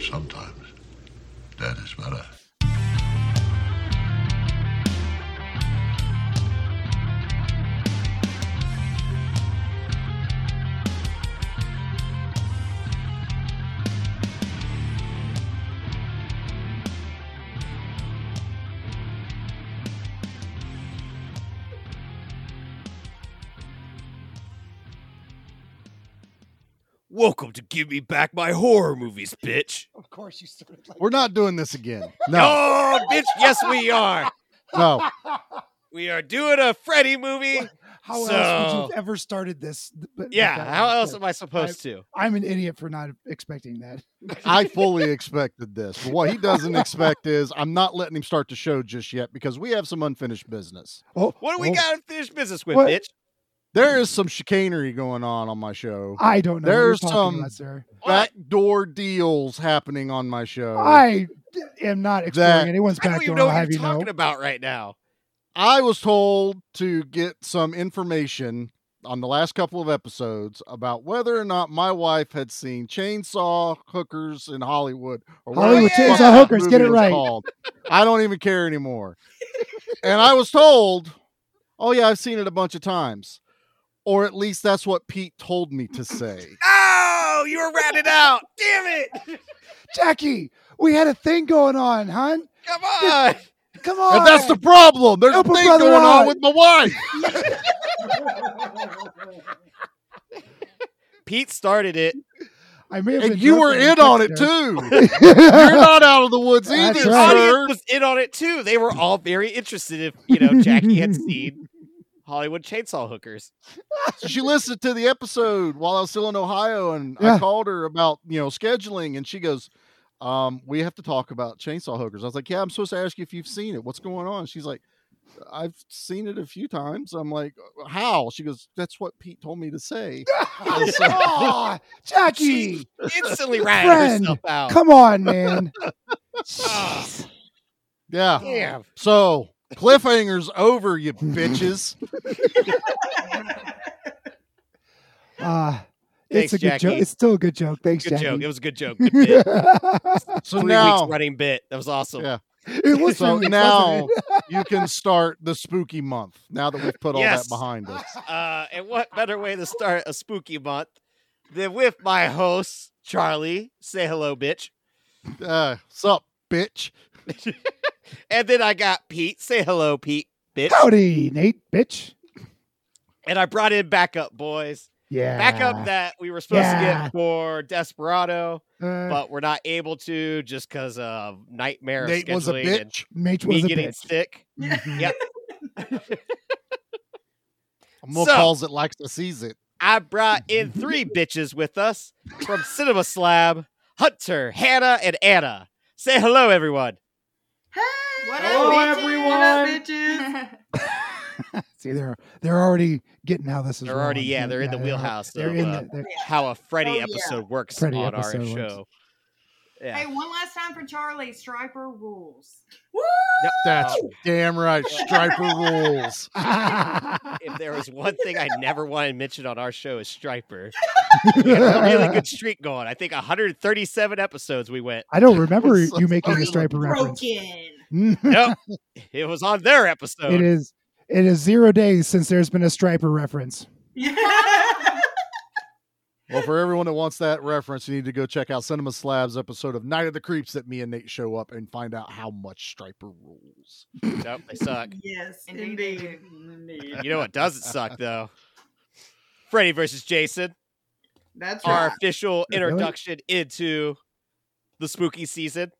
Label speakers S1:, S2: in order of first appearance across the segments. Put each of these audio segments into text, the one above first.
S1: Sometimes that is better.
S2: Welcome to Give Me Back My Horror Movies, bitch.
S3: Of course, you started like
S4: We're not doing this again. No,
S2: No, bitch, yes, we are.
S4: no.
S2: We are doing a Freddy movie.
S3: How else would you
S2: So-
S3: have ever started this? th- But
S2: Yeah,
S3: that
S2: how
S3: way?
S2: else
S3: But
S2: am I supposed to?
S3: I'm an idiot for not expecting that.
S4: I fully expected this. But what he doesn't expect is I'm not letting him start the show just yet because we have some unfinished business.
S3: Oh,
S2: What do we
S3: oh,
S2: got to finish business with,
S3: What?
S2: bitch?
S4: There is some chicanery going on on my show.
S3: I don't know. There's what
S4: There's
S3: you're
S4: some-
S3: talking about, sir.
S2: What?
S4: Backdoor deals happening on my show.
S3: I d- am not exploring
S4: That-
S3: anyone's
S2: I don't
S3: back
S2: even
S3: door.
S2: know
S3: I'll
S2: what
S3: have
S2: you're
S3: you know.
S2: talking about right now.
S4: I was told to get some information on the last couple of episodes about whether or not my wife had seen chainsaw hookers in Hollywood or whatever
S3: Hollywood
S4: the fuck
S2: Chainsaw
S4: that
S3: Hookers, get
S4: movie
S3: it
S4: was
S3: right.
S4: called. I don't even care anymore. and I was told, "Oh yeah, I've seen it a bunch of times." Or at least that's what Pete told me to say.
S2: Oh, you were ratted out. Damn it.
S3: Jackie, we had a thing going on, hon.
S2: Come on.
S3: Come
S4: And
S3: on.
S4: that's the problem. There's a
S3: Help a
S4: thing
S3: brother
S4: going on
S3: out.
S4: with my wife.
S2: Pete started it.
S3: I may have
S4: And
S3: been
S4: you were
S3: drunk
S4: in on it too. You're
S3: too.
S4: not out of the woods
S3: That's
S4: either,
S2: The
S3: right.
S4: sir.
S2: audience was in on it too. They were all very interested if, you know, Jackie had seen Hollywood chainsaw hookers.
S4: So she listened to the episode while I was still in Ohio, and
S3: Yeah.
S4: I called her about you know scheduling, and she goes, um, "We have to talk about chainsaw hookers." I was like, "Yeah, I'm supposed to ask you if you've seen it. What's going on?" She's like, "I've seen it a few times." I'm like, "How?" She goes, "That's what Pete told me to say."
S3: Aw, Jackie,
S2: Instantly ratted
S3: Friend,
S2: herself out.
S3: come on, man.
S2: Jeez.
S4: Yeah.
S2: Damn.
S4: So cliffhangers over, you bitches.
S3: Uh,
S2: Thanks,
S3: it's a good
S2: Jackie.
S3: joke. It's still a good joke. Thanks,
S2: Good joke. It
S3: Jackie.
S2: was a good joke. Good bit.
S4: So
S2: Three
S4: now,
S2: weeks running bit. That was awesome.
S4: Yeah.
S3: it was
S4: so
S3: really funny.
S4: now you can start the spooky month. Now that we've put all
S2: Yes.
S4: that behind us.
S2: Uh, and what better way to start a spooky month than with my host, Charlie? Say hello, bitch.
S4: Uh, sup, bitch.
S2: And then I got Pete. Say hello, Pete, bitch.
S3: Howdy, Nate, bitch.
S2: And I brought in backup boys.
S3: Yeah.
S2: Backup
S3: Uh,
S2: that we were supposed to
S3: Yeah.
S2: get for Desperado,
S3: Uh,
S2: but we're not able to just because of nightmare of
S4: Nate was a
S2: scheduling and
S4: bitch.
S3: Mage
S2: me
S3: was a
S2: getting
S3: bitch.
S2: sick. Mm-hmm.
S3: Mhm.
S2: Yep.
S4: More
S2: So-
S4: calls it likes to seize it.
S2: I brought in three bitches with us from Cinema Slab, Hunter, Hannah, and Anna. Say hello, everyone.
S5: Hey!
S6: What
S5: Hello,
S6: up,
S5: everyone! What up,
S6: bitches?
S5: bitches?
S3: See, they're they're already getting how this is.
S2: They're already,
S3: rolling.
S2: yeah, they're in the wheelhouse
S3: They're
S2: of,
S3: in
S2: uh,
S3: the. They're,
S2: How a Freddy
S6: Oh, yeah.
S2: episode works
S3: Freddy
S2: on our
S3: episode works.
S2: show. Yeah.
S6: Hey, one last time for Charlie. Striper rules.
S5: Woo!
S4: That's
S2: Uh,
S4: damn right. Striper rules.
S2: If there was one thing I never wanted mentioned on our show is Striper. We had a really good streak going. I think 137 episodes we went.
S3: I don't remember
S4: So
S3: you making
S4: sorry.
S3: a striper reference.
S6: Broken.
S3: it
S2: Nope. it was on their episode.
S3: is it is zero days since there's been a striper reference.
S4: Well, for everyone that wants that reference, you need to go check out Cinema Slab's episode of Night of the Creeps that me and Nate show up and find out how much Striper rules.
S2: Nope, they suck.
S6: yes,
S5: Indeed they
S6: indeed. Indeed.
S2: You know what doesn't suck though? Freddy versus Jason.
S6: That's
S2: our
S6: right.
S2: official
S3: Really?
S2: introduction into the spooky season.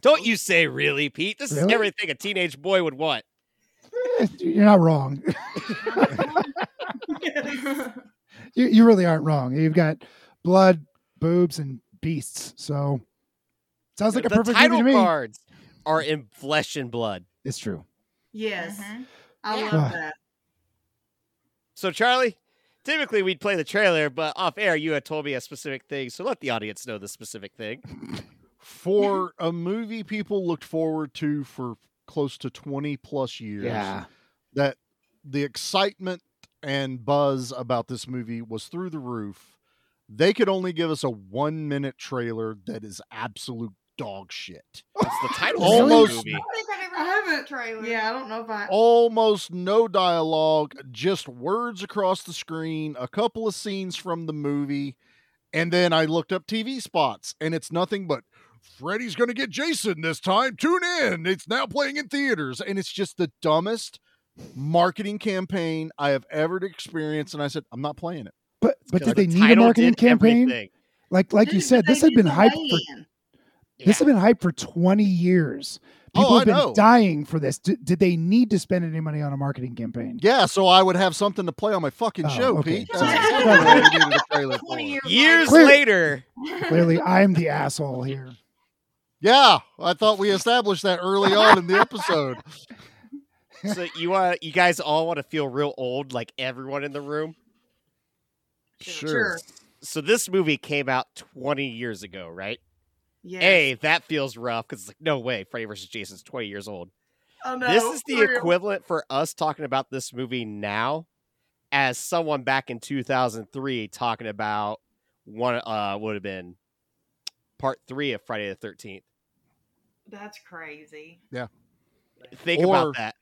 S2: Don't you say really, Pete? This is
S3: Really?
S2: everything a teenage boy would want.
S3: Eh, You're not wrong. You you really aren't wrong. You've got blood, boobs, and beasts. So sounds like a
S2: the
S3: perfect movie
S2: title
S3: to me.
S2: cards are in flesh and blood.
S3: It's true.
S6: yes.
S5: Mhm.
S6: I
S5: Yeah.
S6: love that.
S2: So, Charlie, typically we'd play the trailer, but off air you had told me a specific thing, so let the audience know the specific thing.
S4: For a movie people looked forward to for close to 20 plus years, that the excitement and buzz about this movie was through the roof. They could only give us a one minute trailer that is absolute dog shit.
S2: It's the title
S4: Almost-
S2: of the
S6: I
S2: movie.
S6: don't think I've ever
S5: I
S6: heard
S5: haven't.
S6: the trailer.
S5: Yeah, I don't know if
S3: Oh,
S5: I.
S4: Almost no dialogue, just words across the screen, a couple of scenes from the movie. And then I looked up TV spots, and it's nothing but Freddy's going to get Jason this time. Tune in. It's now playing in theaters. And it's just the dumbest marketing campaign I have ever experienced. And I said, I'm not playing it.
S3: But but
S2: Because
S3: did they
S2: the
S3: need a
S2: title
S3: marketing
S2: did
S3: campaign?
S2: everything.
S3: Like like you
S5: Dude,
S3: said,
S5: but
S3: this
S5: they
S3: had been
S5: did the
S3: hyped for
S5: weigh-in.
S3: this
S2: Yeah.
S3: had been hyped for 20 years.
S4: Oh,
S3: People
S4: I
S3: have been
S4: know.
S3: dying for this. D- did they need to spend any money on a marketing campaign?
S4: Yeah, so I would have something to play on my fucking
S3: Oh,
S4: show,
S3: okay.
S4: Pete.
S6: Sorry.
S4: That's exactly what I needed a trailer for.
S6: 20 years.
S2: Years
S3: Clear-
S2: later,
S3: Clearly, I'm the asshole here.
S4: Yeah, I thought we established that early on in the episode.
S2: so you uh, you guys all want to feel real old, like everyone in the room.
S6: Sure.
S2: So this movie came out 20 years ago, right?
S5: Yes.
S2: Hey, that feels rough because like no way, Freddy vs. Jason's 20 years old.
S5: Oh, no,
S2: this is the
S5: for real.
S2: equivalent for us talking about this movie now as someone back in 2003 talking about one uh would have been part 3 of Friday the 13th.
S6: That's crazy.
S2: Think
S4: Or-
S2: about that.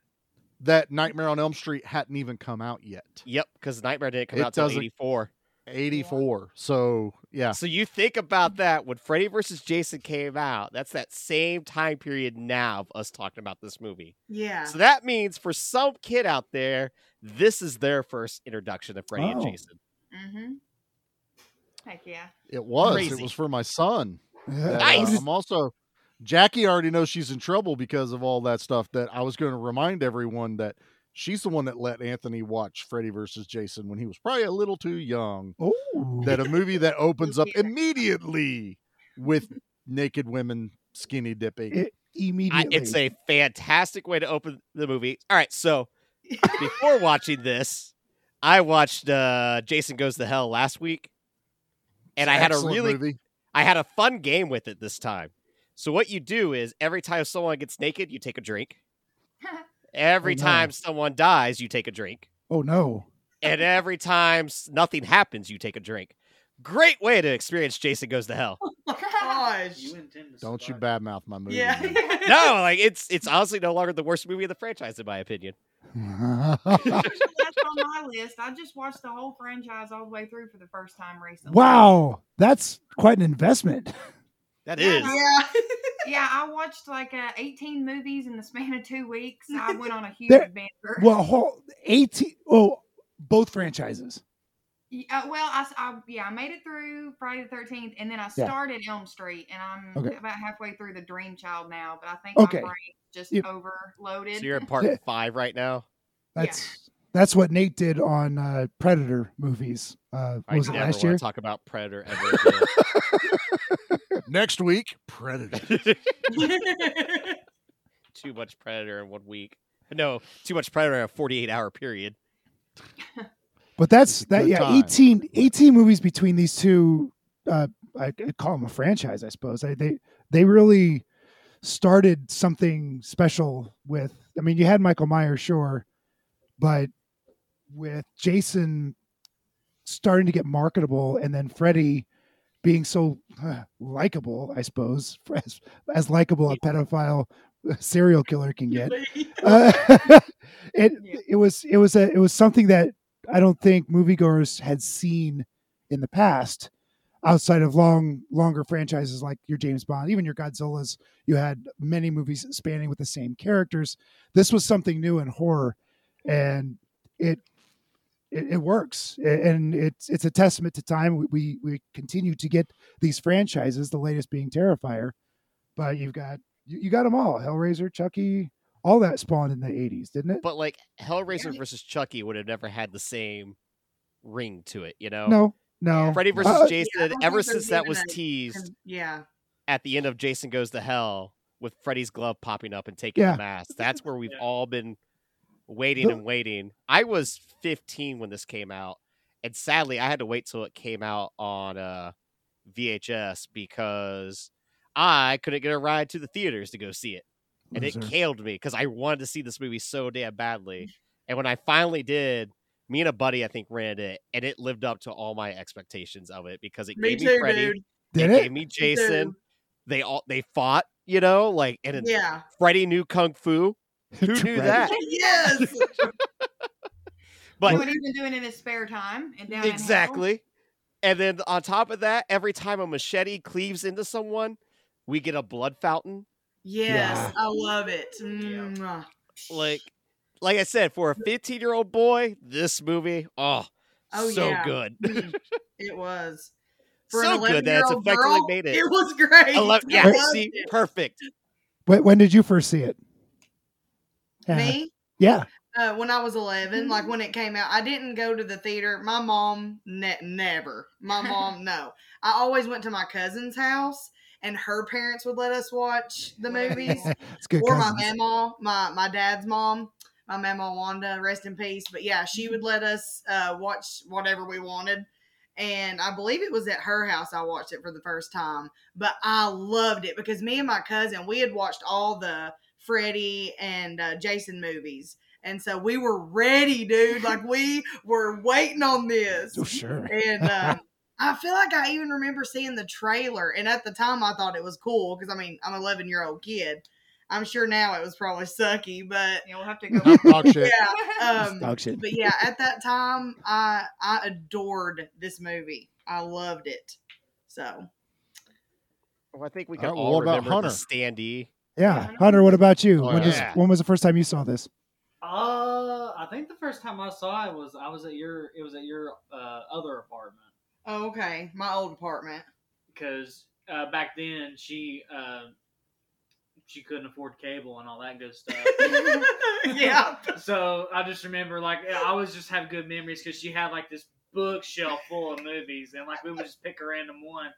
S4: That Nightmare on Elm Street hadn't even come out yet.
S2: Yep, cuz Nightmare didn't come
S4: It
S2: out till
S4: doesn't-
S2: 84.
S4: 84. So, yeah.
S2: So you think about that when Freddy vs. Jason came out, that's that same time period now of us talking about this movie.
S5: Yeah.
S2: So that means for some kid out there, this is their first introduction to Freddy and
S3: Oh.
S2: Jason.
S6: Mm-hmm. Heck yeah.
S4: It was. It
S2: Crazy.
S4: was for my son. That, uh,
S2: Nice.
S4: I'm also Jackie already knows she's in trouble because of all that stuff that I was going to remind everyone that she's the one that let Anthony watch Freddy versus Jason when he was probably a little too young.
S3: Oh,
S4: uh, That a movie that opens up
S6: Weird.
S4: immediately with naked women skinny dipping.
S3: it, immediately.
S2: I, it's a fantastic way to open the movie. All right, so before watching this, I watched uh, Jason Goes to Hell last week, and I had a
S4: Excellent
S2: really
S4: movie.
S2: I had a fun game with it this time. So what you do is every time someone gets naked, you take a drink. Every
S3: Oh, no.
S2: time someone dies, you take a drink.
S3: oh no.
S2: And every time s- nothing happens, you take a drink. Great way to experience Jason Goes to Hell.
S5: Gosh.
S4: Don't you badmouth my movie.
S5: Yeah.
S4: man.
S2: No, like it's it's honestly no longer the worst movie of the franchise in my opinion.
S6: That's on my list. I just watched the whole franchise all the way through for the first time recently.
S3: wow, that's quite an investment.
S2: That
S6: Yeah,
S2: is.
S5: Yeah.
S6: Yeah, I watched like uh, 18 movies in the span of two weeks. I went on a huge
S3: There-
S6: bender.
S3: Well, whole 18 oh, both franchises.
S6: Y- Uh, well, I, s- I- yeah, I made it through Friday the Thirteenth, and then I
S3: Yeah.
S6: started Elm Street, and I'm
S3: Okay.
S6: about halfway through the Dream Child now. But I think
S3: Okay.
S6: my brain just
S3: You-
S6: overloaded.
S2: So you're in part
S3: Yeah.
S2: five right now.
S6: Yeah.
S3: That's that's what Nate did on uh, Predator movies. Uh, what
S2: I
S3: was it
S2: never
S3: last
S2: wanna
S3: year?
S2: talk about Predator ever
S4: Next week, Predator.
S2: again. too much Predator in one week. No, too much Predator in a 48 hour period.
S3: But that's
S4: It's a
S3: that.
S4: good
S3: Yeah,
S4: time.
S3: 18, 18 movies between these two. Uh, I I'd call them a franchise, I suppose. They they they really started something special with. I mean, you had Michael Myers, sure, but with Jason starting to get marketable, and then Freddy being so uh, likable, I suppose, as, as likable a pedophile serial killer can get uh, it
S6: Yeah.
S3: it was it was a it was something that I don't think moviegoers had seen in the past outside of long longer franchises like your James Bond, even your Godzillas. You had many movies spanning with the same characters. This was something new in horror, and it it, it works, A- and it's it's a testament to time. We, we we continue to get these franchises. The latest being Terrifier, but you've got you, you got them all: Hellraiser, Chucky, all that spawned in the '80s, didn't it?
S2: But like Hellraiser versus Chucky would have never had the same ring to it, you know?
S3: No, no.
S2: Freddy versus
S3: Uh,
S5: Yeah, I
S2: Jason,
S5: don't
S2: ever
S5: think they're
S2: since that
S5: doing
S2: was
S5: that.
S2: teased
S5: yeah.
S2: at the end of Jason Goes to Hell with Freddy's glove popping up and taking
S3: Yeah.
S2: the mask, that's where we've all been waiting
S3: The-
S2: and waiting. I was 15 when this came out, and sadly, I had to wait till it came out on uh, VHS because I couldn't get a ride to the theaters to go see it and it
S3: Loser.
S5: Mm.
S2: killed me because I wanted to see this movie so damn badly. And when I finally did, me and a buddy I think rented it, and it lived up to all my expectations of it because it
S5: Me
S2: gave
S5: too,
S2: me Freddy,
S5: dude.
S3: Did
S2: gave
S3: it?
S2: me
S5: Me too.
S2: Jason. They all they fought, you know, like and it's
S5: Yeah.
S2: Freddy knew kung fu. Who
S3: Freddy.
S2: knew that?
S5: Yes.
S2: But-
S6: he would even do it in his spare time and down in hell.
S2: Exactly. And then on top of that, every time a machete cleaves into someone, we get a blood fountain.
S5: Yes.
S3: Yeah.
S5: I love it. Mwah.
S2: Like like I said, for a 15-year-old boy, this movie, oh,
S5: Oh,
S2: so
S5: yeah.
S2: good.
S5: Mm, it was.
S2: so good that it's
S5: 11-year-old
S2: effectively
S5: girl,
S2: made it.
S5: It was great.
S2: Ele-
S5: I
S2: yeah,
S5: loved
S2: see,
S5: it.
S2: perfect.
S3: When, when did you first see it? Yeah.
S5: Me,
S3: Yeah.
S5: uh, when I was 11,
S2: Mm-hmm.
S5: like when it came out, I didn't go to the theater. My mom, ne- never. My mom, no. I always went to my cousin's house, and her parents would let us watch the movies.
S3: it's good.
S5: or my
S3: cousins.
S5: mamaw, my my dad's mom, my mamaw Wanda, rest in peace. But yeah, she would let us uh, watch whatever we wanted, and I believe it was at her house I watched it for the first time. But I loved it because me and my cousin we had watched all the Freddy and uh, Jason movies, and so we were ready, dude. like we were waiting on this
S3: Oh, sure.
S5: and um, I feel like I even remember seeing the trailer. And at the time, I thought it was cool because I mean, I'm an 11 year old kid. I'm sure now it was probably sucky, but
S6: Yeah, we'll have to go.
S4: Oh, dog shit. Oh,
S5: yeah. Um,
S3: Dog shit.
S5: But yeah, at that time, I I adored this movie. I loved it. So
S2: Well, Oh, I think we
S4: All
S2: can
S4: right, well,
S2: all
S4: what about
S2: remember the
S4: Hunter?
S2: standee.
S3: Yeah. Hunter, what about you?
S4: Oh,
S3: when, does-
S2: yeah.
S3: when was the first time you saw this?
S7: Uh, I think the first time I saw it was I was at your it was at your uh, other apartment
S5: oh, okay, my old apartment.
S7: because uh, back then she uh, she couldn't afford cable and all that good stuff.
S5: yeah.
S7: so I just remember like I always just have good memories because she had like this bookshelf full of movies and like we would just pick a random one.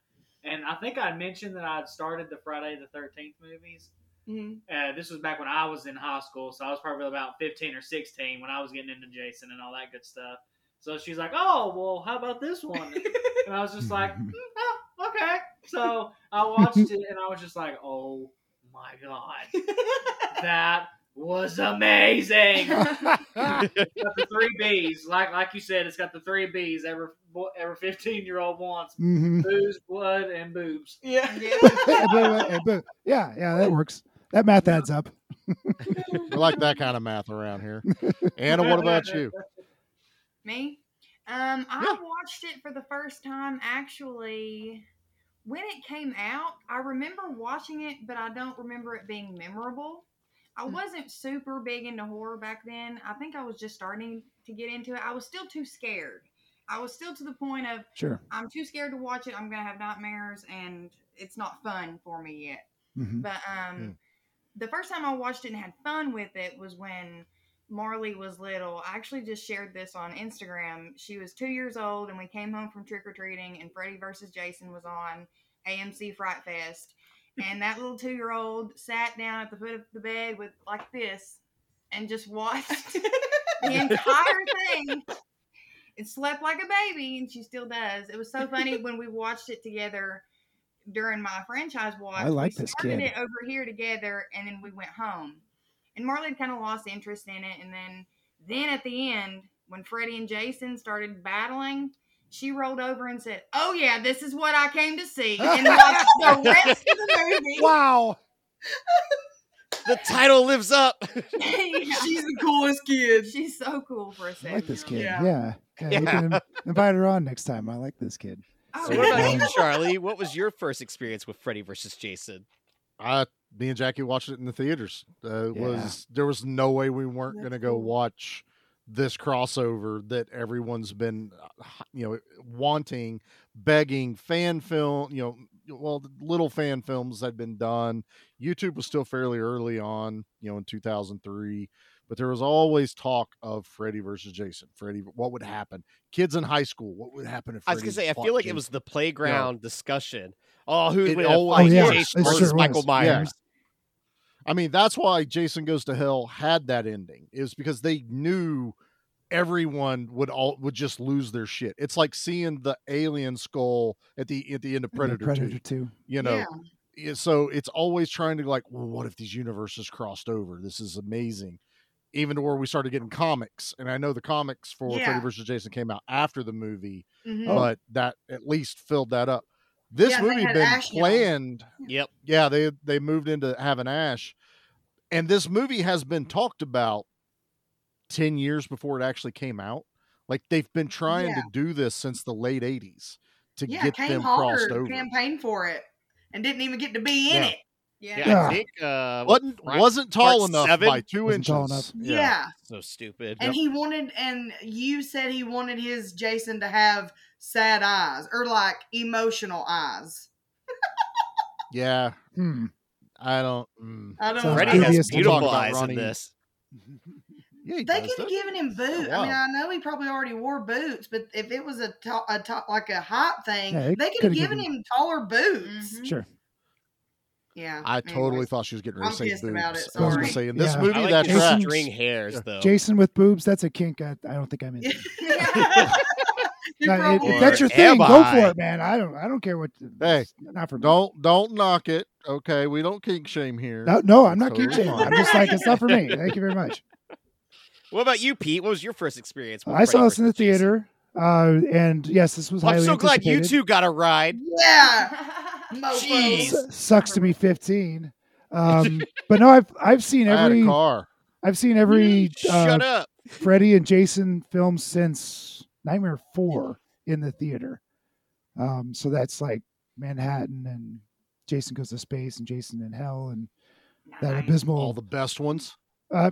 S7: And I think I mentioned that I had started the Friday the Thirteenth movies.
S6: Mm-hmm.
S5: Mhm.
S7: uh, this was back when I was in high school, so I was probably about 15 or 16 when I was getting into Jason and all that good stuff. So she's like, "Oh, well, how about this one?" and I was just like, "Mm, oh, "Okay." So I watched it, and I was just like, "Oh my god, that was amazing!" It's got the three B's, like like you said, it's got the three B's every bo- every 15 year old wants:
S3: Mm-hmm.
S7: booze, blood, and boobs.
S5: Yeah.
S3: eh, yeah. Yeah. That works. That math adds up.
S4: We like that kind of math around here. Anna, what about you?
S6: Me? Um, I watched it for the first time actually when it came out. I remember watching it, but I don't remember it being memorable. I
S5: Mm.
S6: wasn't super big into horror back then. I think I was just starting to get into it. I was still too scared. I was still to the point of
S3: Sure.
S6: I'm too scared to watch it. I'm going to have nightmares and it's not fun for me yet.
S3: Mhm.
S6: But um,
S4: Mm.
S6: the first time I watched it and had fun with it was when Marley was little. I actually just shared this on Instagram. She was two years old, and we came home from trick or treating, and Freddy versus Jason was on AMC Fright Fest, and that little two year old sat down at the foot of the bed with like this, and just watched the entire thing. And slept like a baby, and she still does. It was so funny when we watched it together during my franchise watch.
S3: I like
S6: we
S3: this
S6: started
S3: kid.
S6: it over here together, and then we went home. And Marley kind of lost interest in it, and then then at the end, when Freddie and Jason started battling, she rolled over and said, "Oh yeah, this is what I came to see," and watched the rest of the movie.
S3: Wow.
S2: The title lives up.
S6: Yeah.
S5: She's the coolest kid.
S6: She's so cool for a
S3: I
S6: second.
S3: like this kid. Yeah.
S5: Yeah.
S3: Yeah. you
S2: Yeah.
S3: can invite her on next time. I like this kid.
S6: Oh,
S2: So what about
S6: yeah.
S2: you, Charlie? What was your first experience with Freddy versus Jason?
S4: I, me and Jackie watched it in the theaters. Uh, it
S3: Yeah.
S4: Was there was no way we weren't
S6: That's
S4: going to go
S6: cool.
S4: watch this crossover that everyone's been, uh, h- you know, wanting, begging, fan film. You know, well, the little fan films had been done. YouTube was still fairly early on, you know, in two thousand three. But there was always talk of Freddy versus Jason. Freddy, what would happen? Kids in high school, what would happen if
S2: I was gonna
S4: Freddy
S2: say, I
S4: fought
S2: feel like
S4: Jason?
S2: it was the playground discussion. Oh, who'd
S4: It
S2: win a
S4: always
S2: fight,
S4: was.
S2: Jason
S4: It
S2: versus
S3: sure
S2: Michael
S3: was. Yeah.
S2: Myers?
S4: I mean, that's why Jason Goes to Hell had that ending is because they knew everyone would all would just lose their shit. It's like seeing the alien skull at the at the end of
S3: Yeah,
S4: Predator,
S3: Predator
S4: 2,
S3: Two.
S4: you know.
S5: Yeah.
S4: Yeah, So it's always trying to like, well, what if these universes crossed over? This is amazing. even to where we started getting comics. And I know the comics for Freddy
S5: Yeah.
S4: vs. Jason came out after the movie,
S6: mm-hmm.
S5: Mhm.
S3: Oh.
S4: but that at least filled that up. This
S5: Yeah, they
S4: movie had
S5: had
S4: been
S5: Ash in it.
S4: planned.
S2: Yep.
S4: Yeah, they they moved into having Ash, and this movie has been talked about ten years before it actually came out. Like they've been trying
S5: Yeah.
S4: to do this since the late '80s to
S5: yeah,
S4: get
S5: Kane
S4: them
S5: Hodder
S4: crossed over.
S5: campaigned for for it and didn't even get to be in
S4: Yeah.
S5: it.
S6: Yeah.
S2: Yeah,
S3: Yeah.
S2: I think uh, what
S4: wasn't
S2: Right.
S4: wasn't tall
S2: Part
S4: enough
S2: seven?
S4: by 2
S3: Wasn't
S4: inches.
S3: tall enough.
S5: Yeah.
S2: so stupid.
S5: And he wanted, and you said he wanted his Jason to have sad eyes or like emotional eyes.
S4: Yeah,
S3: Hmm.
S4: I don't. mm.
S5: I don't
S3: Sounds
S5: know.
S2: Freddy has
S3: Dubious.
S2: beautiful
S4: We'll talk about
S2: eyes
S4: Ronnie.
S2: in this.
S4: Yeah, he
S5: They
S4: does,
S5: could have
S4: doesn't
S5: given him boots.
S4: Oh,
S5: I mean,
S4: wow.
S5: I know he probably already wore boots, but if it was a, ta- a ta- like a hot thing,
S3: Yeah, they
S5: they, could
S3: coulda
S5: have given
S3: given
S5: him taller boots.
S6: Mhm.
S3: Sure.
S5: Yeah,
S4: I totally
S5: anyways.
S4: thought she was getting ready
S5: I'm
S4: to say
S5: pissed about
S4: boobs.
S5: it,
S4: I was gonna
S5: sorry.
S4: say in this
S3: Yeah.
S4: movie
S2: I like
S4: that
S2: his
S3: Jason's-
S4: tracks.
S2: string hairs though.
S3: Jason with boobs, that's a kink. I, I don't think I'm into.
S5: You
S3: Now, if-
S5: probably-
S3: if that's your
S2: Or
S3: thing,
S2: am
S3: go for
S2: I?
S3: it, man. I don't I don't care what.
S4: Hey,
S3: it's not for me.
S4: Don't don't knock it. Okay, we don't kink shame here.
S3: No, no, I'm not
S4: So
S3: kink
S4: it's
S3: shaming.
S4: fine.
S3: I'm just like it's not for me. Thank you very much.
S2: What about you, Pete? What was your first experience? with
S3: I saw
S2: Freddy
S3: this in the
S2: versus Jason?
S3: theater, uh, and yes, this was
S2: Well, I'm
S3: highly
S2: so glad you
S3: anticipated.
S2: two got a ride.
S5: yeah, mofos.
S2: Jeez.
S3: S- sucks to be 15. Um, but no, I've I've seen
S4: I had a
S3: every
S4: car.
S3: I've seen every uh,
S2: Shut up.
S3: Freddy and Jason film since Nightmare Four in the theater. Um, so that's like Manhattan and Jason Goes to Space and Jason in Hell and that
S4: All
S6: Nice.
S3: abysmal.
S4: the best ones.
S3: uh,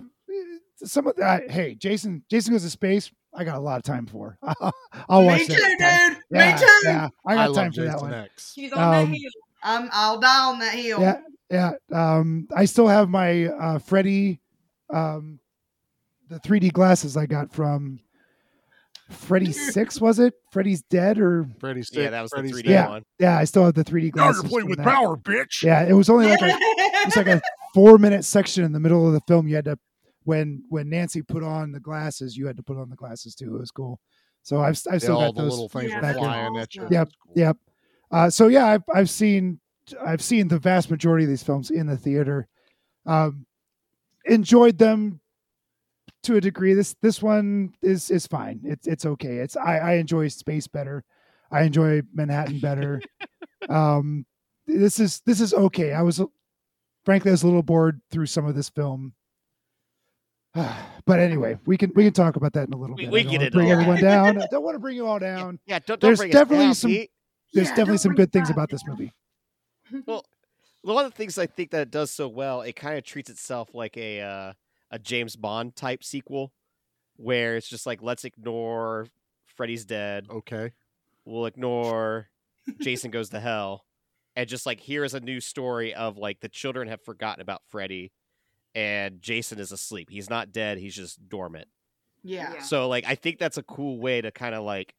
S3: some of that. Hey, Jason. Jason Goes to Space. I got a lot of time for. I'll
S5: Me
S3: watch
S5: too,
S3: that. sometime.
S5: dude.
S3: Yeah,
S5: Me too.
S3: yeah, I
S4: I
S3: got
S4: love
S3: time for
S4: Jason
S3: that one.
S4: X.
S6: She's on
S3: Um,
S6: the hill.
S5: I'm, I'll die on that hill.
S3: Yeah, yeah. Um, I still have my uh, Freddy, um, the 3D glasses I got from Freddy Six. Was it Freddy's Dead or?
S4: Freddy Stick.
S2: Yeah, that was the
S4: Freddy
S2: 3D
S4: Stick.
S2: one.
S3: Yeah, I still have the 3D
S4: Now
S3: glasses.
S4: you're playing
S3: from
S4: with
S3: that.
S4: power, bitch.
S3: Yeah, it was only like a, it's like a four minute section in the middle of the film. You had to when when Nancy put on the glasses, you had to put on the glasses too. It was cool. So I've I've
S4: Yeah,
S3: still
S4: all
S3: got
S4: the
S3: those.
S4: little things
S5: Yeah,
S4: were
S3: that's
S4: flying at you.
S5: awesome.
S3: Yep, Yep. Uh, so yeah, I've I've seen I've seen the vast majority of these films in the theater. Um, enjoyed them to a degree. This this one is is fine. It's it's okay. It's I I enjoy space better. I enjoy Manhattan better. um, this is this is okay. I was frankly I was a little bored through some of this film. But anyway, we can we can talk about that in a little
S2: We-
S3: bit.
S2: we
S3: I don't
S2: get
S3: wanna
S2: it
S3: Bring
S2: all.
S3: everyone down. I don't want to bring you all down
S2: Yeah, don't, don't
S3: There's
S2: bring
S3: definitely
S2: us down,
S3: some-
S2: Pete.
S3: there's
S5: Yeah,
S3: definitely
S5: don't
S3: some
S5: bring
S3: good things
S5: that
S3: about this movie.
S2: Well, one of the things I think that it does so well, it kind of treats itself like a uh, a James Bond type sequel, where it's just like let's ignore Freddy's dead,
S4: Okay.
S2: we'll ignore Jason goes to hell, and just like here is a new story of like the children have forgotten about Freddy, and Jason is asleep. He's not dead. He's just dormant.
S5: Yeah.
S6: Yeah.
S2: So like I think that's a cool way to kind of like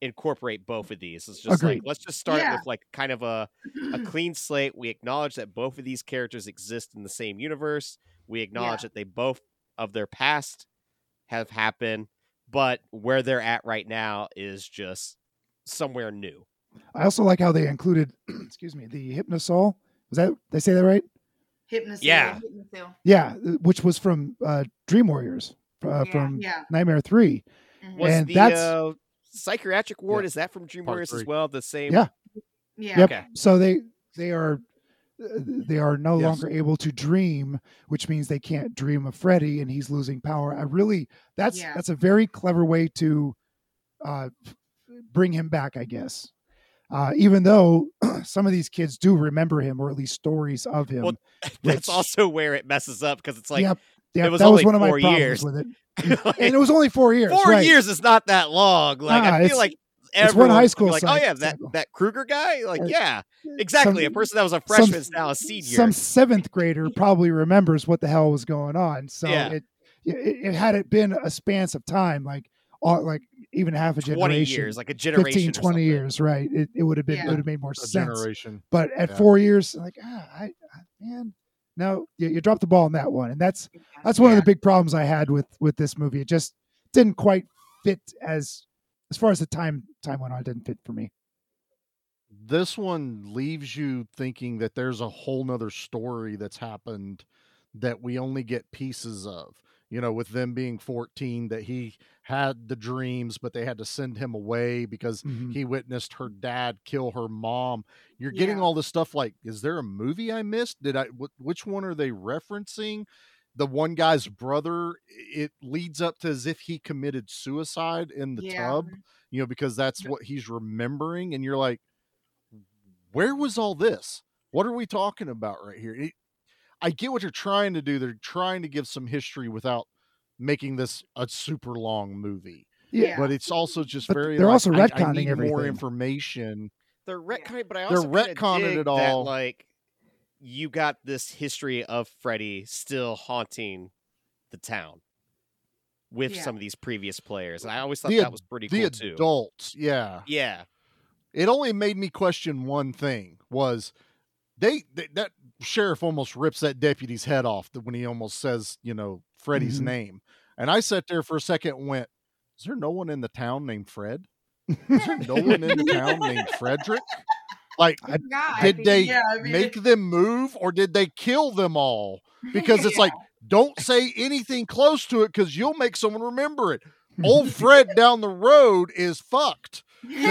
S2: incorporate both of these. It's just like
S3: Agreed.
S2: let's just start
S5: Yeah.
S2: with like kind of a a
S5: Hmm.
S2: clean slate. We acknowledge that both of these characters exist in the same universe. We acknowledge that they both of their past have happened, but where they're at right now is just somewhere new.
S3: I also like how they included, excuse me, the hypnosol. Was that did I say that right?
S5: Hypnosis.
S2: Yeah.
S6: Hill.
S3: Yeah, which was from uh, Dream Warriors uh,
S6: Yeah.
S3: from
S5: Yeah. Mm-hmm.
S3: Nightmare Three.
S5: Hmm.
S6: Mhm.
S2: Was
S3: And
S2: the
S3: that's-
S2: uh, psychiatric ward
S4: Yeah.
S2: is that from Dream
S4: Part
S2: Warriors as
S4: three.
S2: well? The same.
S3: Yeah.
S5: Yeah.
S3: Yep.
S2: Okay.
S3: So they they are uh, they are no
S4: Yes.
S3: longer able to dream, which means they can't dream of Freddy, and he's losing power. I really that's
S5: Yeah.
S3: that's a very clever way to uh, bring him back, I guess. Uh, even though some of these kids do remember him, or at least stories of him.
S2: Well,
S3: Which-
S2: That's also where it messes up because it's like
S3: yep, yep,
S2: it was
S3: that was
S2: only
S3: one of my
S2: four
S3: problems
S2: years.
S3: with it.
S2: like,
S3: and it was only four years.
S2: four
S3: right.
S2: years is not that long. Like
S3: Nah,
S2: I
S3: it's-
S2: feel like
S3: it's
S2: everyone's
S3: one high
S2: gonna be
S3: school
S2: like, oh
S3: cy-
S2: yeah, that
S3: cycle.
S2: that Kruger guy. Like
S3: Uh,
S2: yeah, exactly. a
S3: Some-
S2: person that was a
S3: some-
S2: freshman is now a senior.
S3: Some seventh grader probably remembers what the hell was going on. So
S2: Yeah.
S3: it, it, it had it been a span of time, like all, like even half a
S2: Twenty
S3: generation,
S2: years, like a generation.
S3: 15,
S2: or
S3: 20
S2: something.
S3: years, right? It, it would have been
S5: Yeah.
S3: it would have made more
S4: A
S3: sense.
S4: generation.
S3: But at
S4: Yeah.
S3: four years, like ah, I, I man, no, you, you dropped the ball on that one, and that's
S6: Yeah.
S3: that's one
S5: Yeah.
S3: of the big problems I had with with this movie. It just didn't quite fit as as far as the time time went on. It didn't fit for me.
S4: This one leaves you thinking that there's a whole nother story that's happened that we only get pieces of. you know, with them being 14, that he had the dreams, but they had to send him away because
S2: Mm-hmm.
S5: Mm-hmm.
S3: Mhm.
S4: he witnessed her dad kill her mom. You're getting
S5: Yeah.
S4: all this stuff like, is there a movie I missed? Did I, wh- which one are they referencing? The one guy's brother, i- it leads up to as if he committed suicide in the
S5: Yeah.
S4: tub, you know, because that's what he's remembering. And you're like, where was all this? What are we talking about right here? It, I get what you're trying to do. They're trying to give some history without making this a super long movie.
S5: Yeah.
S4: But it's also just
S3: But
S4: very.
S3: they're
S4: like,
S3: also
S4: I- I
S3: retconning
S4: need More
S3: everything.
S4: information.
S2: They're retconning, but I
S4: They're
S2: also kinda
S4: retconning
S2: dig
S4: it
S2: That,
S4: all.
S2: like you got this history of Freddy still haunting the town with
S5: Yeah.
S2: some of these previous players, and I always thought
S4: The
S2: that
S4: ad-
S2: was pretty
S4: The
S2: cool too.
S4: adults, yeah.
S2: Yeah,
S4: It only made me question one thing: was they, they that sheriff almost rips that deputy's head off th- when he almost says, you know, Freddie's
S3: Mhm.
S4: name. And I sat there for a second and went, "Is there no one in the town named Fred? Is there no one in the town named Frederick? Like,
S6: God,
S4: did they
S5: Yeah, I mean-
S4: make them move or did they kill them all? Because it's like, don't say anything close to it because you'll make someone remember it.
S3: Mm-hmm.
S4: Old Fred down the road is fucked. 'Cause, you know,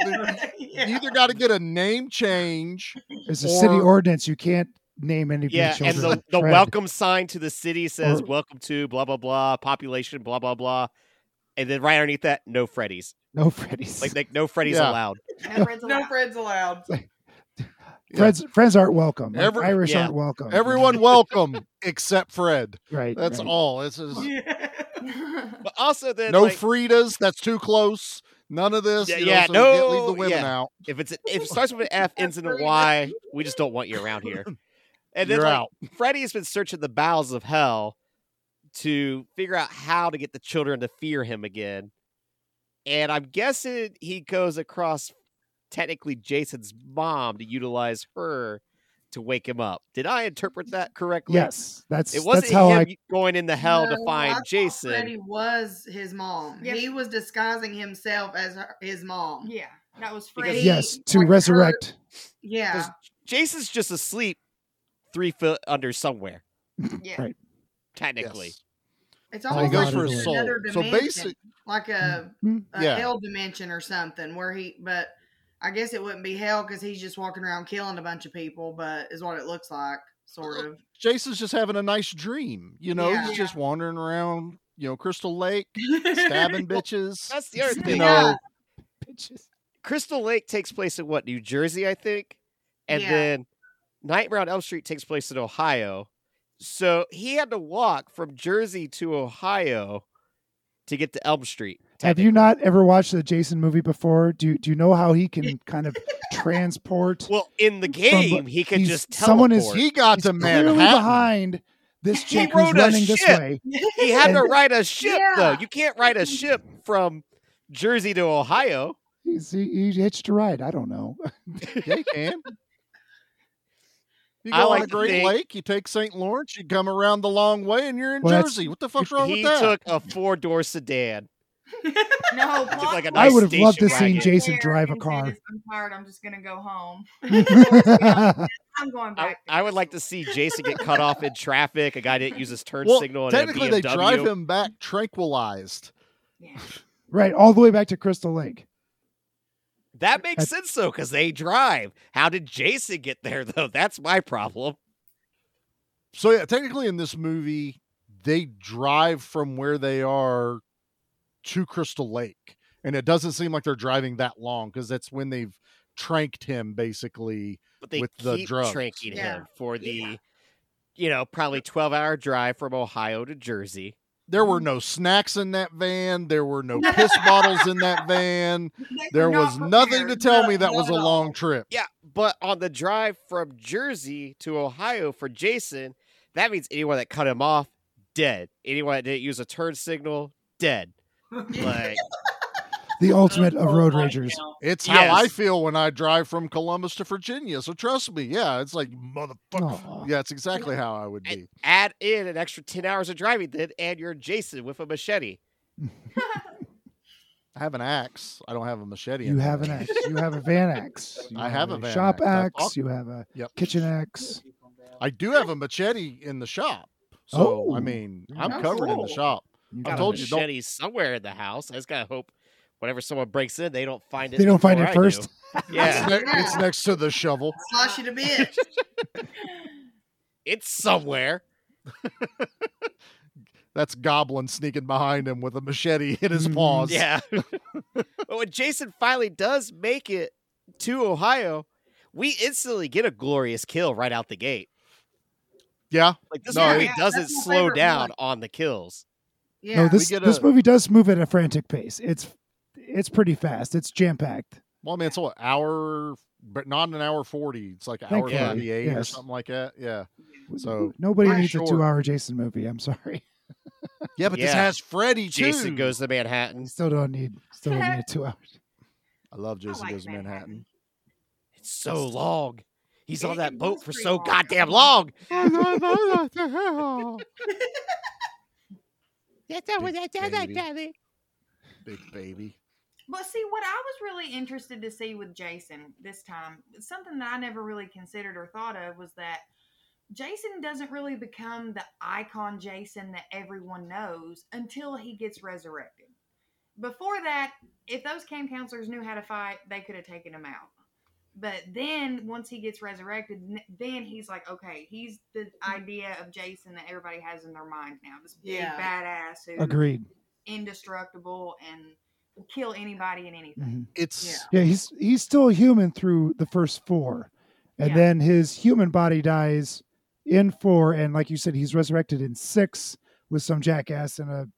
S4: the-
S5: Yeah.
S4: You either got to get a name change.
S3: There's a city
S4: Or-
S3: ordinance. You can't name any of your
S2: yeah, and
S3: children
S2: the, the
S3: Fred.
S2: welcome sign to the city says
S3: Or-
S2: "Welcome to blah blah blah population blah blah blah," and then right underneath that, no Freddy's.
S3: No Freddy's.
S2: Like, like no Freddy's
S4: Yeah.
S2: allowed.
S6: no Fred's
S5: No
S6: allowed.
S5: Fred's allowed.
S4: Yeah.
S3: Fred's friends aren't welcome. Like,
S4: Every-
S3: Irish
S2: yeah.
S3: aren't welcome.
S4: Everyone welcome except Fred.
S3: Right.
S4: That's
S3: right.
S4: all. This is
S5: Yeah.
S2: But also then,
S4: no
S2: like,
S4: Fridas. That's too close. None of this.
S2: Yeah,
S4: you know,
S2: yeah,
S4: so we can't leave
S2: no-
S4: the women
S2: yeah.
S4: out.
S2: if it's if it starts with an F, ends in a Y, we just don't want you around here. And then
S4: You're
S2: like,
S4: out.
S2: Freddy has been searching the bowels of hell to figure out how to get the children to fear him again. And I'm guessing he goes across technically Jason's mom to utilize her to wake him up. Did I interpret that correctly?
S3: Yes. That's
S2: It
S3: that's
S2: wasn't
S3: how
S2: him
S3: I.
S2: going into hell to
S5: No, I
S2: find
S5: thought
S2: Jason.
S5: Freddy was his mom.
S6: Yeah.
S5: He was disguising himself as her, his mom.
S6: Yeah, that was
S2: Because-
S6: Freddy.
S3: Yes. To
S5: like, her-
S3: resurrect.
S5: Yeah.
S2: Does- Jason's just asleep three foot under somewhere,
S6: Yeah.
S3: Right.
S2: technically.
S4: Yes.
S5: It's
S3: Oh,
S5: almost
S3: God,
S5: like
S4: goes for his
S5: he's in
S4: soul.
S5: another
S4: So
S5: dimension,
S4: basic,
S5: like a,
S3: Mm,
S5: a
S4: Yeah.
S5: hell dimension or something where he, but I guess it wouldn't be hell because he's just walking around killing a bunch of people, but is what it looks like, sort of.
S4: Jason's just having a nice dream. You know,
S5: Yeah.
S4: he's just wandering around, you know, Crystal Lake, stabbing bitches.
S2: That's the other
S4: you
S2: thing.
S4: know,
S5: Yeah.
S3: Bitches.
S2: Crystal Lake takes place in what New Jersey, I think, and
S5: Yeah.
S2: then Nightmare on Elm Street takes place in Ohio. So he had to walk from Jersey to Ohio to get to Elm Street.
S3: Have you not ever watched the Jason movie before? Do you, do you know how he can kind of transport?
S2: Well, in the
S3: Somebo-
S2: game, he can
S3: he's-
S2: just teleport.
S3: someone is-
S4: he got
S3: He's
S4: to
S3: clearly
S4: Manhattan.
S3: behind this
S2: He
S3: chick who's
S2: rode a
S3: running this
S2: ship.
S3: way.
S2: he had to
S3: and-
S2: ride a ship, though.
S5: Yeah.
S2: You can't ride a ship from Jersey to Ohio.
S3: He's, he, he hitched a ride. I don't know.
S4: Yeah, he can. You
S2: I
S4: go on
S2: like
S4: the
S2: to
S4: Great
S2: think-
S4: Lake, you take St. Lawrence, you come around the long way, and you're in
S3: Well, that's-
S4: Jersey. What the fuck's wrong
S2: he
S4: with that?
S2: took a four door sedan.
S6: No, plot
S2: like a
S6: twist.
S2: nice
S3: I would have loved to
S2: station
S3: seen
S2: wagon.
S3: Jason
S6: There
S3: drive a
S6: and said,
S3: car.
S6: I'm tired. I'm just gonna go home.
S3: yeah,
S6: I'm going
S2: I,
S6: back.
S2: I would like to see Jason get cut off in traffic. A guy didn't use his turn
S4: well,
S2: signal. in a
S4: technically, they drive
S2: BMW.
S4: him back tranquilized.
S6: Yeah.
S3: right, all the way back to Crystal Lake.
S2: That makes
S3: That's-
S2: sense though, because they drive. How did Jason get there though? That's my problem.
S4: So yeah, technically in this movie, they drive from where they are to Crystal Lake, and it doesn't seem like they're driving that long because that's when they've tranked him basically.
S2: But they
S4: With
S2: keep
S4: the drugs.
S2: tranking
S5: Yeah.
S2: him for the,
S6: Yeah.
S2: you know, probably twelve hour drive from Ohio to Jersey.
S4: There were
S3: Mm-hmm.
S4: no snacks in that van. There were no piss bottles in that van.
S6: They
S4: There
S6: were not
S4: was nothing to
S6: prepared.
S4: tell
S5: No,
S4: me that
S5: not
S4: was a
S5: at all.
S4: long trip.
S2: Yeah, but on the drive from Jersey to Ohio for Jason, that means anyone that cut him off, dead. Anyone that didn't use a turn signal, dead. Like
S3: The ultimate of road
S7: Right
S3: ragers.
S7: now.
S4: It's how I
S2: Yes.
S4: feel when I drive from Columbus to Virginia. So trust me. Yeah, it's like motherfucker.
S3: Aw.
S4: Yeah, it's exactly how I would
S2: And
S4: be.
S2: add in an extra ten hours of driving, then and you're Jason with a machete.
S4: I have an axe. I don't have a machete.
S3: You
S4: anymore.
S3: have an axe. You have a van axe. you
S4: I have a van
S3: shop
S4: axe. I've
S3: axe.
S4: talked-
S3: You have a
S4: Yep.
S3: kitchen axe.
S4: I do have a machete in the shop. So I
S3: Oh.
S4: mean, I'm
S5: That's
S4: covered in the
S5: cool.
S4: shop.
S2: Got
S4: I
S2: a
S4: told you, don't-
S2: machete somewhere in the house. I just gotta hope whenever someone breaks in, they don't find it.
S3: They don't find
S2: before
S3: it
S2: I do.
S3: first.
S2: Yeah,
S4: It's, ne- it's next to the shovel.
S5: Slash it a bit.
S2: it's somewhere.
S4: That's Goblin sneaking behind him with a machete in
S3: Mm-hmm.
S4: his paws.
S2: Yeah. but when Jason finally does make it to Ohio, we instantly get a glorious kill right out the gate.
S4: yeah.
S2: Like this
S4: No,
S2: movie
S5: yeah,
S2: doesn't
S5: that's my
S2: slow
S5: favorite
S2: down
S5: one.
S2: on the kills.
S5: Yeah.
S3: No, this
S4: get
S3: this
S4: a-
S3: movie does move at a frantic pace. It's it's pretty fast. It's jam packed.
S4: Well, I mean, it's an hour, but not an hour forty. It's like an
S3: Thank
S4: hour
S2: you.
S4: thirty-eight or
S3: Yes.
S4: something like that. Yeah. So-
S3: nobody
S4: Pretty
S3: needs
S4: short.
S3: a two hour Jason movie. I'm sorry.
S4: Yeah, but this
S2: Yeah.
S4: has Freddy too.
S2: Jason goes to Manhattan.
S3: Still don't need still don't need a two hours.
S4: I love
S6: I
S4: Jason
S6: like
S4: Goes to Manhattan.
S2: It's so long. He's on
S6: It-
S2: that
S6: it
S2: boat
S6: was
S2: for
S6: pretty
S2: so
S6: long.
S2: goddamn long.
S4: Big baby.
S6: But see, what I was really interested to see with Jason this time, something that I never really considered or thought of was that Jason doesn't really become the icon Jason that everyone knows until he gets resurrected. Before that, if those camp counselors knew how to fight, they could have taken him out. But then once he gets resurrected, n- then he's like, okay, he's the idea of Jason that everybody has in their mind now. This big
S5: Yeah.
S6: badass who
S3: Agreed.
S6: indestructible and will kill anybody and anything.
S3: Mhm.
S4: It's
S3: Yeah, he's he's still human through the first four, and
S6: Yeah.
S3: then his human body dies in four, and like you said, he's resurrected in six with some jackass and a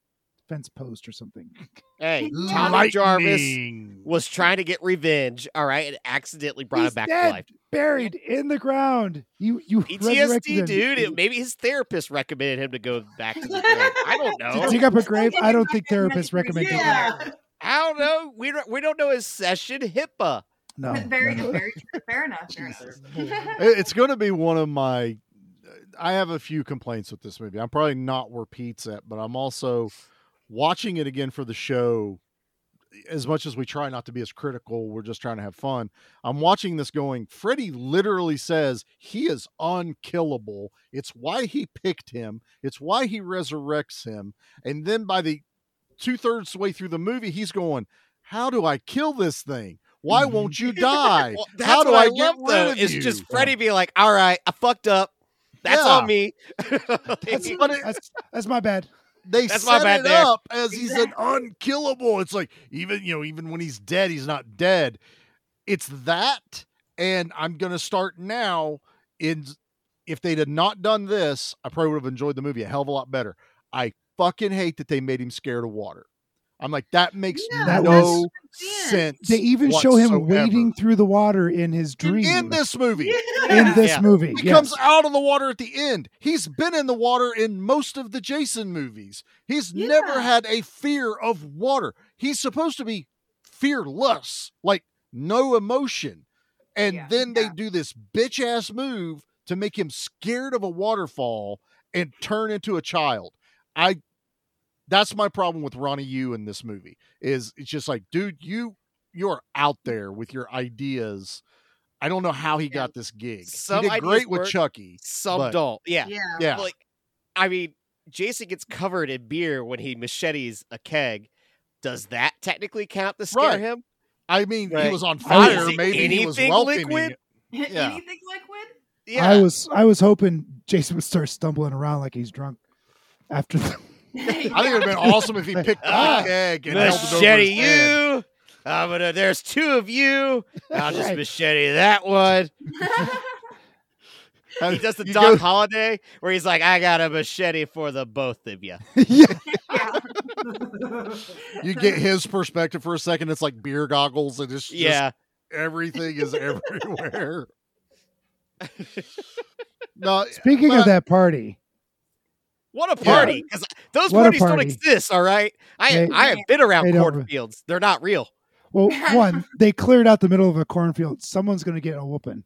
S3: fence post or something.
S2: Hey,
S6: Lightning.
S2: Tommy Jarvis
S4: Lightning.
S2: was trying to get revenge, all right, and accidentally brought
S3: He's
S2: him back
S3: dead,
S2: to life.
S3: buried in the ground. You you resurrected
S2: PTSD,
S3: him.
S2: dude. It- maybe his therapist recommended him to go back to the grave. I don't
S3: to
S2: know.
S3: dig up a grave. I don't think
S6: Fucking
S3: therapists
S6: nothing
S3: recommend
S6: for
S3: digging
S5: yeah.
S3: up.
S6: you.
S2: I don't know. We don't, we don't know his session HIPAA.
S3: No,
S6: very,
S3: no, no.
S6: very true. Fair enough. Fair enough.
S4: It- it's going to be one of my. I have a few complaints with this movie. I'm probably not where Pete's at, but I'm also watching it again for the show. As much as we try not to be as critical, we're just trying to have fun. I'm watching this going, Freddie literally says he is unkillable. It's why he picked him, it's why he resurrects him. And then by the two thirds way through the movie, he's going, How do I kill this thing? Why
S3: Mhm.
S4: won't you die?
S2: Well, that's
S4: How do
S2: what I,
S4: I, get
S2: love,
S4: rid
S2: though.
S4: of
S2: It's
S4: you?
S2: just Freddie being like, all right, I fucked up. That's
S4: Yeah.
S2: on me.
S4: That's what it,
S3: That's that's my bad.
S4: they
S2: That's my
S4: set
S2: bad
S4: it
S2: there.
S4: up as he's an unkillable. It's like even you know even when he's dead, he's not dead. It's that, and I'm gonna start now. In if they'd had not done this, I probably would have enjoyed the movie a hell of a lot better. I fucking hate that they made him scared of water. I'm like that makes
S5: Yeah,
S3: that
S4: no
S3: was-
S4: sense.
S3: They even show him
S4: whatsoever.
S3: wading through the water in his dream
S4: in this movie.
S3: in this
S2: Yeah.
S3: movie.
S4: He
S3: yes.
S4: comes out of the water at the end. He's been in the water in most of the Jason movies. He's never
S5: Yeah.
S4: had a fear of water. He's supposed to be fearless, like no emotion. And
S6: Yeah.
S4: then they
S6: Yeah.
S4: do this bitch ass move to make him scared of a waterfall and turn into a child. I that's my problem with Ronnie Yu in this movie. Is it's just like, dude, you you're out there with your ideas. I don't know how he got this gig.
S2: Some
S4: he did
S2: ideas
S4: great with
S2: work,
S4: Chucky.
S2: Some
S4: But-
S2: don't. Yeah.
S5: Yeah.
S4: Yeah.
S2: Like, I mean, Jason gets covered in beer when he machetes a keg. Does that technically count to scare
S4: Right.
S2: him?
S4: I mean, he
S2: Right.
S4: was on
S2: I
S4: fire.
S2: was-
S4: Maybe he was
S2: Oh, anything
S4: welcoming
S2: liquid?
S4: it. Yeah.
S6: Anything liquid?
S2: Yeah.
S3: I was I was hoping Jason would start stumbling around like he's drunk after the
S4: I think it would have been awesome if he picked up
S2: Ah,
S4: the keg and held it over
S2: machete
S4: his head.
S2: you. I'm gonna. There's two of you. I'll just
S3: Right.
S2: machete that one.
S4: And
S2: He does the
S4: you
S2: Doc
S4: go-
S2: Holiday where he's like, "I got a machete for the both of you."
S3: yeah.
S6: yeah.
S4: you get his perspective for a second. It's like beer goggles, and it's just
S2: yeah.
S4: everything is everywhere. no,
S3: Speaking
S4: But-
S3: of that party,
S2: What a
S4: Yeah.
S2: party! 'Cause those
S3: What a
S2: parties don't
S3: party.
S2: exist. All right. I
S3: They-
S2: I have been around
S3: They don't-
S2: cornfields. They're not real.
S3: well, one they cleared out the middle of a cornfield. Someone's gonna get a whooping.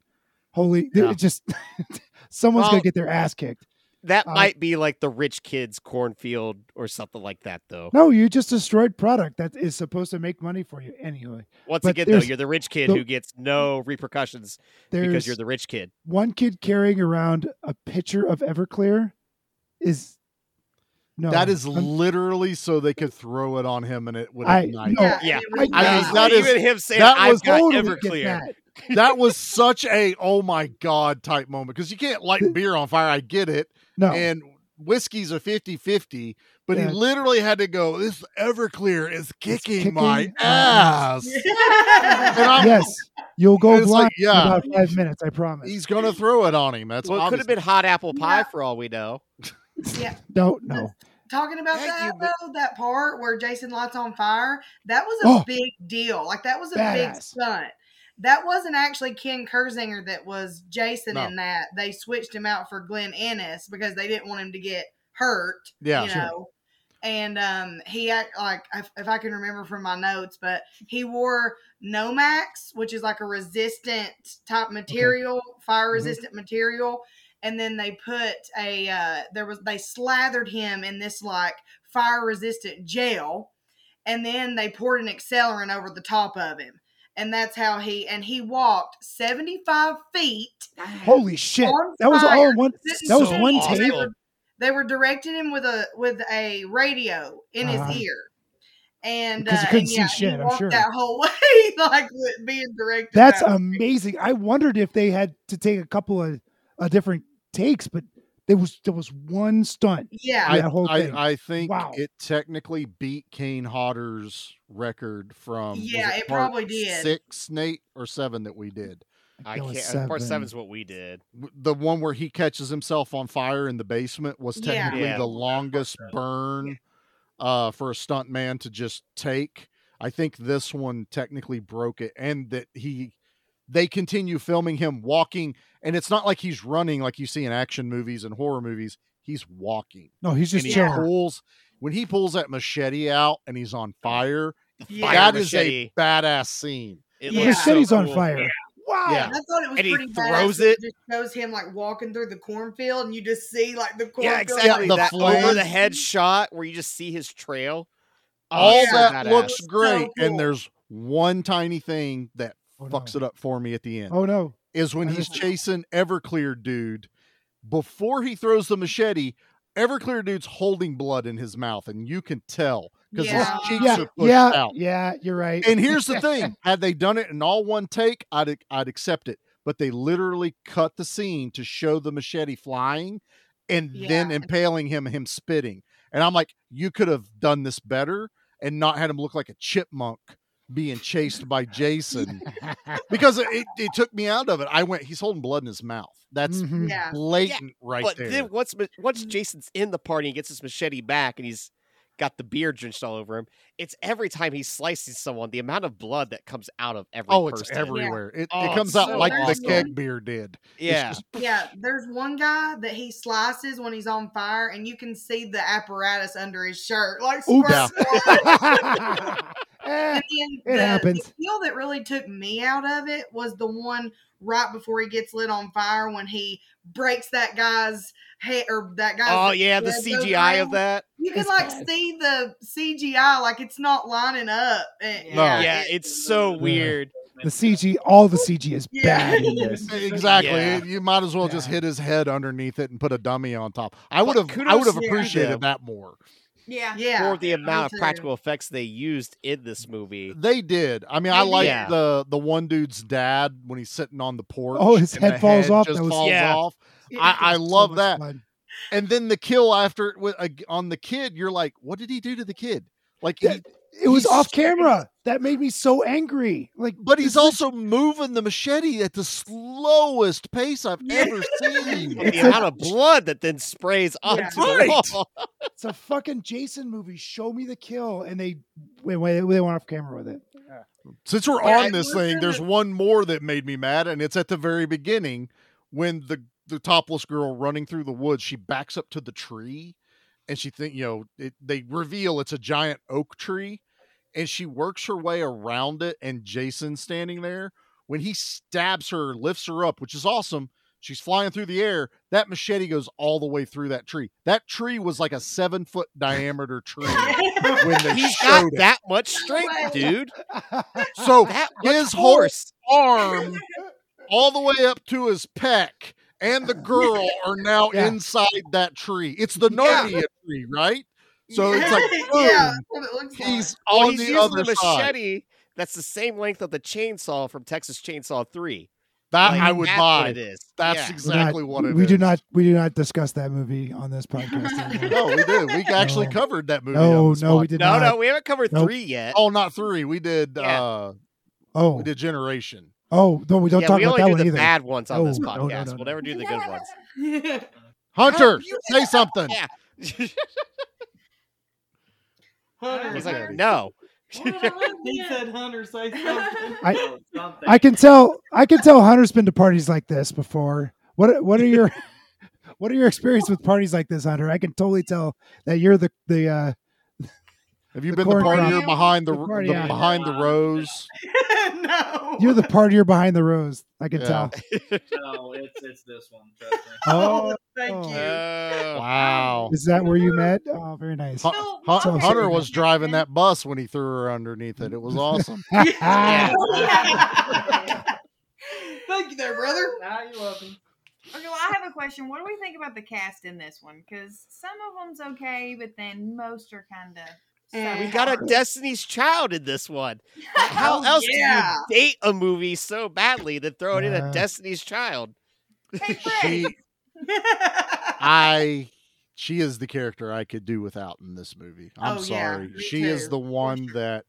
S3: Holy,
S4: Yeah.
S3: it just someone's
S2: Well-
S3: gonna get their ass kicked.
S2: That
S3: Uh,
S2: might be like the rich kids cornfield or something like that, though.
S3: No, you just destroyed product that is supposed to make money for you anyway.
S2: Once
S3: but
S2: again, though,
S3: there's-
S2: you're the rich kid
S3: the-
S2: who gets no repercussions
S3: There's
S2: because you're the rich kid.
S3: one kid carrying around a pitcher of Everclear is no.
S4: that is
S3: I'm-
S4: literally so they could throw it on him and it would
S3: I-
S4: ignite.
S3: no,
S2: Yeah.
S5: and it was
S3: I
S2: I
S4: Yeah.
S2: mean,
S5: not-
S4: that is-
S2: even him saying
S4: that
S2: I've
S4: was
S2: got
S3: totally get
S2: Everclear.
S3: that.
S4: That was such a oh my god type moment because you can't light beer on fire. I get it.
S3: No,
S4: and whiskey's a 50 50 but
S3: Yeah.
S4: he literally had to go this everclear is kicking, my
S3: kicking our
S4: ass and I'm,
S3: yes, you'll go
S4: It's
S3: blind
S4: like,
S3: in
S4: yeah.
S3: about five minutes. I promise.
S4: he's gonna throw it on him that's
S2: Well, it could have been hot apple pie for all we know.
S3: no, no.
S5: Talking about
S2: Thank
S5: that
S2: you, but-
S5: though, that part where Jason lights on fire, that was a
S3: Oh.
S5: big deal. Like that was a big
S3: Badass.
S5: stunt. That wasn't actually Ken Kersinger that was Jason
S4: No.
S5: in that. They switched him out for Glenn Ennis because they didn't want him to get hurt.
S4: yeah
S5: you know. And um, he act like if, if I can remember from my notes, but he wore Nomax, which is like a resistant type material, fire resistant material. And then they put a uh, there was they slathered him in this like fire resistant gel, and then they poured an accelerant over the top of him, and that's how he and he walked seventy five feet
S3: Holy shit!
S5: on
S3: That was all
S5: fire.
S3: in one.
S5: This is
S3: That was
S5: so
S3: one
S5: awesome.
S3: take.
S5: they were directing him with a with a radio in
S3: Uh-huh.
S5: his ear, and
S3: Because he
S5: uh,
S3: couldn't
S5: and
S3: see
S5: yeah,
S3: shit,
S5: He
S3: I'm
S5: walked
S3: sure.
S5: that whole way, like with being directed.
S3: That's
S5: that way.
S3: amazing. I wondered if they had to take a couple of uh, different takes, but there was there was one stunt.
S5: yeah.
S4: I,
S3: that whole
S4: I,
S3: thing.
S4: I think
S3: Wow.
S4: it technically beat Kane Hodder's record from was
S5: Yeah, it
S4: part
S5: probably did.
S4: six Nate or seven that we did
S2: I
S3: That
S2: can't. uh,
S3: was
S2: Part
S3: seven.
S2: seven's what we did.
S4: W- the one where he catches himself on fire in the basement was
S5: Yeah.
S4: technically
S2: Yeah.
S4: the longest burn uh, for a stunt man to just take. I think this one technically broke it, and that he they continue filming him walking, and it's not like he's running like you see in action movies and horror movies. He's walking.
S3: No, he's just
S2: And he
S3: chilling.
S4: Pulls when he pulls that machete out and he's on fire.
S5: yeah.
S2: fire
S4: That is
S2: machete.
S4: a badass scene.
S2: It
S5: Yeah.
S2: looks
S3: Machete's
S2: so
S3: on
S2: cool.
S3: fire. Wow.
S5: I thought it was
S2: And he
S5: pretty
S2: throws
S5: badass that
S2: it.
S5: Just shows him like walking through the cornfield, and you just see like the cornfield.
S2: Yeah, exactly.
S4: the
S2: that over
S4: flames.
S2: the head shot where you just see his trail. Oh,
S4: All
S2: so
S4: that
S2: badass.
S4: looks
S5: So
S4: great,
S5: cool.
S4: and there's one tiny thing that
S3: Oh, no.
S4: fucks it up for me at the end.
S3: Oh no.
S4: is when
S3: I
S4: he's
S3: missed it.
S4: chasing Everclear dude. Before he throws the machete, Everclear dude's holding blood in his mouth, and you can tell because
S5: Yeah.
S4: his cheeks
S3: Yeah,
S4: are pushed
S3: yeah,
S4: out.
S3: yeah. You're right.
S4: And here's the thing: had they done it in all one take, I'd I'd accept it. But they literally cut the scene to show the machete flying, and then
S5: Yeah.
S4: impaling him, him spitting. And I'm like, you could have done this better and not had him look like a chipmunk being chased by Jason because it, it, it took me out of it. I went, he's holding blood in his mouth. That's
S2: mm.
S3: Mhm.
S5: Yeah.
S4: blatant right
S2: but
S4: there.
S2: then once Ma- once Jason's in the party and gets his machete back and he's got the beer drenched all over him, it's every time he slices someone, the amount of blood that comes out of every
S4: oh,
S2: person.
S4: it's everywhere. It,
S2: Oh,
S4: it
S2: it's
S4: comes out
S2: so
S4: like
S2: awesome.
S4: the keg beer did. It's
S2: Yeah.
S4: just-
S5: Yeah, there's one guy that he slices when he's on fire, and you can see the apparatus under his shirt, like
S3: Oops.
S5: squirt blood.
S3: Eh,
S5: And then
S3: It
S5: the,
S3: happens.
S5: The deal that really took me out of it was the one right before he gets lit on fire when he breaks that guy's head or that guy's.
S2: Oh yeah, the
S5: blood goes
S2: CGI of
S5: around.
S2: that.
S5: You can
S3: It's
S5: like
S3: bad.
S5: see the CGI, like it's not lining up. eh, And-
S4: No. Yeah.
S2: Yeah, it's so
S4: Mm-hmm.
S7: Yeah.
S2: weird.
S3: the CG, all the CG is
S5: Yeah.
S3: bad in this.
S4: Exactly.
S2: Yeah.
S4: You might as well just
S3: Yeah.
S4: hit his head underneath it and put a dummy on top. I would
S2: But
S4: have I
S2: kudos
S4: would have
S2: to them.
S4: appreciated that more.
S6: Yeah.
S5: yeah,
S2: Or the amount of
S5: too.
S2: practical effects they used in this movie.
S4: They did. I mean, I
S5: They
S4: like
S2: did.
S4: the the one dude's dad when he's sitting on the porch.
S3: Oh, his
S4: and
S3: head
S4: the
S3: falls off.
S4: Just
S3: That was-
S4: falls
S2: Yeah.
S4: off.
S5: Yeah.
S4: I, I love
S3: So much
S4: that.
S3: fun.
S4: And then the kill after it with, ag- on the kid, you're like, what did he do to the kid? Like,
S3: Yeah.
S4: he,
S3: It was
S4: He's
S3: off
S4: scared.
S3: camera. That made me so angry. Like,
S4: but
S3: this
S4: he's
S3: is-
S4: also moving the machete at the slowest pace I've
S5: Yeah.
S4: ever seen.
S2: But
S3: It's
S2: the
S3: a-
S2: amount of blood that then sprays onto the
S4: Right.
S2: wall.
S3: it's a fucking Jason movie. Show me the kill, and they wait, wait, they went off camera with it.
S4: Since we're
S5: Yeah,
S4: on this
S5: we're
S4: thing, there's one more that made me mad, and it's at the very beginning when the the topless girl running through the woods, she backs up to the tree, and she think you know it, they reveal it's a giant oak tree, and she works her way around it, and Jason's standing there. When he stabs her, lifts her up, which is awesome. She's flying through the air. That machete goes all the way through that tree. That tree was like a seven foot diameter tree when they
S2: He's got
S4: showed it.
S2: that much strength, dude.
S4: So
S2: That much
S4: his whole
S2: horse.
S4: arm all the way up to his pec and the girl are now
S3: Yeah.
S4: inside that tree. It's the Narnia tree, right? So it's like,
S5: yeah,
S4: boom,
S5: that's what it looks like.
S4: he's
S2: Well,
S4: on
S2: Oh, he's
S4: the
S2: using
S4: other
S2: the
S4: side.
S2: machete that's the same length of the chainsaw from Texas Chainsaw 3.
S4: That
S2: Like,
S4: I would
S2: that's
S4: buy.
S2: What it is.
S4: That's
S2: Yeah.
S3: We're not-
S4: exactly what it is.
S3: we do not we do not discuss that movie on this podcast. anymore.
S4: No, we do. We actually
S3: No.
S4: covered that movie. on
S3: no,
S4: this
S3: no, we
S4: podcast.
S3: did
S2: no,
S3: not.
S2: no, we haven't covered
S3: Nope.
S2: three yet.
S4: Oh, not three. We did.
S2: Yeah.
S4: uh
S3: Oh,
S4: We did Generation.
S3: oh, no, we don't
S2: yeah,
S3: talk
S2: we
S3: about
S2: only
S3: that
S2: do
S3: one
S2: the
S3: either.
S2: bad ones on this
S3: No, no,
S2: podcast.
S3: no, no, no.
S2: We'll never do the good ones.
S4: Hunter, say something.
S2: Yeah.
S7: Hunter.
S2: He's
S4: Look at
S2: like,
S4: it.
S2: no.
S7: he said Hunter say something.
S3: I-
S7: Oh, something.
S3: I can tell. I can tell. Hunter's been to parties like this before. What What are your What are your experience with parties like this, Hunter? I can totally tell that you're the the uh,
S4: Have you
S3: The
S4: been the
S3: corn
S4: partier
S6: crop.
S4: behind the,
S3: The corn,
S4: the
S3: yeah.
S4: behind the rose?
S5: no.
S3: you're the partier behind the rose. I can
S4: Yeah.
S3: tell.
S7: No, it's it's this one. Trust me.
S3: Oh,
S5: Thank you.
S2: Uh,
S4: Wow.
S3: is that where you met? Oh, very nice.
S4: Hu-
S6: So,
S4: Hun-
S3: okay.
S4: Hunter was driving that bus when he threw her underneath it. It was awesome.
S2: yeah. uh,
S5: Thank you there, brother.
S7: Now you love him.
S6: Okay, well, I have a question. What do we think about the cast in this one? Because some of them's okay, but then most are kind of.
S5: Eh.
S2: We got a Destiny's Child in this one. How
S5: Oh,
S2: else
S5: yeah.
S2: do you date a movie so badly that throw it in a
S3: Uh,
S2: Destiny's Child?
S6: Hey,
S4: She,
S6: Freddy.
S4: I, she is the character I could do without in this movie. I'm
S5: Oh, yeah,
S4: sorry.
S5: me
S4: she is
S5: too,
S4: the
S5: for
S4: one
S5: sure.
S4: that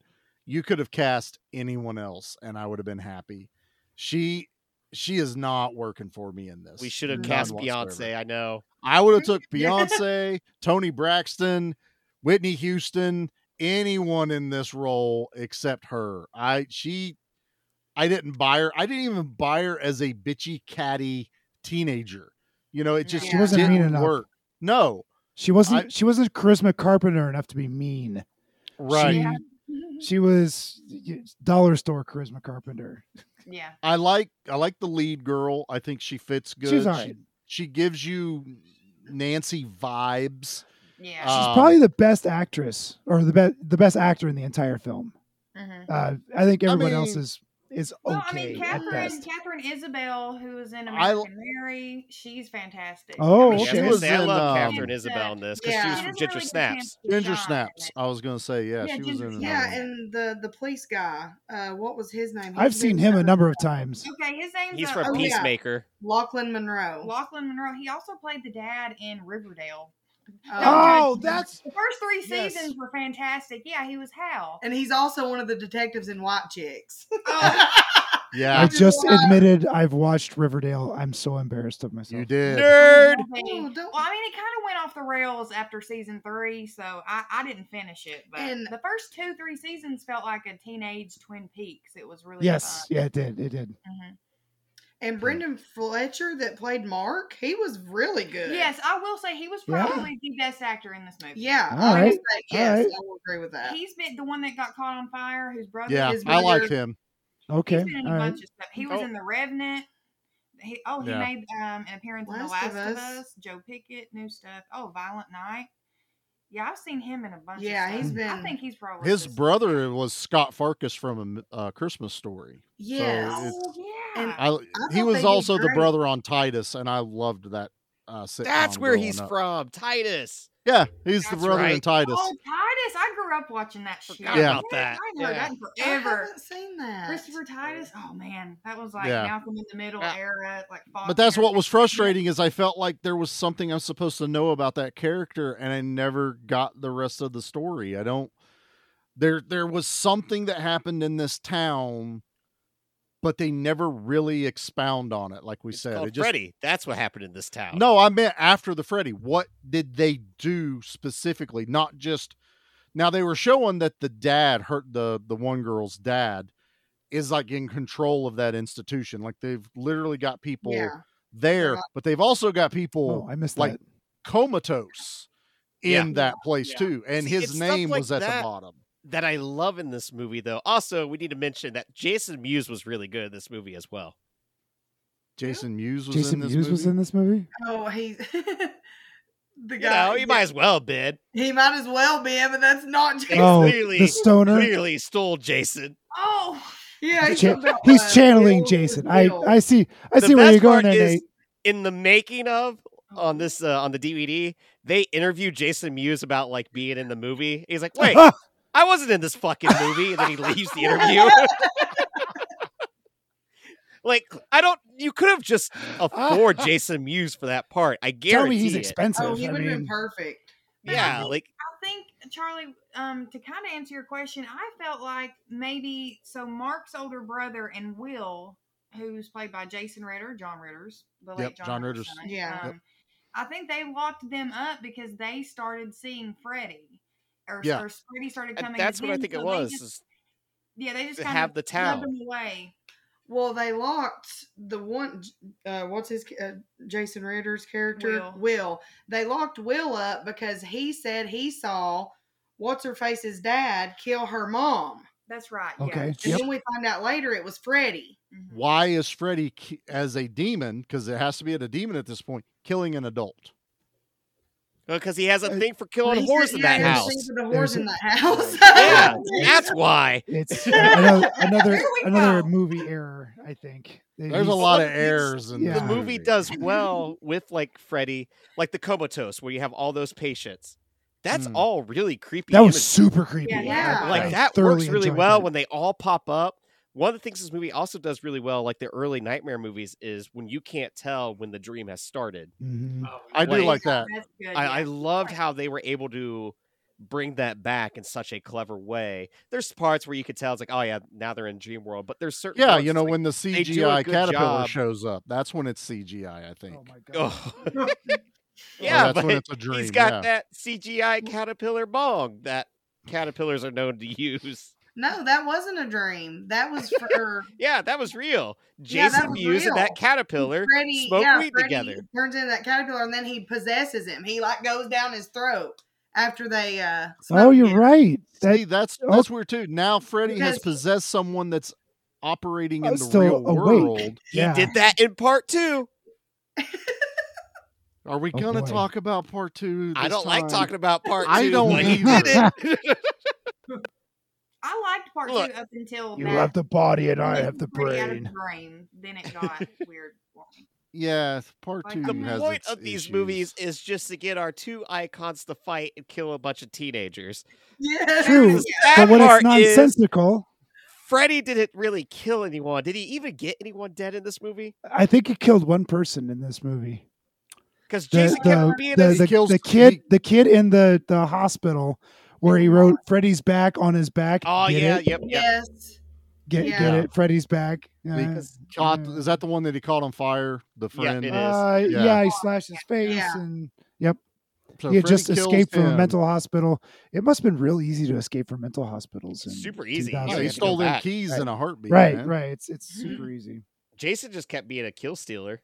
S4: you could have cast anyone else, and I would have been happy. She, she is not working for me in this.
S2: We should have
S4: None
S2: cast
S4: whatsoever.
S2: Beyonce. I know.
S4: I would have took Beyonce, Tony Braxton, Whitney Houston, anyone in this role except her. I she I didn't buy her. I didn't even buy her as a bitchy catty teenager. You know, it just
S5: She wasn't
S4: didn't
S3: mean enough.
S4: work. No.
S3: She wasn't.
S4: I-
S3: she wasn't charisma Carpenter enough to be mean.
S4: Right.
S3: She, she was dollar store charisma Carpenter.
S6: yeah.
S4: I like I like the lead girl. I think she fits good.
S3: She's
S4: She-
S3: all right.
S4: she, gives you Nancy vibes.
S6: Yeah.
S4: Uh,
S3: She's
S4: Um,
S3: probably the best actress or the best the best actor in the entire film.
S6: Mhm.
S3: Uh, I think
S4: I
S3: everyone else
S4: mean-
S3: is is okay
S6: Well, I
S3: at
S6: mean, Catherine,
S3: best.
S6: Catherine Isabel, who is in
S4: I-
S6: American Mary, she's fantastic.
S3: Oh,
S6: I mean,
S2: Yeah, I,
S3: she
S2: was gonna
S4: was
S2: say, I
S4: in,
S2: love
S4: um,
S2: Catherine Isabel in this because she
S5: Yeah.
S2: was
S6: she
S2: from
S6: doesn't
S2: Ginger
S6: really get a
S2: Snaps.
S6: chance to
S4: Ginger
S6: shine.
S4: Snaps. I was gonna say, yeah,
S6: Yeah,
S4: she was
S6: Ginger
S4: in another
S5: Yeah,
S4: one.
S5: and the the police guy. Uh, what was his name?
S3: Mm. I've
S5: He's
S3: seen
S5: been-
S3: him a number of times.
S6: Okay, his name's
S2: He's
S6: uh,
S2: from
S5: Oh, yeah.
S2: Peacemaker.
S5: Lachlan Monroe.
S6: Lachlan Monroe. He also played the dad in Riverdale.
S5: Uh,
S4: Oh, that's
S6: The first three
S4: Yes.
S6: seasons were fantastic. Yeah, he was Hal.
S5: and he's also one of the detectives in White Chicks.
S4: yeah.
S3: I
S5: I've
S3: just
S5: watched-
S3: admitted I've watched Riverdale. I'm so embarrassed of myself.
S4: You did.
S2: Nerd.
S5: Oh,
S6: Well,
S5: don't-
S6: I mean, it kind of went off the rails after season three, so I, I didn't finish it. But
S5: And-
S6: the first two, three seasons felt like a teenage Twin Peaks. It was really
S3: Yes, yeah, it did. It did.
S6: Fun. Mhm.
S5: and Brendan Fletcher that played Mark, he was really good.
S6: Yes, I will say he was
S3: Yeah.
S6: probably the best actor in this movie.
S5: Yeah.
S3: All
S5: I
S3: right.
S5: would say yes,
S3: right.
S5: I will agree with that.
S6: He's been the one that got caught on fire, whose brother.
S4: Yeah,
S5: His
S4: I liked
S5: brother-
S4: him.
S3: Okay,
S6: He's been in a
S3: all right.
S6: bunch of stuff. He was
S2: Oh.
S6: in The Revenant. He, oh, he
S4: Yeah.
S6: made um, an appearance in The
S5: Last
S6: Last
S5: of
S6: of,
S5: Us.
S6: Us. Joe Pickett, new stuff. Oh, Violent Night. Yeah, I've seen him in a bunch.
S5: Yeah,
S6: of
S5: he's
S6: stuff. I
S5: been-
S6: think he's probably
S4: His
S6: just-
S4: brother was Scott Farkas from a uh, Christmas Story.
S5: yes.
S4: it's-
S6: Oh yeah.
S5: and
S4: I, he
S5: thought they
S4: was
S5: did
S4: also the
S5: great.
S4: brother on Titus, and I loved that. Uh, sitcom
S2: That's where
S4: growing
S2: he's
S4: up.
S2: from. Titus.
S4: Yeah, he's the
S2: That's
S4: brother in
S2: right.
S4: Titus.
S6: oh, Titus! I grew up watching that shit.
S2: Forgot
S4: Yeah.
S2: about that.
S6: I heard
S2: Yeah.
S6: that
S5: I
S6: forever.
S5: haven't seen that.
S6: Christopher Titus. Oh man, that was like
S4: Yeah.
S6: Malcolm in the Middle
S2: Yeah.
S6: era, like. Fox
S4: but that's
S6: era.
S4: what was frustrating is I felt like there was something I'm supposed to know about that character, and I never got the rest of the story. I don't. There, there was something that happened in this town, but they never really expound on it. Like we
S2: It's
S4: said,
S2: called
S4: it just
S2: Freddy. That's what happened in this town.
S4: No, I meant after the Freddy. What did they do specifically? Not just now they were showing that the dad hurt the the one girl's dad is like in control of that institution. Like they've literally got people
S5: Yeah.
S4: there,
S5: not-
S4: but they've also got
S3: Oh,
S4: people
S3: I missed
S4: like-
S3: that.
S4: comatose
S2: Yeah.
S4: in that place
S7: Yeah.
S4: too. And
S2: See, it's
S4: his
S2: stuff
S4: name
S2: like
S4: was at
S2: that-
S4: the bottom.
S2: That I love in this movie, though. Also, we need to mention that Jason Mewes was really good in this movie as well.
S4: Jason Mewes was
S3: Jason
S4: in this
S3: Mewes
S4: movie.
S3: was in this movie.
S5: Oh, he's the
S2: You
S5: guy.
S2: know, he might as well been.
S5: he might as well be, but that's not Jason.
S3: Oh,
S2: clearly-
S3: the stoner.
S2: Clearly stole Jason.
S6: Oh,
S3: He's
S5: yeah, he's,
S3: cha-
S5: about,
S3: he's
S5: uh,
S3: channeling
S5: Bill
S3: Jason. I
S5: Bill.
S3: I see I
S2: The
S3: see where
S2: best
S3: you're going
S2: part
S3: there,
S2: is-
S3: Nate.
S2: in the making of
S5: Oh.
S2: on this uh, on the DVD, they interviewed Jason Mewes about like being in the movie. He's like, "Wait, I wasn't in this fucking movie," and then he leaves the interview. like, I don't. You could have just afford Jason Mewes for that part. I guarantee
S3: Tell me he's
S2: it.
S3: expensive.
S5: Oh, he
S3: I
S5: would have been
S3: mean,
S5: perfect.
S2: Yeah, like uh,
S6: I think Charlie, um, to kind of answer your question, I felt like maybe so Mark's older brother and Will, who's played by Jason Ritter, John Ritter's, the
S4: Yep,
S6: late John,
S4: John
S6: Ritter's,
S4: Ritter's.
S6: son,
S5: Yeah.
S6: um, I think they locked them up because they started seeing Freddy, or,
S4: Yeah.
S6: or Freddy started
S2: and
S6: coming. to
S2: that's what I
S6: them,
S2: think
S6: so
S2: it
S6: they
S2: was.
S6: just-
S2: is
S6: yeah, they just
S2: to
S6: kind
S2: have
S6: of
S2: the town.
S6: clubbed them away.
S5: Well, they locked the one. Uh, what's his uh, Jason Ritter's character?
S6: Will.
S5: They locked Will up because he said he saw what's her face's dad kill her mom,
S6: That's right.
S3: Okay.
S5: and
S3: Yep.
S5: then we find out later it was Freddy.
S6: Yeah. Mhm.
S4: Why is Freddy ki- as a demon? Because it has to be a demon at this point. Killing an adult.
S2: because he has a
S3: Uh,
S2: thing for killing
S5: He
S2: whores
S5: said,
S2: in
S5: yeah,
S2: that
S5: there's
S2: house.
S5: even a whores
S3: There's a-
S5: in that house.
S2: Yeah, that's why.
S3: It's another another,
S6: Here we
S3: another
S6: go.
S3: movie error. I think They-
S4: There's a
S3: he's-
S4: lot of
S2: it's-
S4: errors in
S3: Yeah.
S4: this
S2: the movie does well with like Freddy, like the comatose where you have all those patients. That's
S4: Mm.
S2: all really creepy.
S3: That was
S2: imagery.
S3: super creepy.
S6: Yeah,
S5: yeah.
S3: I-
S2: like
S3: I
S2: that
S3: thoroughly
S2: works really
S3: enjoyed
S2: well
S3: that.
S2: when they all pop up. One of the things this movie also does really well, like the early nightmare movies, is when you can't tell when the dream has started.
S3: Mhm.
S7: Oh,
S4: I do
S2: Like-
S4: like that.
S6: That's good.
S2: I, I
S6: Uh, yeah.
S2: loved how they were able to bring that back in such a clever way. There's parts where you could tell it's like, oh yeah, now they're in Dream World, but there's certain
S4: Yeah,
S2: parts
S4: you
S2: it's
S4: know
S2: like,
S4: when the
S2: do a
S4: CGI
S2: good
S4: caterpillar
S2: job.
S4: shows up, that's when it's CGI. I think.
S3: Oh my god.
S2: Ugh.
S4: Or
S2: yeah,
S4: Oh, that's
S2: but
S4: when it's a dream.
S2: He's got
S4: yeah.
S2: that CGI caterpillar bong that caterpillars are known to use.
S5: no, that wasn't a dream. That was for
S2: Yeah, that was real.
S5: Yeah, that
S2: Jason
S5: was
S2: Mewes and that
S5: real.
S2: caterpillar
S5: Freddy.
S2: smoke
S5: yeah,
S2: weed
S5: Freddy
S2: together.
S5: Turns into that caterpillar, and then he possesses him. He like goes down his throat after they. uh
S3: Oh,
S5: smoke
S3: you're
S5: him.
S3: right. That,
S4: See, that's
S3: oh.
S4: that's weird too. Now Freddy has
S5: Because-
S4: possessed someone that's operating
S3: I
S4: in the
S3: was still
S4: real
S3: awake.
S4: world.
S3: yeah.
S2: He did that in part two.
S4: Are we
S3: Oh,
S4: gonna
S3: boy.
S4: talk about part two?
S2: I
S4: this
S2: don't like
S4: time?
S2: talking about part two.
S4: I don't
S2: but he
S4: either.
S2: did it.
S6: I liked part
S2: Look,
S6: two up until
S3: You
S6: that
S3: have the body, and I
S6: when
S3: have the
S6: Freddy had a
S3: brain.
S6: brain. Then it got weird.
S4: Yeah, part
S6: Like,
S4: two.
S6: the
S2: the
S4: has
S2: point
S4: its
S2: of these
S4: issues.
S2: movies is just to get our two icons to fight and kill a bunch of teenagers.
S5: Yeah.
S3: True,
S2: That
S3: but when
S2: part
S3: it's
S2: is
S3: nonsensical,
S2: Freddy didn't really kill anyone. Did he even get anyone dead in this movie?
S3: I think he killed one person in this movie.
S2: Because
S3: The
S2: Jason
S3: the
S2: kept being
S3: the,
S2: a
S4: He
S3: the-
S4: kills-
S3: the kid
S4: he-
S3: the kid in the the hospital where he wrote Freddy's back on his back.
S2: Oh
S3: Get
S2: yeah,
S3: it?
S2: yep, yep.
S5: Yes.
S3: get
S5: Yeah.
S3: get it. Freddy's back. Yeah.
S4: Because- Caught-
S3: Yeah.
S4: Is that the one that he caught on fire? The
S2: Yeah,
S4: friend.
S2: it is.
S3: Uh,
S4: Yeah.
S3: yeah. he slashed his face
S5: Yeah.
S3: and
S4: So
S3: he had just
S4: Freddy kills
S3: escaped from a
S4: him.
S3: mental hospital. It must have been real easy to escape from mental hospitals. In
S2: Super easy.
S4: Yeah,
S3: 2000.
S2: Yeah, Oh,
S4: he
S2: to go
S4: stole them
S2: back.
S4: keys
S3: Right.
S4: in a heartbeat.
S3: right,
S4: man.
S3: right. It's it's
S5: Mm-hmm.
S3: super easy.
S2: Jason just kept being a kill stealer.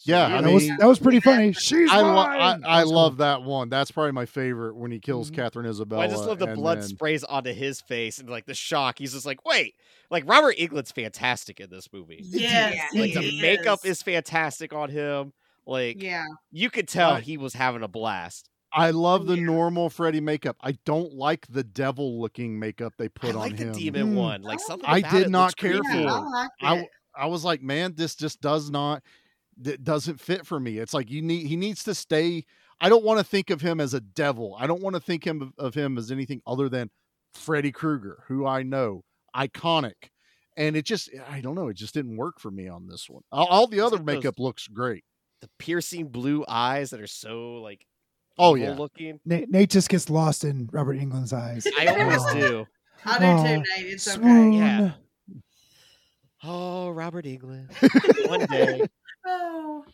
S4: Yeah, I
S3: that,
S2: really-
S3: was,
S4: mean-
S3: that was pretty funny. She's
S4: I, lo- I,
S3: mine.
S4: I
S3: That's
S4: love that one. That's probably my favorite when he kills
S3: Mhm.
S4: Catherine Isabella.
S2: I just love the
S4: and
S2: blood
S4: then-
S2: sprays onto his face and like the shock. He's just like, wait, like Robert England's fantastic in this movie.
S5: Yes.
S6: Yeah,
S2: Like the
S5: he
S2: makeup is fantastic on him. Like
S5: Yeah.
S2: you could tell
S4: Right.
S2: he was having a blast.
S4: I love the
S5: Yeah.
S4: normal Freddy makeup. I don't like the devil looking makeup they put
S2: I
S4: on
S2: like
S4: him.
S2: the demon
S3: Mm.
S2: one. Like something
S4: I
S2: about
S4: did
S2: it
S4: not
S2: looks
S4: care
S2: creepy.
S4: for
S5: Yeah, uh-huh. I
S4: it.
S5: liked
S4: I
S5: it.
S4: w- I was like, man, this just does not that doesn't fit for me. It's like you need he needs to stay. I don't want to think of him as a devil. I don't want to think him of, of him as anything other than Freddy Krueger, who I know, iconic. And it just I don't know, it just didn't work for me on this one. All, all the
S2: He's
S4: other
S2: got those-
S4: makeup looks great.
S2: The piercing blue eyes that are so like
S4: Oh
S2: evil
S4: yeah.
S2: looking.
S3: Nate, Nate just gets lost in Robert England's eyes.
S2: I always
S3: Oh.
S2: do.
S5: I do
S3: Oh,
S5: too, Nate. It's
S3: Swoon.
S5: okay.
S2: Yeah. Oh, Robert England. One day.
S5: Oh.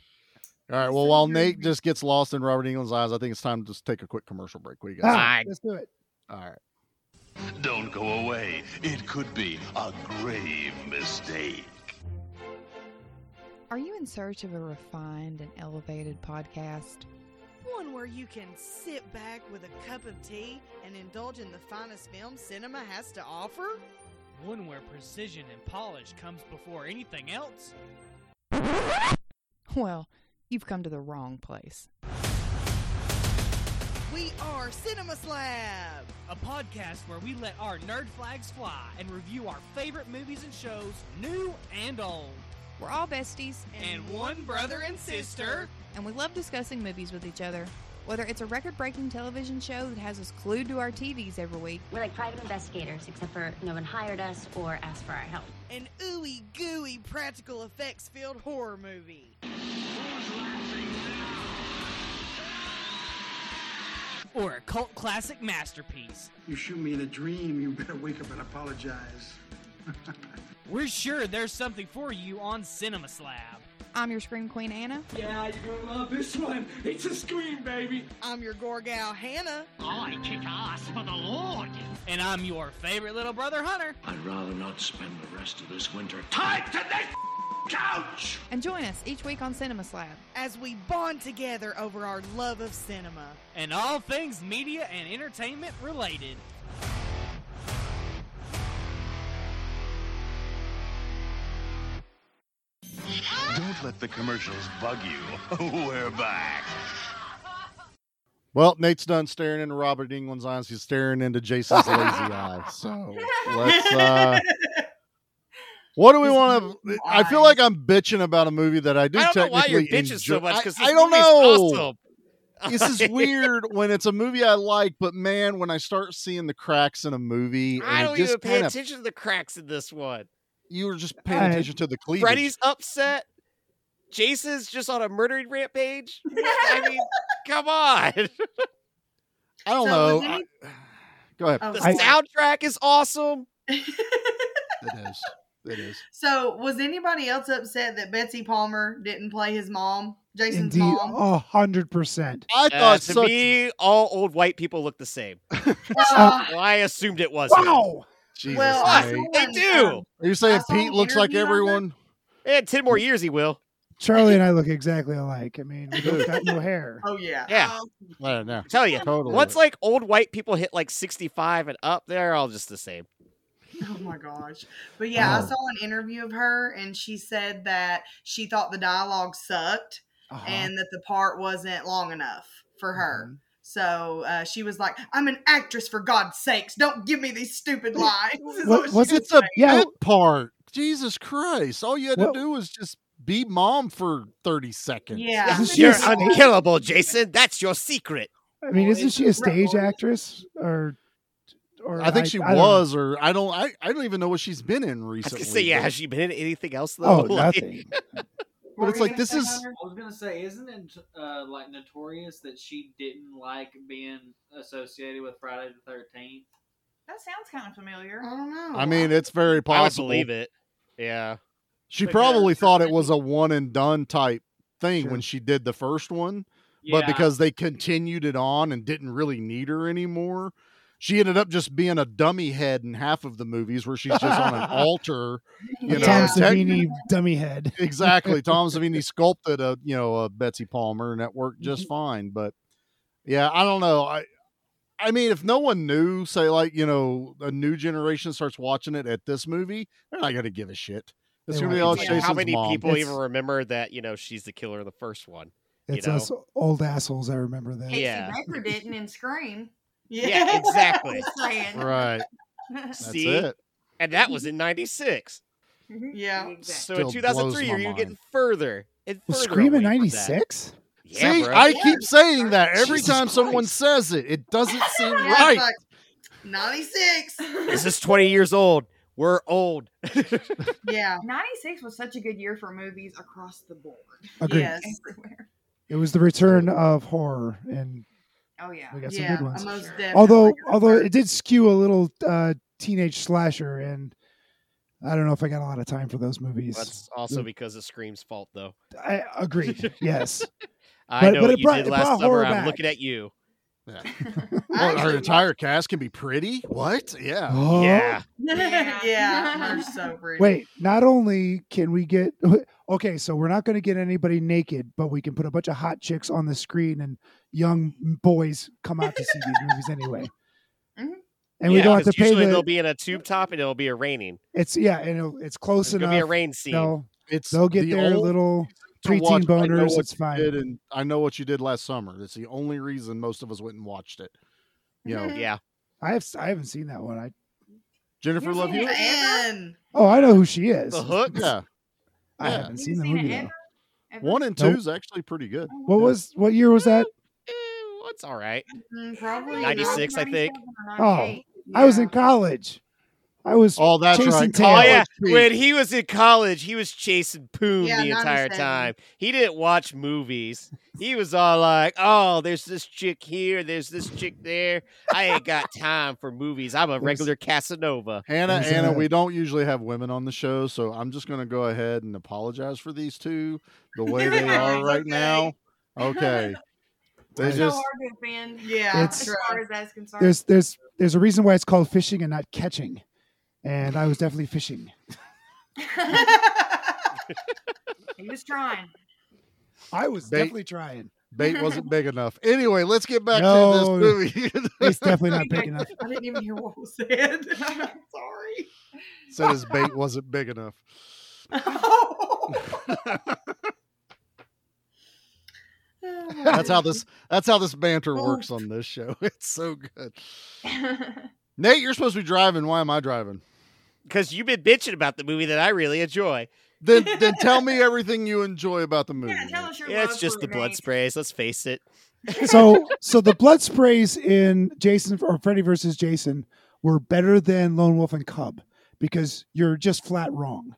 S4: All right. Well, while Nate just gets lost in Robert England's eyes, I think it's time to just take a quick commercial break. What do you guys?
S3: Ah,
S2: Fine.
S3: let's do it.
S4: think? All right.
S1: Don't go away. It could be a grave mistake.
S8: Are you in search of a refined and elevated podcast?
S9: One where you can sit back with a cup of tea and indulge in the finest film cinema has to offer?
S10: One where precision and polish comes before anything else.
S8: Well, you've come to the wrong place.
S9: We are Cinema Slab!
S10: A podcast where we let our nerd flags fly and review our favorite movies and shows, new and old.
S8: We're all besties,
S10: And one brother and sister.
S8: and we love discussing movies with each other. Whether it's a record breaking television show that has us glued to our TVs every week,
S11: We're like private investigators, except for no one hired us or asked for our help.
S9: An ooey gooey practical effects filled horror movie.
S10: Or a cult classic masterpiece.
S12: You shoot me in a dream, you better wake up and apologize.
S10: We're sure there's something for you on Cinema Slab.
S8: I'm your Scream Queen Anna.
S10: Yeah, you're gonna love this one. It's a scream, baby.
S9: I'm your gore gal Hannah.
S10: I kick ass for the Lord. And I'm your favorite little brother, Hunter.
S1: I'd rather not spend the rest of this winter tied to this couch!
S8: And join us each week on Cinema Slab.
S9: As we bond together over our love of cinema.
S10: And all things media and entertainment related.
S1: Don't let the commercials bug you. We're back.
S4: Well, Nate's done staring into Robert England's eyes. He's staring into Jason's lazy eye. So let's. Uh, what do we
S5: His
S4: want to?
S5: blue
S4: I feel like I'm bitching about a movie that I do.
S2: I don't know
S4: technically
S2: why you're bitching
S4: enjoy.
S2: so much
S4: I-
S2: because
S4: I, don't know.
S2: Awesome.
S4: this is weird when it's a movie I like, but man, when I start seeing the cracks in a movie, and
S2: I
S4: it
S2: don't
S4: just
S2: even pay
S4: kinda-
S2: attention to the cracks in this one.
S4: You were just paying
S3: I-
S4: attention to the cleavage.
S2: Freddy's upset. Jason's just on a murdering rampage. I mean, come on.
S4: I don't
S5: So
S4: know.
S5: the
S4: I-
S5: name-
S4: Go ahead.
S5: Oh,
S2: The
S5: sorry.
S2: soundtrack is awesome.
S4: It is. It is.
S5: So, was anybody else upset that Betsy Palmer didn't play his mom, Jason's
S3: Indeed,
S5: mom?
S3: a hundred percent.
S4: I
S2: Uh,
S4: thought
S2: to
S4: such
S2: me, all old white people look the same.
S5: Uh,
S2: Well, I assumed it was. him.
S3: Wow,
S4: Jesus.
S5: well,
S2: Christ.
S5: I
S4: Nate.
S5: saw
S2: They
S5: one,
S2: do.
S5: um,
S4: Are you saying
S5: I saw
S4: Pete
S5: an
S4: looks like
S5: interview on that.
S4: everyone?
S2: In ten more years, he will.
S3: Charlie and I look exactly alike. I mean, we both got no hair.
S5: oh yeah.
S2: Yeah,
S4: I don't know.
S2: I tell you.
S4: Totally.
S2: Once like old white people hit like sixty-five and up, they're all just the same.
S5: Oh my gosh. But yeah,
S4: Oh.
S5: I saw an interview of her and she said that she thought the dialogue sucked
S3: Uh-huh. Mm-hmm.
S5: and that the part wasn't long enough for her.
S3: Um,
S5: So uh, she was like, I'm an actress for God's sakes. Don't give me these stupid lines. is
S3: Wa-
S5: what
S3: was
S5: she
S3: it-
S5: was
S4: it's a
S5: saying.
S3: Yeah.
S4: bit part. Jesus Christ! All you had to
S3: Well-
S4: do was just be mom for thirty seconds.
S5: Yeah.
S3: Isn't she a
S2: You're
S3: sta-
S2: unkillable, Jason. That's your secret.
S3: I mean, isn't she a stage
S5: Right.
S3: actress or? Or
S4: I think she
S3: I don't know.
S4: was, or I don't. I, I don't even know what she's been in
S2: I was
S4: recently.
S2: gonna say, yeah.
S4: but-
S2: Has she been in anything else though?
S3: Oh,
S2: Like-
S3: nothing.
S4: But it's
S7: Were you
S4: like,
S7: gonna
S4: this
S7: say,
S4: is-
S7: Hunter? I was gonna say, isn't it uh, like notorious that she didn't like being associated with Friday the Thirteenth?
S6: That sounds kind of familiar.
S5: I don't know.
S4: I mean, it's very
S2: I would
S4: possible.
S2: believe it. Yeah.
S4: She
S7: But
S4: probably
S7: yeah.
S4: thought it was a one and done type thing
S3: Sure.
S4: when she did the first one, but because they continued it on and didn't really need her anymore, she ended up just being a dummy head in half of the movies where she's just on an altar. You know,
S3: Tom
S4: it's tech-
S3: Savini dummy head.
S4: exactly. Tom Savini sculpted a you know a Betsy Palmer, and that worked just
S2: Mm-hmm.
S4: fine. But yeah, I don't know. I I mean, if no one knew, say like you know a new generation starts watching it at this movie, they're not gonna give a shit. It's
S3: They
S4: gonna be all
S3: won't.
S2: Like,
S3: Yeah.
S4: Jason's
S2: how many
S4: mom.
S2: people even
S3: It's-
S2: remember that you know she's the killer in the first one? You
S3: It's
S2: know.
S3: us old assholes. I remember that.
S6: Casey
S2: Yeah.
S6: Becker didn't in Scream.
S5: yeah.
S2: exactly.
S6: Just saying.
S4: Right. That's
S2: See,
S4: it.
S2: and that was in '96.
S6: Mhm.
S5: Yeah.
S2: So
S4: Still
S2: in 2003,
S4: blows
S2: you're
S4: my
S2: even getting
S4: mind.
S2: further and further.
S3: Well, Scream in
S2: away from that.
S3: '96.
S2: Yeah,
S4: See,
S2: bro.
S4: I keep saying that every
S2: Jesus
S4: time someone
S2: Christ.
S4: says it. It doesn't seem
S5: Yeah, it's
S4: right.
S5: like, 96.
S2: this is 20 years old. We're old.
S5: Yeah.
S6: 96 was such a good year for movies across the board.
S3: Agreed.
S5: Yes.
S6: Everywhere.
S3: It was the return of horror, and
S6: Oh, yeah.
S3: we got some
S5: Yeah.
S3: good ones.
S5: I most
S6: Sure.
S5: definitely
S3: Although,
S5: got
S3: although
S5: hurt.
S3: it did skew a little uh, teenage slasher, and I don't know if I got a lot of time for those movies.
S2: That's
S3: mm.
S2: also because of Scream's fault, though.
S3: I agreed. Yes,
S2: I
S3: But-
S2: know
S3: but
S2: what
S3: it
S2: you
S3: brought-
S2: did
S3: it
S2: last
S3: brought
S2: summer.
S3: horror
S2: I'm
S3: back.
S2: looking at you.
S4: Yeah.
S5: I
S4: Well, her
S5: actually
S4: entire cast can be pretty. What? Yeah.
S3: Oh.
S2: Yeah.
S5: yeah,
S6: Yeah.
S5: they're so pretty.
S3: Wait, not only can we get okay, so we're not going to get anybody naked, but we can put a bunch of hot chicks on the screen, and young boys come out to see these movies anyway.
S6: Mhm.
S3: And we
S2: Mm-hmm. Yeah,
S3: don't have to
S2: 'cause
S3: pay
S2: usually they'll
S3: the.
S2: be in a tube top and it'll be a raining.
S3: It's yeah, and it'll, it's close
S2: It's
S3: enough.
S2: gonna be a rain scene.
S3: they'll,
S4: It's
S3: they'll get
S4: the
S3: their
S4: only
S3: little
S4: reason to
S3: preteen
S4: watch it. I know
S3: boners.
S4: what
S3: It's
S4: you
S3: fine.
S4: did and I know what you did last summer. That's the only reason most of us went and watched it. You
S3: Mm-hmm.
S4: know,
S2: Yeah.
S3: I have I haven't seen that one. I
S4: Jennifer
S6: You've
S4: Love
S6: seen
S4: Hewitt.
S6: it?
S5: Man.
S3: oh I know who she is.
S2: The hook.
S4: Yeah,
S3: I haven't seen the movie. though.
S4: One and two
S3: Nope.
S4: is actually pretty good.
S3: What was what year was that?
S2: What's Eh, all right?
S6: probably
S2: 96, I think.
S3: Oh, I was in college. I was
S4: oh, that's
S3: chasing
S4: right.
S3: tail.
S2: Oh yeah, when he was in college, he was chasing poon
S5: Yeah,
S2: the entire
S5: 97.
S2: time. He didn't watch movies. He was all like, "Oh, there's this chick here, there's this chick there. I ain't got time for movies. I'm a regular Casanova."
S4: Hannah,
S3: There's
S4: Anna,
S3: a-
S4: we don't usually have women on the show, so I'm just going to go ahead and apologize for these two the way they are right now. Okay. They
S6: It's
S4: just
S6: so hard to offend.
S5: Yeah,
S3: It's-
S6: as far as that's concerned.
S3: There's there's there's a reason why it's called fishing and not catching, and I was definitely fishing.
S6: he was trying.
S3: I was
S4: Bait.
S3: definitely trying.
S4: bait wasn't big enough. Anyway, let's get back
S3: No.
S4: to this movie.
S3: It's definitely not big enough.
S5: I didn't even hear what was said. Sorry.
S4: Said his bait wasn't big enough. That's how this that's how this banter works on this show. It's so good. Nate, you're supposed to be driving. Why am I driving?
S2: Because you've been bitching about the movie that I really enjoy.
S4: Then then tell me everything you enjoy about the movie.
S6: Yeah, tell us your
S2: Yeah, it's
S6: love
S2: just
S6: for
S2: the blood
S6: Renee.
S2: sprays. Let's face it.
S3: So so the blood sprays in Jason or Freddy versus Jason were better than Lone Wolf and Cub because you're just flat wrong.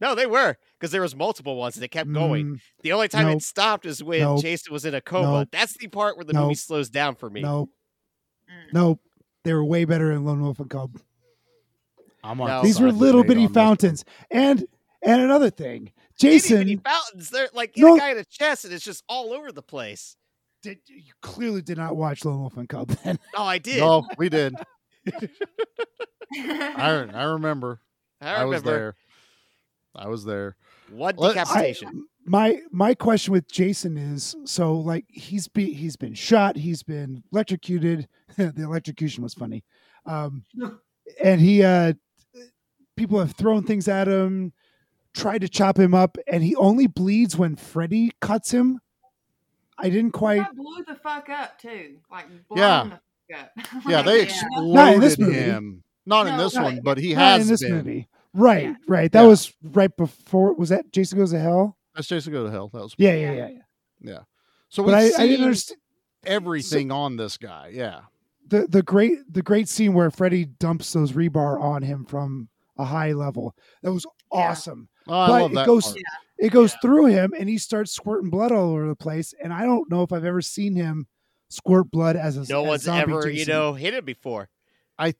S2: No, they were because there was multiple ones and it kept going.
S3: Mm,
S2: The only time
S3: nope.
S2: it stopped is when
S3: Nope.
S2: Jason was in a coma.
S3: Nope.
S2: That's the part where the movie
S3: Nope.
S2: slows down for me.
S3: Nope. Nope. They were way better in Lone Wolf and Cub.
S4: I'm
S2: No.
S4: on
S3: These were
S4: side with
S3: little
S4: Nate
S3: bitty
S4: on this.
S3: fountains. And and another
S2: Itty
S3: thing,
S2: bitty
S3: Jason
S2: fountains. They're like hit
S3: No.
S2: a guy in the chest, and it's just all over the place.
S3: did, you clearly did not watch Lone Wolf and Cub then.
S2: Oh, I did.
S4: No, we did. I I remember.
S2: I
S4: I, was
S2: remember
S4: there. I was there.
S2: one
S4: Let- I-
S2: decapitation.
S3: my my question with Jason is so like he's be he's been shot, he's been electrocuted. the electrocution was funny. Um and he uh people have thrown things at him, tried to chop him up, and he only bleeds when Freddy cuts him. I didn't
S6: I
S3: quite
S6: blew the fuck up too. Like blown
S4: Yeah.
S6: the fuck up.
S4: Yeah, they
S5: Yeah.
S4: exploded
S3: Not in this movie.
S4: him. Not in
S6: No,
S4: this
S6: not-
S4: one, but he
S3: not
S4: has
S3: in this
S4: been.
S3: movie. Right,
S6: Yeah.
S3: right. That
S4: Yeah.
S3: was right before was that Jason Goes to Hell?
S4: That's Jason Go to Hell. That was
S3: Yeah, yeah, yeah. yeah.
S4: so we
S3: But I, I didn't understand
S4: everything on this guy. Yeah.
S3: the the great the great scene where Freddy dumps those rebar on him from a high level. That was awesome.
S4: Oh, I
S3: But
S4: love
S3: it
S4: that
S3: goes-
S4: part.
S3: It goes through him and he starts squirting blood all over the place. And I don't know if I've ever seen him squirt blood as a
S2: no
S3: as
S2: one's
S3: zombie
S2: ever, you
S3: Jason.
S2: know, hit it before.
S4: I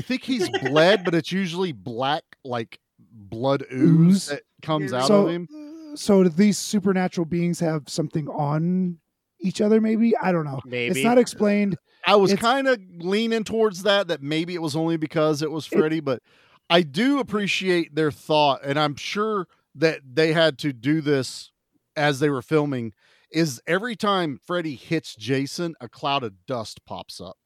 S4: think he's bled, but it's usually black like blood
S3: Ooze.
S4: ooze that comes out
S3: so
S4: of him.
S3: so do these supernatural beings have something on each other? Maybe I don't know.
S2: Maybe.
S3: It's not explained.
S4: I was
S3: It's-
S4: kind of leaning towards that, that maybe it was only because it was Freddy, but I do appreciate their thought. And I'm sure that they had to do this as they were filming. Is every time Freddy hits Jason, a cloud of dust pops up.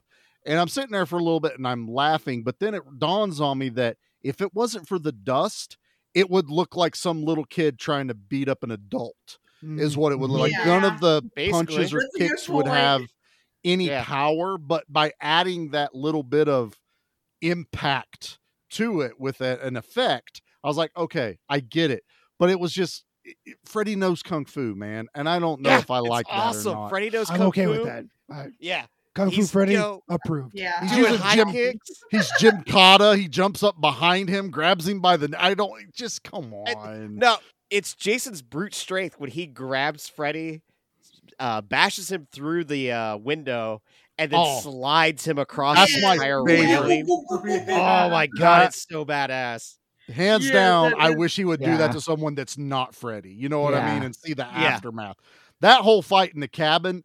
S4: And I'm sitting there for a little bit and I'm laughing, but then it dawns on me that if it wasn't for the dust, it would look like some little kid trying to beat up an adult
S3: Mm,
S4: is what it would look like. None
S5: Yeah.
S4: of the
S2: Mm-hmm. Basically.
S4: punches or
S5: That's a good
S4: kicks would
S5: point.
S4: have any
S2: Yeah.
S4: power, but by adding that little bit of impact to it with a, an effect, I was like, okay, I get it. But it was just it- it- Freddy knows kung fu, man, and I don't know
S2: Yeah,
S4: if I
S2: it's
S4: like that or
S2: awesome.
S4: not.
S2: Freddy knows
S3: I'm
S2: Kung
S3: okay with
S2: Fu.
S3: that. I-
S2: Yeah,
S3: Kung Fu
S2: He's,
S3: Freddy
S2: you know,
S3: approved.
S5: yeah.
S4: He's
S2: doing
S4: using
S2: high
S4: gym-
S2: kicks.
S4: He's Jim Cotta. He jumps up behind him, grabs him by the. kn- I don't just come
S2: I-
S4: on.
S2: No, it's Jason's brute strength when he grabs Freddy, uh, bashes him through the uh, window, and then
S4: Oh.
S2: slides him across
S4: That's
S2: the
S4: my
S2: entire
S4: favorite.
S2: railing. Oh my god, it's so badass.
S4: hands
S5: Yes,
S4: down
S5: that
S4: i
S5: is-
S4: wish he would do
S3: Yeah.
S4: that to someone that's not freddy you know what i mean
S3: Yeah.
S4: and see the
S2: Yeah.
S4: aftermath that whole fight in the cabin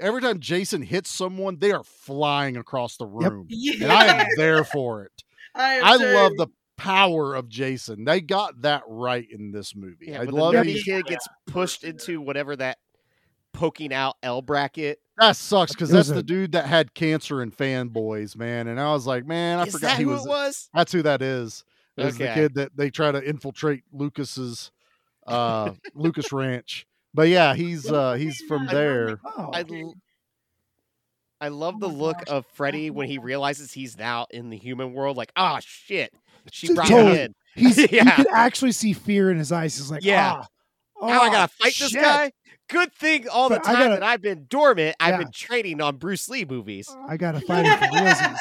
S4: every time jason hits someone they are flying across the
S3: Yep.
S4: room
S5: Yeah.
S4: and i am there for it
S5: I, am
S4: i
S5: too.
S4: love the power of jason they got that right in this movie
S2: Yeah,
S4: i
S2: when
S4: love
S2: the
S4: it
S2: nerdy
S5: it.
S2: kid gets pushed into whatever that poking out L bracket.
S4: that sucks because
S3: It was
S4: that's
S3: a-
S4: the dude that had cancer and fanboys man and i was like man i
S2: Is
S4: forgot
S2: that
S4: he
S2: who
S4: was
S2: it was?
S4: That's who that is. Is the
S2: Okay.
S4: kid that they try to infiltrate Lucas's uh Lucas Ranch. But yeah, he's uh he's from there.
S3: Oh,
S2: I l- I love the look of Freddy when he realizes he's now in the human world. Like, ah, shit, she
S3: T-
S2: brought
S3: totally.
S2: me in.
S3: He's you
S2: Yeah.
S3: can actually see fear in his eyes. He's like,
S2: Yeah.
S3: ah,
S2: now I
S3: oh,
S2: gotta fight this
S3: shit.
S2: guy. Good thing all the
S3: But I
S2: time
S3: gotta-
S2: that I've been dormant, I've
S3: Yeah. Oh,
S2: been training on Bruce Lee movies.
S3: I gotta fight him for realsies.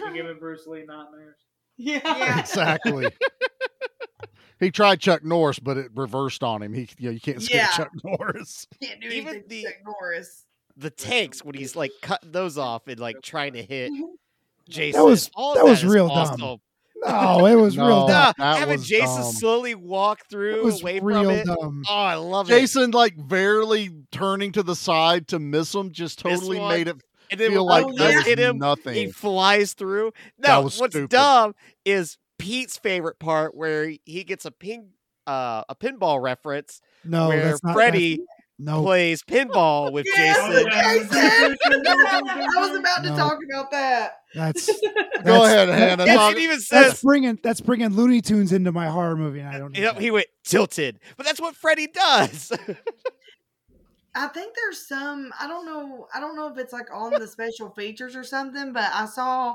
S7: You're giving Bruce Lee nightmares.
S5: Yeah.
S4: exactly. he tried Chuck Norris, but it reversed on him. He you, know, you can't scare
S5: Yeah.
S4: Chuck Norris.
S5: Can't do
S2: Even
S5: anything
S2: the-
S5: to Chuck Norris.
S2: The tanks when he's like cutting those off and like trying to hit Jason.
S3: Mm-hmm. That was
S2: all
S3: that
S2: of
S3: was
S2: is
S3: real
S2: awesome.
S3: dumb. No, it was real
S4: No.
S3: dumb.
S2: Nah,
S4: that
S2: having
S4: was
S2: Jason
S4: dumb.
S2: slowly walk
S3: It
S2: through
S3: was
S2: away
S3: real
S2: from it.
S3: dumb.
S2: Oh, I love it.
S4: Jason like barely turning to the side to miss him just
S2: Miss
S4: totally
S2: one.
S4: made it
S2: And then
S4: feel
S2: when
S4: like
S2: Owen
S4: that
S2: does
S4: was
S2: hit him,
S4: nothing.
S2: he flies through. No,
S4: That was
S2: what's
S4: stupid.
S2: dumb is Pete's favorite part where he gets a ping uh, a pinball reference
S3: No,
S2: where
S3: that's not
S2: Freddy
S3: that's- no,
S2: plays pinball with
S5: Yes,
S2: Jason.
S5: Jason. I was about to
S3: No.
S5: talk about that.
S3: that's,
S4: Go
S3: that's-
S4: ahead,
S3: that-
S4: Hannah.
S2: Yes,
S4: Talk-
S2: it even says
S3: That's bringing that's bringing Looney Tunes into my horror movie, and I don't. need
S2: Yep,
S3: that.
S2: he went tilted. But that's what Freddy does.
S5: I think there's some I don't know I don't know if it's like on the special features or something, but I saw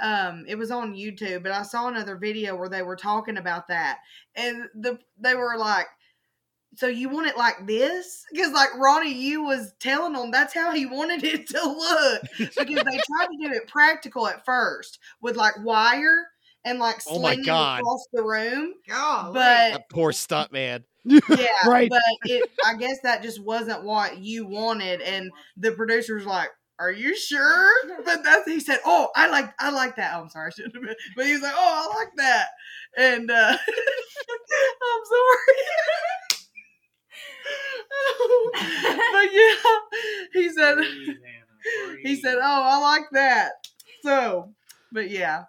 S5: um it was on YouTube, but I saw another video where they were talking about that. And the they were like so you want it like this? Because like Ronnie, you was telling them that's how he wanted it to look. Because they tried to do it practical at first with like wire and like
S2: Oh my
S5: slinging
S2: God.
S5: across the room,
S6: God,
S5: but
S2: that poor stunt man.
S5: yeah,
S3: Right.
S5: But it, I guess that just wasn't what you wanted, and the producer's like, "Are you sure?" But that's he said, "Oh, I like, I like that." Oh, I'm sorry, I shouldn't have been. But he was like, "Oh, I like that," and uh, I'm sorry. but yeah, he said,
S7: Breathe, Hannah,
S5: he
S7: breathe.
S5: said, "Oh, I like that." So, but yeah,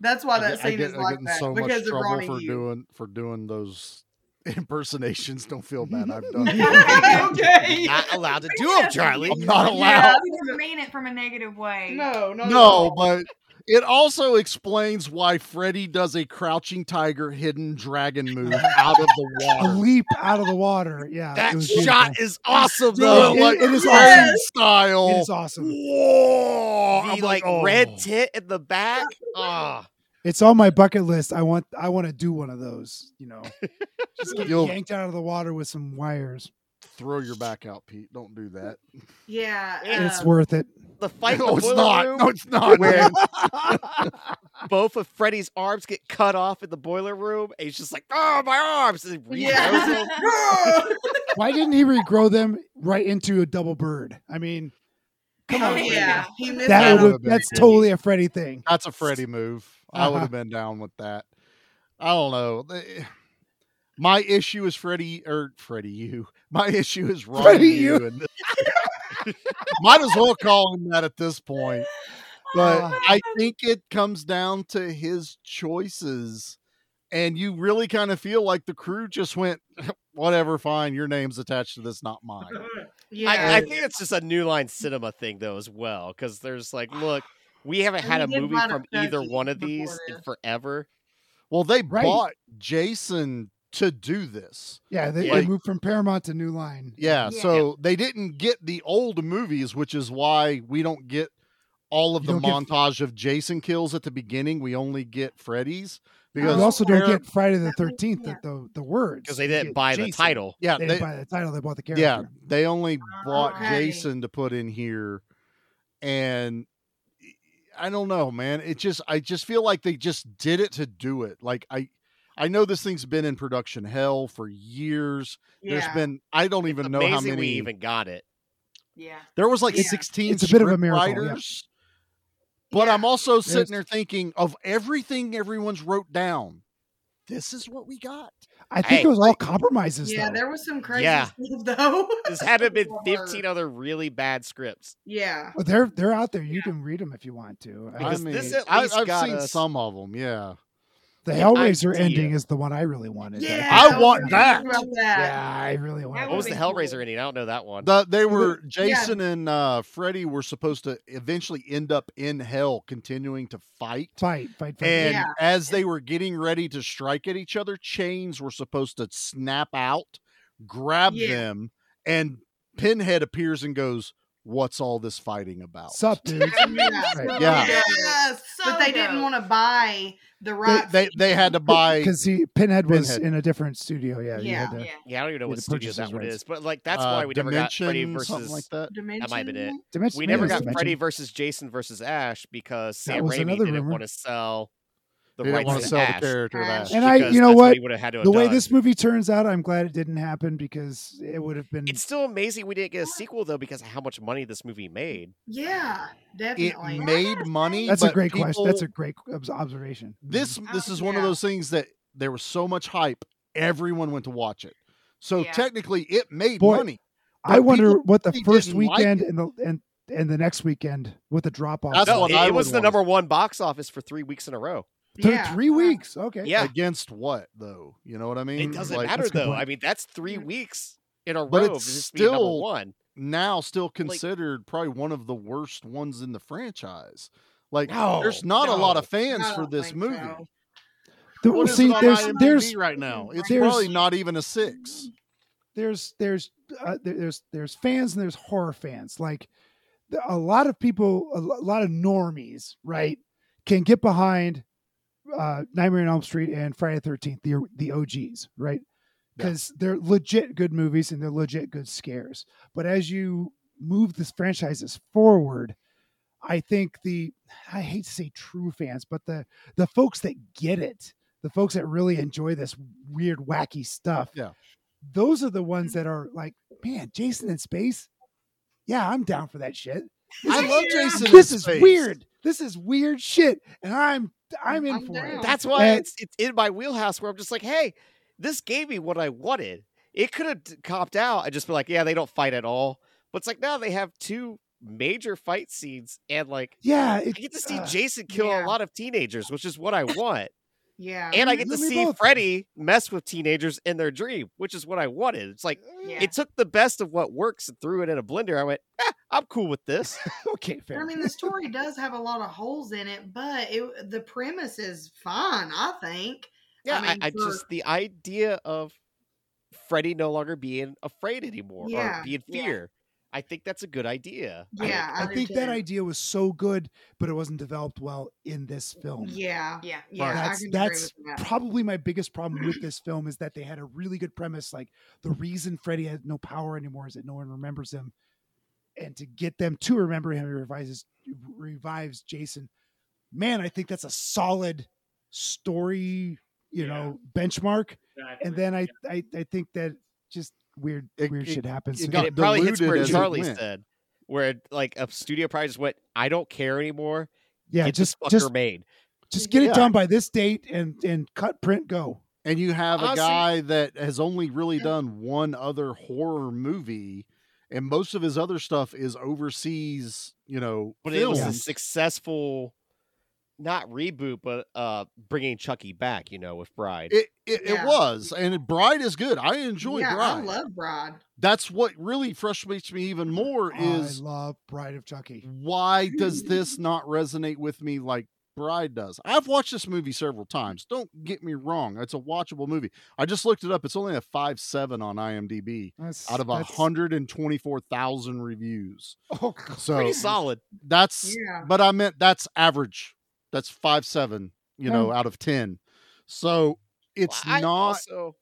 S5: that's why
S4: I
S5: that
S4: get- I
S5: scene
S4: get,
S5: is
S4: I
S5: like
S4: get in
S5: that
S4: so
S5: because
S4: much
S5: of
S4: trouble
S5: Ronnie.
S4: for
S5: Yu.
S4: doing for doing those impersonations. Don't feel bad. I've done.
S5: okay.
S2: Not allowed to do him, Charlie.
S4: I'm not allowed.
S5: Yeah.
S6: You didn't mean it from a negative way.
S5: No, no,
S4: No, but it also explains why Freddy does a crouching tiger, hidden dragon move out of the
S3: a
S4: water.
S3: leap out of the water. Yeah, it
S2: That
S3: was
S2: shot
S3: beautiful.
S2: is awesome
S4: No,
S2: though.
S3: it-
S4: like
S3: it is
S4: Freddy
S5: awesome.
S4: style.
S3: It is awesome.
S4: Whoa!
S2: the
S4: I'm
S2: like,
S4: oh.
S2: red tit in the back. Ah,
S3: It's on my bucket list. I want I want to do one of those. You know, just get
S4: You'll-
S3: yanked out of the water with some wires.
S4: Throw your back out, Pete. Don't do that.
S5: yeah,
S3: It's
S5: um,
S3: worth it.
S2: the fight. in
S4: no,
S2: the
S4: it's
S2: boiler
S4: not.
S2: Room,
S4: No, it's not.
S2: Where-
S4: man.
S2: both of Freddy's arms get cut off in the boiler room, and he's just like, "Oh, my arms!" And he
S5: Yeah.
S2: regrows them.
S3: Why didn't he regrow them right into a double bird? I mean,
S5: Come
S2: Oh,
S6: on,
S5: on, yeah. He
S4: Yeah,
S5: missed
S3: that
S5: out
S4: would've
S3: would
S5: on
S4: been
S3: that's
S4: cool.
S3: totally a Freddy thing.
S4: That's a Freddy move. I would
S3: Uh-huh.
S4: have been down with that. I don't know. The- My issue is Freddy or Freddy you. My issue is Ronnie
S3: Freddy
S4: you.
S3: Yu.
S4: and might as well call him that at this point. But
S3: Uh.
S4: I think it comes down to his choices. And you really kind of feel like the crew just went, whatever, fine, your name's attached to this, not mine.
S5: yeah.
S2: I, I think it's just a new line cinema thing though as well, because there's like, look, we haven't
S5: And
S2: had
S5: we
S2: a
S5: did
S2: movie
S5: line up
S2: from either
S5: Chucky
S2: one of
S5: before
S2: these in
S5: this.
S2: forever.
S4: Well, they
S3: Right.
S4: bought Jason to do this.
S3: Yeah, they,
S2: Like-
S3: they moved from Paramount to New Line.
S4: Yeah,
S6: Yeah.
S4: so they didn't get the old movies, which is why we don't get all of
S3: You
S4: the
S3: don't get-
S4: montage of Jason kills at the beginning. We only get Freddy's
S3: You
S4: because
S3: also don't
S4: Par-
S3: get Friday the
S6: That makes
S3: Thirteenth the, the the words
S2: because they
S3: You
S2: didn't
S3: get
S2: buy the
S3: Jason.
S2: title.
S4: yeah,
S3: They
S4: they,
S3: didn't buy the title. They bought the character.
S4: yeah, they only bought
S6: Okay.
S4: Jason to put in here, and e, I don't know, man. It just I just feel like they just did it to do it. Like I. I know this thing's been in production hell for years. There's
S5: yeah.
S4: been I don't
S2: It's
S4: even know
S2: amazing
S4: how many
S2: we even got it.
S6: Yeah.
S4: There was like
S5: Yeah.
S4: 16
S3: It's a bit of a
S4: script
S3: miracle, yeah.
S4: writers. But
S5: Yeah.
S4: I'm also sitting
S3: There's-
S4: there thinking of everything everyone's wrote down. This is what we got.
S3: I think
S2: Hey.
S3: it was all compromises.
S5: Yeah,
S3: though.
S5: there was some crazy
S2: Yeah.
S5: stuff though.
S2: There's haven't been
S5: Or-
S2: 15 other really bad scripts
S5: yeah.
S3: But they're they're out there. You can read them if you want to.
S4: I
S2: Because
S4: mean,
S2: this at
S4: I,
S2: least
S4: have
S2: got
S4: seen
S2: us-
S4: some of them. Yeah.
S3: the
S2: the
S3: Hellraiser
S2: idea.
S3: ending is the one I really wanted.
S5: Yeah.
S4: I
S5: was
S4: want
S5: thinking
S4: that.
S5: About that.
S3: Yeah, I really wanted.
S6: That
S2: What was the
S6: would've
S3: that.
S6: been
S2: Hellraiser
S6: cool.
S2: ending? I don't know that one.
S4: The, they were
S5: Yeah.
S4: Jason and uh, Freddy were supposed to eventually end up in hell continuing to fight.
S3: fight, fight, fight.
S4: And
S5: Yeah.
S4: as they were getting ready to strike at each other, chains were supposed to snap out, grab
S5: Yeah.
S4: them, and Pinhead appears and goes, what's all this fighting about?
S3: Sup, dude?
S4: Right, Yeah.
S5: Yes, but they didn't want to buy
S4: They,
S5: the rights.
S4: they they had to buy
S3: because he Pinhead was
S4: Pinhead.
S3: in a different studio. Yeah, you had to-
S2: Yeah, I don't even know
S3: you had
S2: what
S3: to
S2: studio
S3: purchase
S2: that
S3: his
S2: one
S3: rights.
S2: is, but like that's
S4: Uh,
S2: why we never got Freddy
S4: Dimension,
S2: versus
S4: something like that?
S2: That might have been it.
S3: Dimension-
S2: we
S3: yeah,
S2: never
S3: it was
S2: got Freddy
S3: Dimension.
S2: versus Jason versus Ash because
S3: That
S2: Sam
S3: was
S2: Raimi
S3: another
S2: didn't
S3: rumor.
S2: want to sell the
S4: They didn't
S2: rights
S4: wanna
S2: to
S4: sell the
S2: Ash
S4: character of Ash.
S3: And I,
S2: because
S3: you know
S2: that's what?
S3: what?
S2: he would have had to have
S3: the way
S2: done.
S3: this movie turns out, I'm glad it didn't happen because it would have been.
S2: It's still amazing we didn't get a sequel though because of how much money this movie made.
S5: yeah,
S4: it
S5: definitely.
S4: made money.
S3: That's a
S4: but
S3: great question. That's
S4: people-
S3: a great obs- observation.
S5: Oh,
S4: this this is one of those things that there was so much hype, everyone went to watch it. So
S6: Yeah.
S4: technically, it made
S3: Boy,
S4: money.
S3: I
S4: but
S3: wonder
S4: people
S3: what the
S4: really
S3: first
S4: didn't like
S3: weekend
S4: it.
S3: and the and and the next weekend what the drop off.
S4: That's
S2: No,
S4: what
S2: it,
S4: I
S2: it was
S4: would
S2: the
S4: want.
S2: number one box office for three weeks in a row.
S5: Yeah.
S3: Three weeks. Okay.
S2: Yeah,
S4: Against what though? You know what I mean?
S2: it doesn't
S4: Like,
S2: matter
S3: that's a good
S2: though.
S3: point.
S2: I mean, that's three weeks in a
S4: But
S2: row. of
S4: it's
S2: just being number
S4: still-
S2: one.
S4: Now, still considered probably one of the worst ones in the franchise. Like,
S2: No,
S4: there's not a lot
S2: no.
S4: of fans
S5: I
S4: for
S5: don't
S4: this
S5: think
S4: movie.
S5: so.
S3: The-
S4: What is
S3: see,
S4: it on
S3: there's
S4: IMDb
S3: there's
S4: right now. It's
S3: there's-
S4: probably not even a six.
S3: there's there's uh, there- there's there's fans and there's horror fans. Like the- a lot of people, a lo- lot of normies, right, can get behind uh, Nightmare on Elm Street and Friday the Thirteenth, the the OGs, right? Because they're legit good movies and they're legit good scares. But as you move this franchises forward, I think the I hate to say true fans, but the the folks that get it, the folks that really enjoy this weird wacky stuff,
S4: Yeah.
S3: those are the ones
S5: Mm-hmm.
S3: that are like, man, Jason in space. Yeah, I'm down for that shit. This
S4: I
S3: is-
S4: love Jason. in
S3: This is
S4: Space.
S3: weird. This is weird shit, and I'm I'm in
S5: I'm
S3: for
S5: down.
S3: it.
S2: That's why
S3: And-
S2: it's it's in my wheelhouse where I'm just like, hey, this gave me what I wanted. It could have copped out and just be like, yeah, they don't fight at all. But it's like now they have two major fight scenes and like
S3: yeah.
S2: I
S3: It,
S2: get to see
S3: uh,
S2: Jason kill a
S6: yeah.
S2: lot of teenagers, which is what I want.
S5: Yeah,
S2: and I
S3: Let
S2: get to
S3: me
S2: see
S3: both.
S2: Freddy mess with teenagers in their dream, which is what I wanted. It's like
S6: Yeah.
S2: it took the best of what works and threw it in a blender. I went, "Ah, I'm cool with this.
S3: okay,
S5: But I
S3: fair.
S5: mean, the story does have a lot of holes in it, but it, the premise is fine. I think.
S2: Yeah, I,
S5: mean,
S2: I,
S5: for-
S2: just the idea of Freddy no longer being afraid anymore
S5: Yeah,
S2: or being
S5: yeah.
S2: fear. I think that's a good idea.
S5: Yeah,
S3: I
S5: do
S3: think that
S5: too.
S3: idea was so good, but it wasn't developed well in this film.
S5: Yeah,
S6: Yeah.
S5: yeah,
S3: that's
S5: I can
S3: that's
S5: agree with that.
S3: probably my biggest problem with this film is that they had a really good premise. Like the reason Freddy has no power anymore is that no one remembers him, and to get them to remember him, he revives revives Jason. Man, I think that's a solid story, you
S7: Yeah.
S3: know, benchmark.
S7: Exactly.
S3: And then I I, I think that just weird
S4: It-
S3: weird
S4: it-
S3: shit happens.
S4: it
S3: to
S4: got
S2: and it probably hits
S4: diluted
S2: where
S4: as it
S2: Charlie
S4: went.
S2: said, where like a studio probably just went, I don't care anymore.
S3: yeah,
S2: Get
S3: just
S2: this fucker
S3: just
S2: made.
S3: just get
S4: Yeah.
S3: it done by this date and and cut print go.
S4: and you have
S2: Honestly-
S4: a guy that has only really done one other horror movie and most of his other stuff is overseas you know
S2: But it was a
S4: films.
S2: successful, not reboot, but uh bringing Chucky back. You know, with Bride.
S4: it, it, it
S5: Yeah.
S4: was and bride is good i enjoy
S5: yeah,
S4: bride
S5: I love Bride.
S4: that's what really frustrates me even more is
S3: I love Bride of Chucky.
S4: why does this not resonate with me like bride does i've watched this movie several times don't get me wrong it's a watchable movie i just looked it up it's only a 5-7 on imdb
S3: That's,
S4: out of
S3: that's-
S4: 124000 reviews
S3: Oh,
S4: so
S2: Pretty solid.
S4: that's
S5: Yeah.
S4: but i meant that's average that's five seven you know out of ten so it's
S2: I
S4: not
S2: also-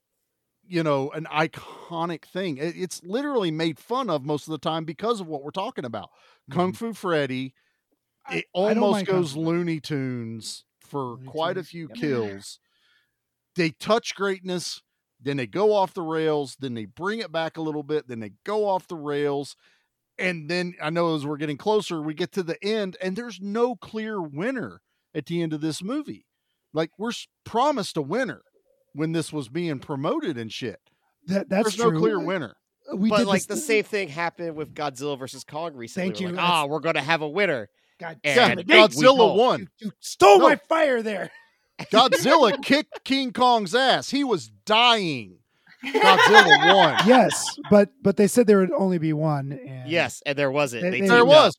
S4: you know an iconic thing It- it's literally made fun of most of the time because of what we're talking about kung fu
S3: I-
S4: freddy it
S3: Mm-hmm. I don't
S4: almost
S3: mind Kung
S4: goes
S3: Fu.
S4: looney tunes for
S3: Looney
S4: quite a
S3: Tunes,
S4: few
S3: yep.
S4: kills they touch greatness then they go off the rails then they bring it back a little bit then they go off the rails and then i know as we're getting closer we get to the end and there's no clear winner at the end of this movie like we're s- promised a winner when this was being promoted and shit
S3: that, that's
S4: there's no
S3: true.
S4: clear winner
S3: We
S2: but
S3: did
S2: like
S3: this-
S2: the same thing happened with Godzilla versus Kong recently.
S3: Thank
S2: We're
S3: you,
S2: Like,
S3: that's-
S2: ah, we're gonna have a winner.
S3: God
S4: yeah
S2: And
S3: Nate,
S2: we don't.
S4: godzilla won
S3: You stole
S4: No.
S3: my fire there.
S4: godzilla kicked king kong's ass he was dying godzilla won
S3: yes, but but they said there would only be one. And
S2: Yes, and there wasn't.
S3: They-
S2: They
S3: they-
S4: there
S2: teamed up.
S4: was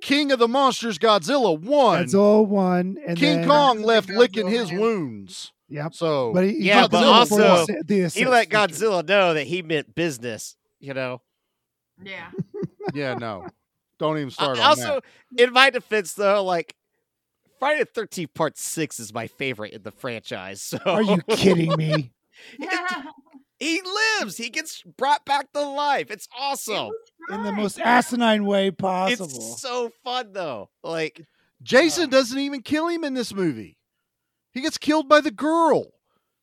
S4: king of the monsters godzilla won
S3: that's all one. And
S4: King
S3: then-
S4: Kong left
S5: Godzilla
S4: licking his
S5: man.
S4: wounds.
S3: Yep.
S4: So
S3: But he, he
S2: Yeah,
S3: got
S2: but
S3: Godzilla
S2: also,
S3: for the sa- the
S2: He
S3: assist.
S2: let
S3: That's true.
S2: Godzilla know that he meant business. You know,
S6: Yeah.
S4: yeah, no. Don't even start
S2: I-
S4: on
S2: also,
S4: that.
S2: in my defense, though, like Friday the Thirteenth Part Six is my favorite in the franchise. So
S3: Are you kidding me?
S2: he lives. He gets brought back to life. It's awesome.
S3: In the most asinine way possible.
S2: It's so fun though. Like
S4: Jason doesn't even kill him in this movie. He gets killed by the girl.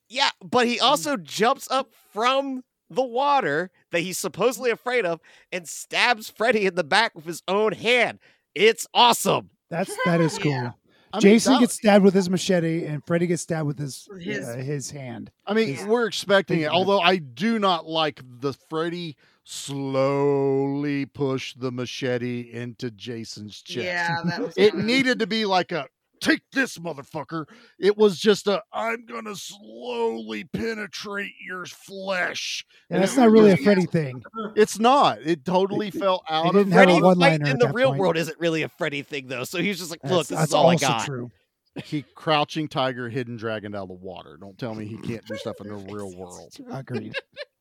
S2: Yeah, but
S3: Mm.
S2: he also jumps up from the water that he's supposedly afraid of and stabs Freddy in the back with his own hand. It's awesome.
S3: That's that is cool.
S4: I mean,
S3: Jason
S4: that-
S3: gets stabbed with his machete, and Freddy gets stabbed with his uh,
S4: his-
S3: his, hand.
S4: I mean,
S3: His-
S4: we're expecting it.
S3: Thank you.
S4: Although I do not like the Freddy slowly push the machete into Jason's chest.
S5: Yeah, that was
S4: it
S5: kinda-
S4: needed to be like a take this motherfucker. It was just a I'm gonna slowly penetrate your flesh.
S3: Yeah,
S4: And
S3: that's
S4: it
S3: not really a
S4: was-
S3: Freddy thing.
S4: It's not. It totally fell out of
S3: didn't have a
S2: Freddy
S3: one-liner
S2: fight in
S3: at
S2: the
S3: that
S2: real
S3: point.
S2: world isn't really a Freddy thing though, so he's just like, look,
S3: That's-
S2: this
S3: that's
S2: is all I
S3: also
S2: got.
S3: true.
S4: he crouching tiger, hidden dragon out of the water. Don't tell me he can't do stuff in the real world.
S3: Agreed.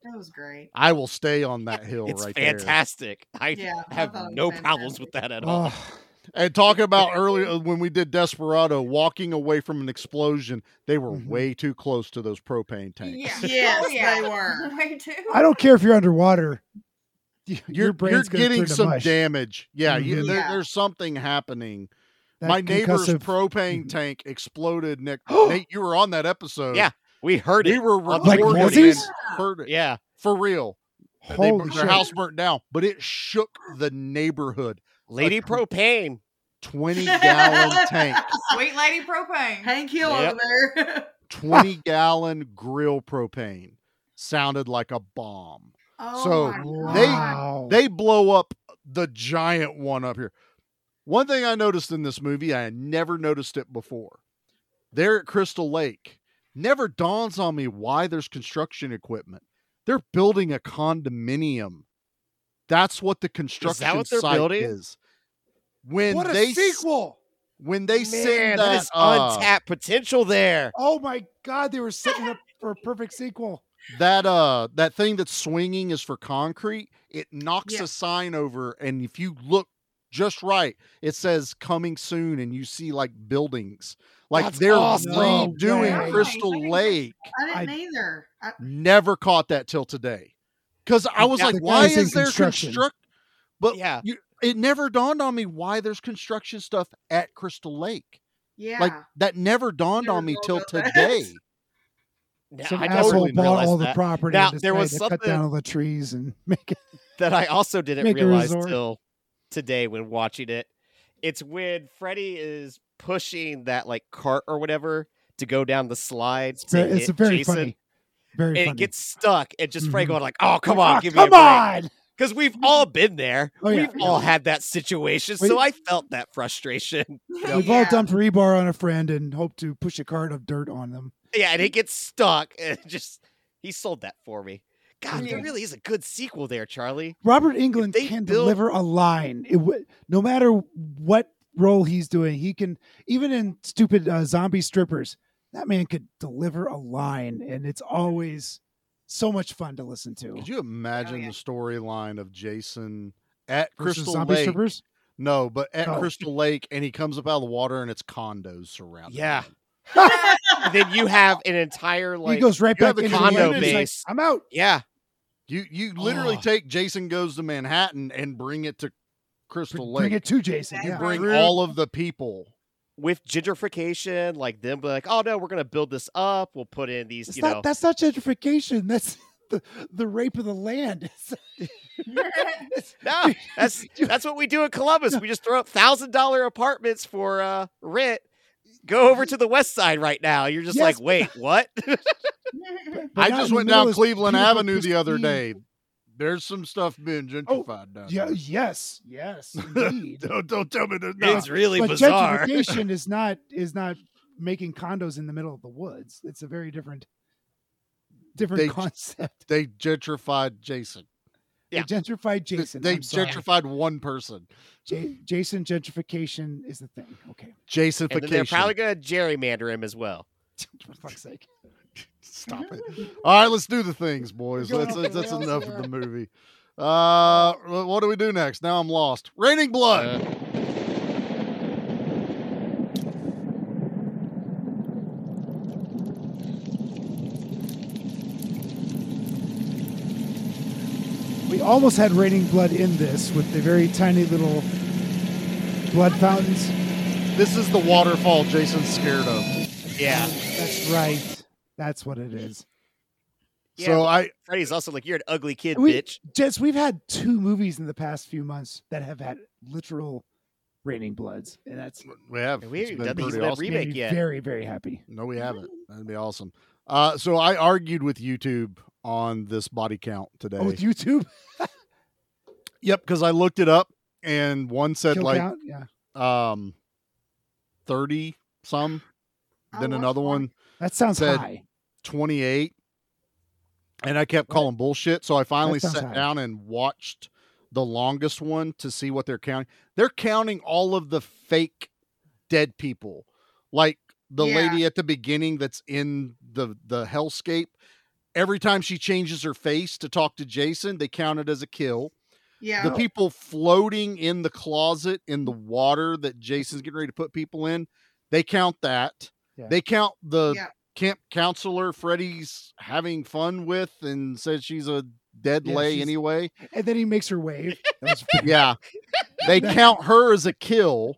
S5: That was great.
S4: I will stay on that hill
S2: It's
S4: right there.
S2: fantastic. I
S5: Yeah, I
S2: have
S5: thought it was
S2: no problems with that at all.
S3: Ugh.
S4: And talking about earlier uh, when we did Desperado, walking away from an explosion, they were
S3: Mm-hmm.
S4: way too close to those propane tanks.
S6: Yeah.
S5: Yes,
S6: oh, yeah.
S5: they were.
S6: Way too.
S3: I don't care if you're underwater. y-
S4: You're,
S3: Your brain's
S4: you're
S3: gonna
S4: getting
S3: turn to
S4: some
S3: mush.
S4: damage. Yeah, you,
S3: Mhm.
S4: there-
S5: Yeah.
S4: there's something happening.
S3: That
S4: My neighbor's
S3: concussive- Mm-hmm.
S4: propane tank exploded. Nick, Nate, you were on that episode.
S2: Yeah, we heard it.
S4: we were
S2: on
S3: Like
S4: recording. and
S3: Mozzie's?
S4: heard it
S2: Yeah.
S4: for real. They-
S3: Holy
S4: their
S3: shit.
S4: house burnt down, but it shook the neighborhood.
S2: Lady Propane.
S4: Twenty gallon tank.
S6: Sweet lady propane.
S5: Hank Hill
S2: Yep.
S5: over there.
S4: 20 gallon grill propane sounded like a bomb.
S6: Oh
S4: So,
S6: my
S4: they-
S6: God.
S3: Wow.
S4: They blow up the giant one up here. One thing I noticed in this movie, I had never noticed it before. They're at Crystal Lake. Never dawns on me why there's construction equipment. They're building a condominium. That's what the construction
S2: what they're
S4: site
S2: building?
S4: is. When
S3: what a
S4: they s-
S3: sequel!
S4: when they
S2: Man,
S4: send that,
S2: that is
S4: uh,
S2: untapped potential there.
S3: Oh my god, they were setting it up for a perfect sequel.
S4: that uh that thing that's swinging is for concrete it knocks
S5: Yeah.
S4: a sign over and if you look just right it says coming soon and you see like buildings like
S2: That's
S4: they're
S2: awesome.
S3: No
S4: redoing
S6: way.
S4: crystal
S6: I didn't
S4: lake
S5: I didn't either. I,
S4: never caught that till today because i was
S3: Yeah,
S4: like
S3: the
S4: why
S3: guys in
S4: is there
S3: construction.
S4: construct but
S2: Yeah.
S4: you, it never dawned on me why there's construction stuff at crystal lake
S5: yeah.
S4: like that never dawned
S5: Never
S4: on me
S5: thought
S4: till
S5: about that.
S4: today
S2: Now,
S3: Some
S2: I
S3: asshole
S2: totally
S3: bought
S2: realized
S3: all the
S2: that.
S3: property.
S2: Now,
S3: and
S2: there was
S3: decided to cut
S2: something-
S3: down all the trees and make it.
S2: that I also didn't
S3: Make a
S2: realize
S3: resort.
S2: till today when watching it. It's when Freddy is pushing that like cart or whatever to go down the slide.
S3: It's
S2: to
S3: very, it's
S2: hit
S3: very
S2: Jason,
S3: funny. Very
S2: And
S3: funny.
S2: it gets stuck, and just Freddy
S3: Mhm.
S2: going like, "Oh, come
S3: Like,
S2: on,
S3: "Ah,
S2: give
S3: come
S2: me a
S3: on.
S2: Because we've all been there.
S3: Oh, yeah.
S2: we've all had that situation,
S3: We-
S2: so I felt that frustration.
S3: We've all dumped rebar on a friend and hope to push a cart of dirt on them.
S2: yeah, and it gets stuck, and it just he sold that for me. God,
S6: Yeah.
S2: there really is a good sequel there, Charlie.
S3: Robert England
S2: they
S3: can
S2: build-
S3: deliver a line. It w- no matter what role he's doing, he can even in stupid uh, zombie strippers. That man could deliver a line, and it's always so much fun to listen to.
S4: Could you imagine
S6: yeah.
S4: the storyline of Jason at
S3: Versus
S4: Crystal
S3: zombie
S4: Lake?
S3: strippers.
S4: No, but at
S3: Oh.
S4: Crystal Lake, and he comes up out of the water, and it's condos surrounding.
S2: Yeah.
S4: him.
S2: And then you have an entire like,
S3: he goes right
S4: you
S3: back
S4: have the
S3: into
S2: condo
S3: the line and he's like,
S2: base.
S3: I'm out.
S2: yeah,
S4: you you literally
S2: Oh.
S4: take Jason goes to Manhattan and bring it to Crystal Lake.
S3: Bring it to Jason.
S4: you
S3: Yeah.
S4: bring all of the people.
S2: with gentrification, like them, being like, oh no, we're gonna build this up. We'll put in these,
S3: It's
S2: you
S3: not,
S2: know,
S3: That's not gentrification. That's the, the rape of the land.
S2: no, that's that's what we do in Columbus. We just throw up thousand dollar apartments for uh, rent. Go over to the west side right now. You're just
S3: Yes,
S2: like, wait, what?
S4: I just went down Cleveland Avenue the other day. There's some stuff being gentrified down
S3: Yeah.
S4: there.
S3: Yes. Yes. Indeed.
S4: Don't, don't tell me there's not.
S2: it's really
S3: but
S2: bizarre.
S3: gentrification is not is not making condos in the middle of the woods. It's a very different different
S4: They-
S3: concept.
S4: They gentrified Jason.
S2: Yeah.
S3: They gentrified Jason.
S4: they
S3: I'm sorry.
S4: gentrified one person.
S3: J- Jason gentrification is the thing. Okay.
S4: Jasonification.
S2: And then they're probably gonna gerrymander him as well.
S3: For fuck's sake.
S4: Stop it. All right, let's do the things, boys.
S3: going
S4: That's,
S3: off
S4: that's,
S3: the
S4: that's
S3: rails
S4: enough
S3: here.
S4: of the movie. Uh, what do we do next? Now I'm lost. Raining blood.
S3: Uh, We almost had raining blood in this with the very tiny little blood fountains.
S4: This is the waterfall Jason's scared of.
S2: Yeah.
S3: That's right. That's what it is.
S2: Yeah,
S4: so
S2: but
S4: I
S2: Freddy's also like, you're an ugly kid,
S3: We,
S2: bitch.
S3: Jess, we've had two movies in the past few months that have had literal raining bloods, and that's
S4: we have
S2: We
S4: it's
S2: haven't
S4: been
S2: done the
S4: pretty
S2: Evil Dead
S4: awesome.
S2: remake
S3: made me
S2: yet.
S3: very, very happy.
S4: No, we haven't. That'd be awesome. Uh, so I argued with YouTube on this body count today.
S3: Oh, with YouTube,
S4: Yep, because I looked it up and one said
S3: kill
S4: like
S3: count, yeah,
S4: um thirty some.
S5: I
S4: Then
S5: watched
S4: another one
S3: that sounds
S4: said
S3: high.
S4: twenty eight. And I kept calling bullshit. So I finally
S3: sounds
S4: sat
S3: high.
S4: down and watched the longest one to see what they're counting. They're counting all of the fake dead people. Like the
S5: Yeah.
S4: lady at the beginning that's in the the hellscape. Every time she changes her face to talk to Jason, they count it as a kill
S5: Yeah.
S4: the people floating in the closet in the water that Jason's getting ready to put people in, they count that.
S3: Yeah.
S4: They count the
S5: Yeah.
S4: camp counselor Freddie's having fun with and says she's a dead
S3: Yeah,
S4: lay
S3: she's-
S4: anyway.
S3: And then he makes her wave. That was
S4: Yeah. they count her as a kill.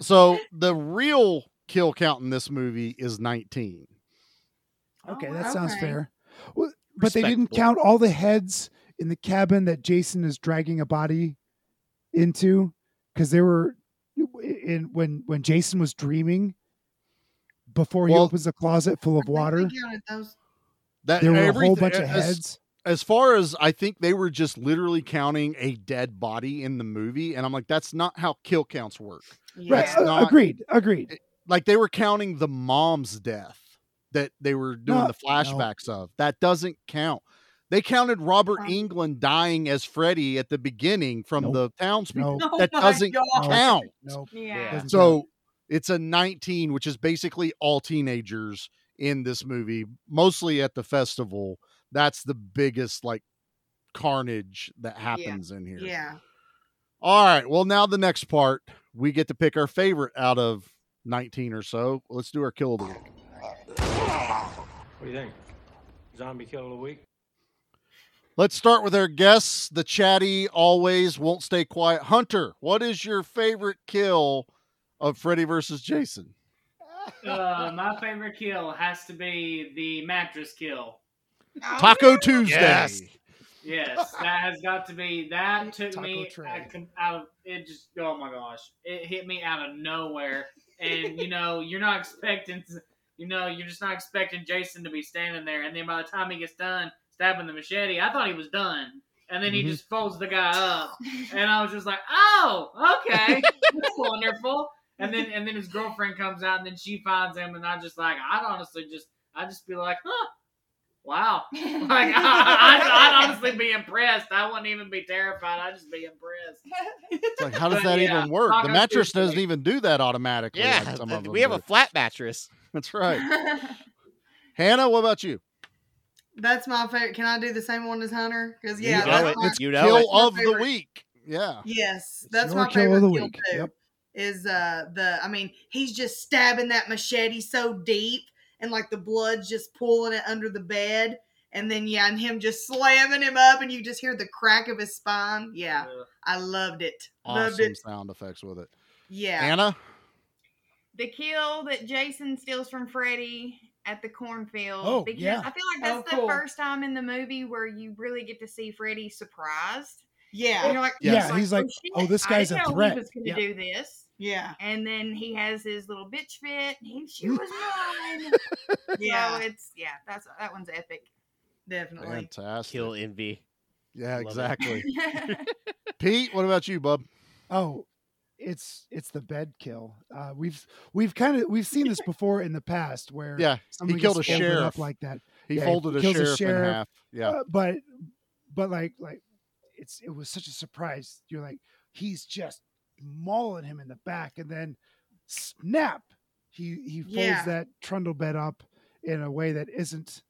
S4: So the real kill count in this movie is 19.
S3: Okay,
S5: Oh,
S3: that sounds
S5: okay.
S3: fair. Well, but they didn't
S4: Respectable.
S3: count all the heads in the cabin that Jason is dragging a body into because they were in when when Jason was dreaming before he
S4: Well-
S3: opens the closet full of water.
S5: They counted those.
S4: That
S3: There were a whole
S4: everything-
S3: bunch of
S4: as-
S3: heads.
S4: as far as I think they were just literally counting a dead body in the movie, and I'm like, that's not how kill counts work.
S5: Yeah.
S3: Right. uh,
S4: not-
S3: agreed. Agreed.
S4: Like they were counting the mom's death that they were doing
S3: No,
S4: the flashbacks of. That doesn't count. They counted Robert
S5: Um,
S4: England dying as Freddy at the beginning from
S3: Nope.
S4: the townspeople.
S3: No.
S5: Oh
S4: that
S5: my
S4: doesn't
S5: God.
S4: count.
S3: Nope.
S6: Yeah.
S2: Yeah.
S3: doesn't count.
S4: So it's a 19, which is basically all teenagers in this movie, mostly at the festival. That's the biggest like carnage that happens in here.
S5: Yeah.
S4: All right. Well, now the next part, we get to pick our favorite out of 19 or so. Let's do our kill of the week.
S13: What do you think? Zombie kill of the week?
S4: Let's start with our guests. The chatty always won't stay quiet. Hunter, what is your favorite kill of Freddy versus Jason?
S7: Uh, my favorite kill has to be the mattress kill.
S4: Taco Tuesday.
S2: Yes.
S7: Yes, that has got to be. That took
S3: Taco
S7: me
S3: tray.
S7: I com- out of it. Just oh my gosh, it hit me out of nowhere. And you know, you're not expecting. You know, you're just not expecting Jason to be standing there. And then by the time he gets done stabbing the machete, I thought he was done. And then he
S4: Mhm.
S7: just folds the guy up, and I was just like, "Oh, okay, that's wonderful." And then and then his girlfriend comes out, and then she finds him, and I just like, I'd honestly just, I would just be like, "Huh, wow, like I, I, I'd honestly be impressed. I wouldn't even be terrified. I'd just be impressed.
S4: It's like, how does
S7: But
S4: that
S7: yeah,
S4: even work? The
S7: Taco
S4: mattress
S7: Tuesday.
S4: doesn't even do that automatically. like
S2: Yeah,
S4: some
S2: th-
S4: of them
S2: we have
S4: do.
S2: a flat mattress.
S4: That's right. Hannah, what about you?
S5: That's my favorite. Can I do the same one as Hunter? Because
S2: You
S5: yeah,
S2: know
S5: that's
S2: it.
S5: my,
S2: You know it.
S4: Kill
S5: my
S4: of the
S5: favorite.
S4: week. Yeah.
S5: yes, that's
S3: your
S5: my
S3: kill
S5: favorite
S3: of the
S5: kill
S3: week.
S5: too.
S3: Yep.
S5: Is uh the I mean he's just stabbing that machete so deep and like the blood's just pulling it under the bed and then yeah and him just slamming him up and you just hear the crack of his spine. Yeah, I loved it. Loved
S4: Awesome
S5: it.
S4: sound effects with it.
S5: Yeah.
S4: Hannah?
S6: the kill that Jason steals from Freddy at the cornfield.
S3: Oh,
S6: because
S3: yeah.
S6: I feel like that's
S5: Oh,
S6: the
S5: cool.
S6: first time in the movie where you really get to see Freddy surprised. And
S5: yeah.
S6: you're like,
S3: Yeah, he's like, "Oh,
S6: shit,
S3: this
S6: I
S3: guy's
S6: didn't
S3: a
S6: know
S3: threat."
S6: He was gonna
S3: Yeah.
S6: do this,
S5: Yeah.
S6: and then he has his little bitch fit. And she was mine.
S5: Yeah.
S6: So it's yeah, that's that one's epic.
S5: Definitely.
S4: Fantastic.
S2: Kill envy.
S4: Yeah,
S2: Love it.
S4: exactly. Pete, what about you, bub?
S3: Oh, it's it's the bed kill. Uh, we've we've kind of we've seen this before in the past where
S4: Yeah,
S3: somebody
S4: killed
S3: gets
S4: a
S3: folded
S4: sheriff.
S3: up like that.
S4: He
S3: Yeah, he
S4: folded a
S3: kills a
S4: sheriff, in
S3: sheriff.
S4: half. Yeah.
S3: Uh, but but like like it's it was such a surprise. You're like he's just mauling him in the back, and then snap, he he folds
S5: Yeah.
S3: that trundle bed up in a way that isn't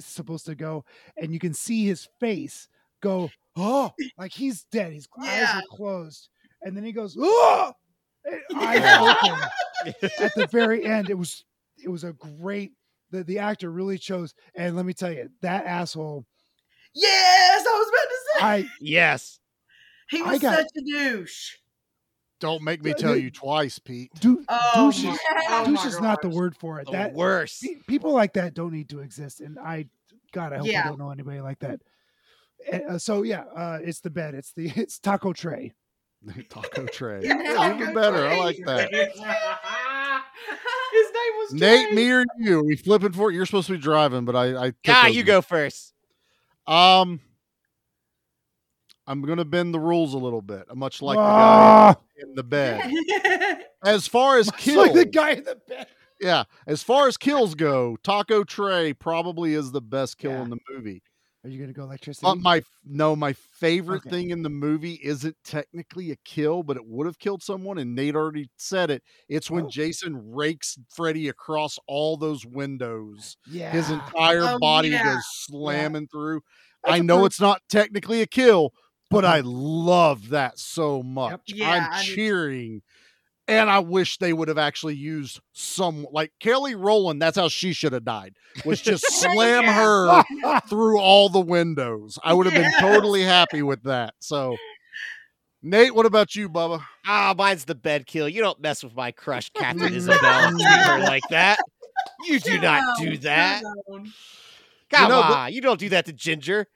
S3: supposed to go, and you can see his face go, oh, like he's dead. His eyes are closed, and then he goes, oh, and eyes open. At the very end, it was it was a great. The, the actor really chose, and let me tell you, that asshole.
S5: Yes, I was about to say.
S3: I
S2: yes,
S5: he
S3: I
S5: was
S3: got-
S5: such a douche.
S4: Don't make me
S3: Yeah,
S4: tell
S3: dude.
S4: you twice, Pete.
S3: Du-
S5: Oh
S3: douche is,
S5: my- oh
S3: douche
S5: my
S3: is not the word for it.
S2: The
S3: that
S2: worst.
S3: pe- people like that don't need to exist, and I, God, I hope
S5: Yeah.
S3: I don't know anybody like that. And, uh, so yeah, uh, it's the bed. It's the it's taco tray.
S4: Taco tray.
S5: Yeah,
S4: Yeah, even
S5: Taco
S4: better. I
S5: Tray.
S4: like that.
S7: His name was
S4: Nate,
S7: Trey.
S4: me or you? We flipping for it. You're supposed to be driving, but I, I took
S2: Ah,
S4: over.
S2: you go first.
S4: Um, I'm gonna bend the rules a little bit, much like the guy in the bed. As far as
S3: Ah, It's
S4: kills,
S3: like the guy in the bed.
S4: yeah, as far as kills go, Taco Tray probably is the best kill in the movie.
S3: Are you gonna go electricity?
S4: But my no, my favorite
S3: Okay.
S4: thing in the movie isn't technically a kill, but it would have killed someone, and Nate already said it. It's when
S3: Oh.
S4: Jason rakes Freddy across all those windows.
S3: yeah.
S4: His entire
S5: Oh,
S4: body
S5: yeah.
S4: goes slamming through.
S3: That's
S4: I
S3: a
S4: know
S3: pretty-
S4: it's not technically a kill, but
S3: Okay.
S4: I love that so much.
S5: Uh-huh. Yeah,
S4: I'm
S5: I do too.
S4: cheering. And I wish they would have actually used some like Kelly Rowland. That's how she should have died. Was just slam
S5: Yeah.
S4: her through all the windows. I would have
S5: Yes.
S4: been totally happy with that. So, Nate, what about you, Bubba?
S2: Ah, mine's the bed kill. You don't mess with my crush, Captain Isabel, and treat her like that. You do not do that. Come
S4: know,
S2: on,
S4: but-
S2: you don't do that to Ginger.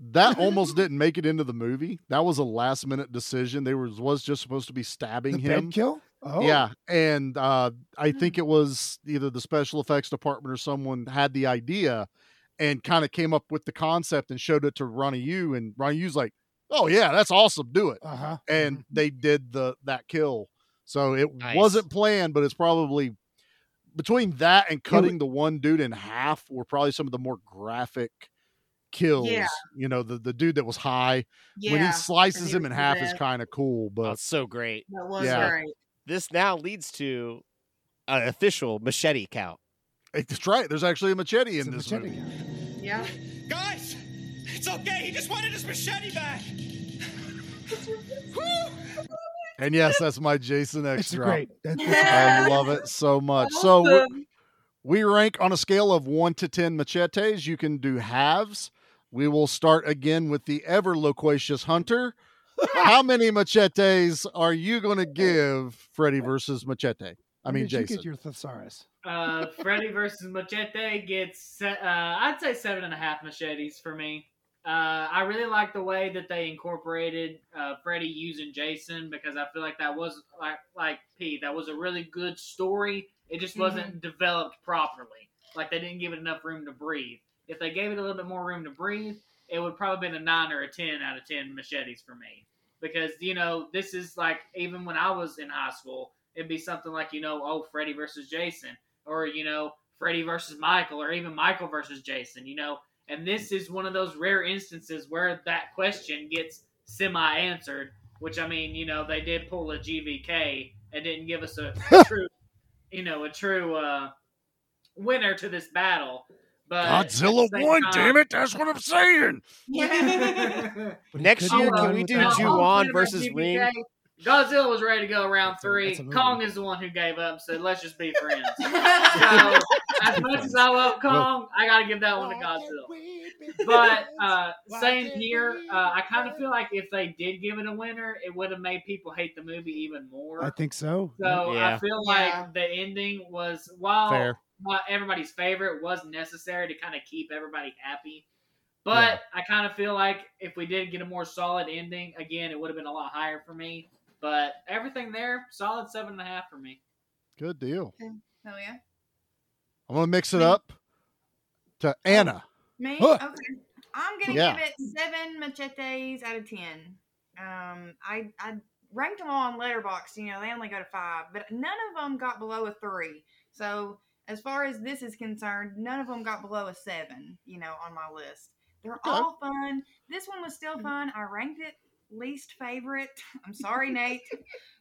S4: That almost didn't make it into the movie. That was a last minute decision. They were was just supposed to be stabbing
S3: the
S4: him.
S3: bed kill. Oh
S4: Yeah, and uh, I think it was either the special effects department or someone had the idea and kind of came up with the concept and showed it to Ronnie Yu, and Ronnie Yu's like, "Oh yeah, that's awesome, do it."
S3: Uh huh.
S4: And they did the that kill, so it
S2: Nice.
S4: wasn't planned, but it's probably between that and cutting the one dude in half were probably some of the more graphic kills. You know, the the dude that was high when he
S5: Yeah,
S4: slices
S5: he
S4: him in
S5: was the
S4: half is
S5: best.
S4: kind of cool,
S2: Oh,
S4: but
S2: it's so great.
S5: that was
S4: Yeah.
S5: great.
S2: This now leads to an official machete count.
S4: it's right. There's actually a machete in this movie.
S5: Yeah.
S10: Guys, it's okay. He just wanted his machete back.
S4: And yes, that's my Jason X
S3: It's
S4: drop.
S3: great. That-
S4: I love it so much. So we're- we rank on a scale of one to ten machetes. You can do halves. We will start again with the ever loquacious hunter. How many machetes are you going to give Freddy versus Machete? I
S3: Where
S4: mean,
S3: did you
S4: Jason.
S3: get your thesaurus.
S7: uh, Freddy versus Machete gets, se- uh, I'd say seven and a half machetes for me. Uh, I really like the way that they incorporated uh, Freddy using Jason because I feel like that was like like P that was a really good story. It just wasn't developed properly. Like they didn't give it enough room to breathe. If they gave it a little bit more room to breathe, it would probably been a nine or a ten out of ten machetes for me because you know this is like even when I was in high school, it'd be something like you know oh Freddy versus Jason or you know Freddy versus Michael or even Michael versus Jason, you know. And this is one of those rare instances where that question gets semi answered, which I mean, you know, they did pull a GVK and didn't give us a, a true, you know, a true uh, winner to this battle. But at the
S4: Godzilla
S7: same
S4: one,
S7: time-
S4: damn it! That's what I'm saying.
S7: Yeah.
S3: But he
S2: Next
S3: couldn't
S2: year,
S3: have
S7: uh,
S2: can
S3: gone
S2: we
S3: with
S2: do
S3: that.
S7: Ju-
S2: Juwan
S7: Godzilla
S2: versus
S7: GVK.
S2: Wing?
S7: Godzilla was ready to go around
S3: That's a-
S7: three.
S3: that's a movie.
S7: Kong is the one who gave up, so let's just be friends. so, as much as I love Kong, I gotta give that one to Godzilla but uh, same here. Uh, I kind of feel like if they did give it a winner, it would have made people hate the movie even more.
S3: I think so.
S7: so
S2: Yeah.
S7: I feel
S5: Yeah.
S7: like the ending was while
S4: Fair.
S7: my, everybody's favorite was necessary to kind of keep everybody happy. But I kind of feel like if we did get a more solid ending, again, it would have been a lot higher for me. But everything there, solid seven and a half for me.
S4: Good deal.
S6: Oh yeah.
S4: I'm going to mix it up to Anna.
S6: Me?
S4: Huh.
S6: Okay. I'm gonna
S4: Yeah.
S6: give it seven machetes out of ten. Um, I I ranked them all on Letterbox. You know, they only go to five, but none of them got below a three. So as far as this is concerned, none of them got below a seven. You know, on my list, they're all fun. This one was
S3: Mm-hmm.
S6: still fun. I ranked it least favorite. I'm sorry, Nate,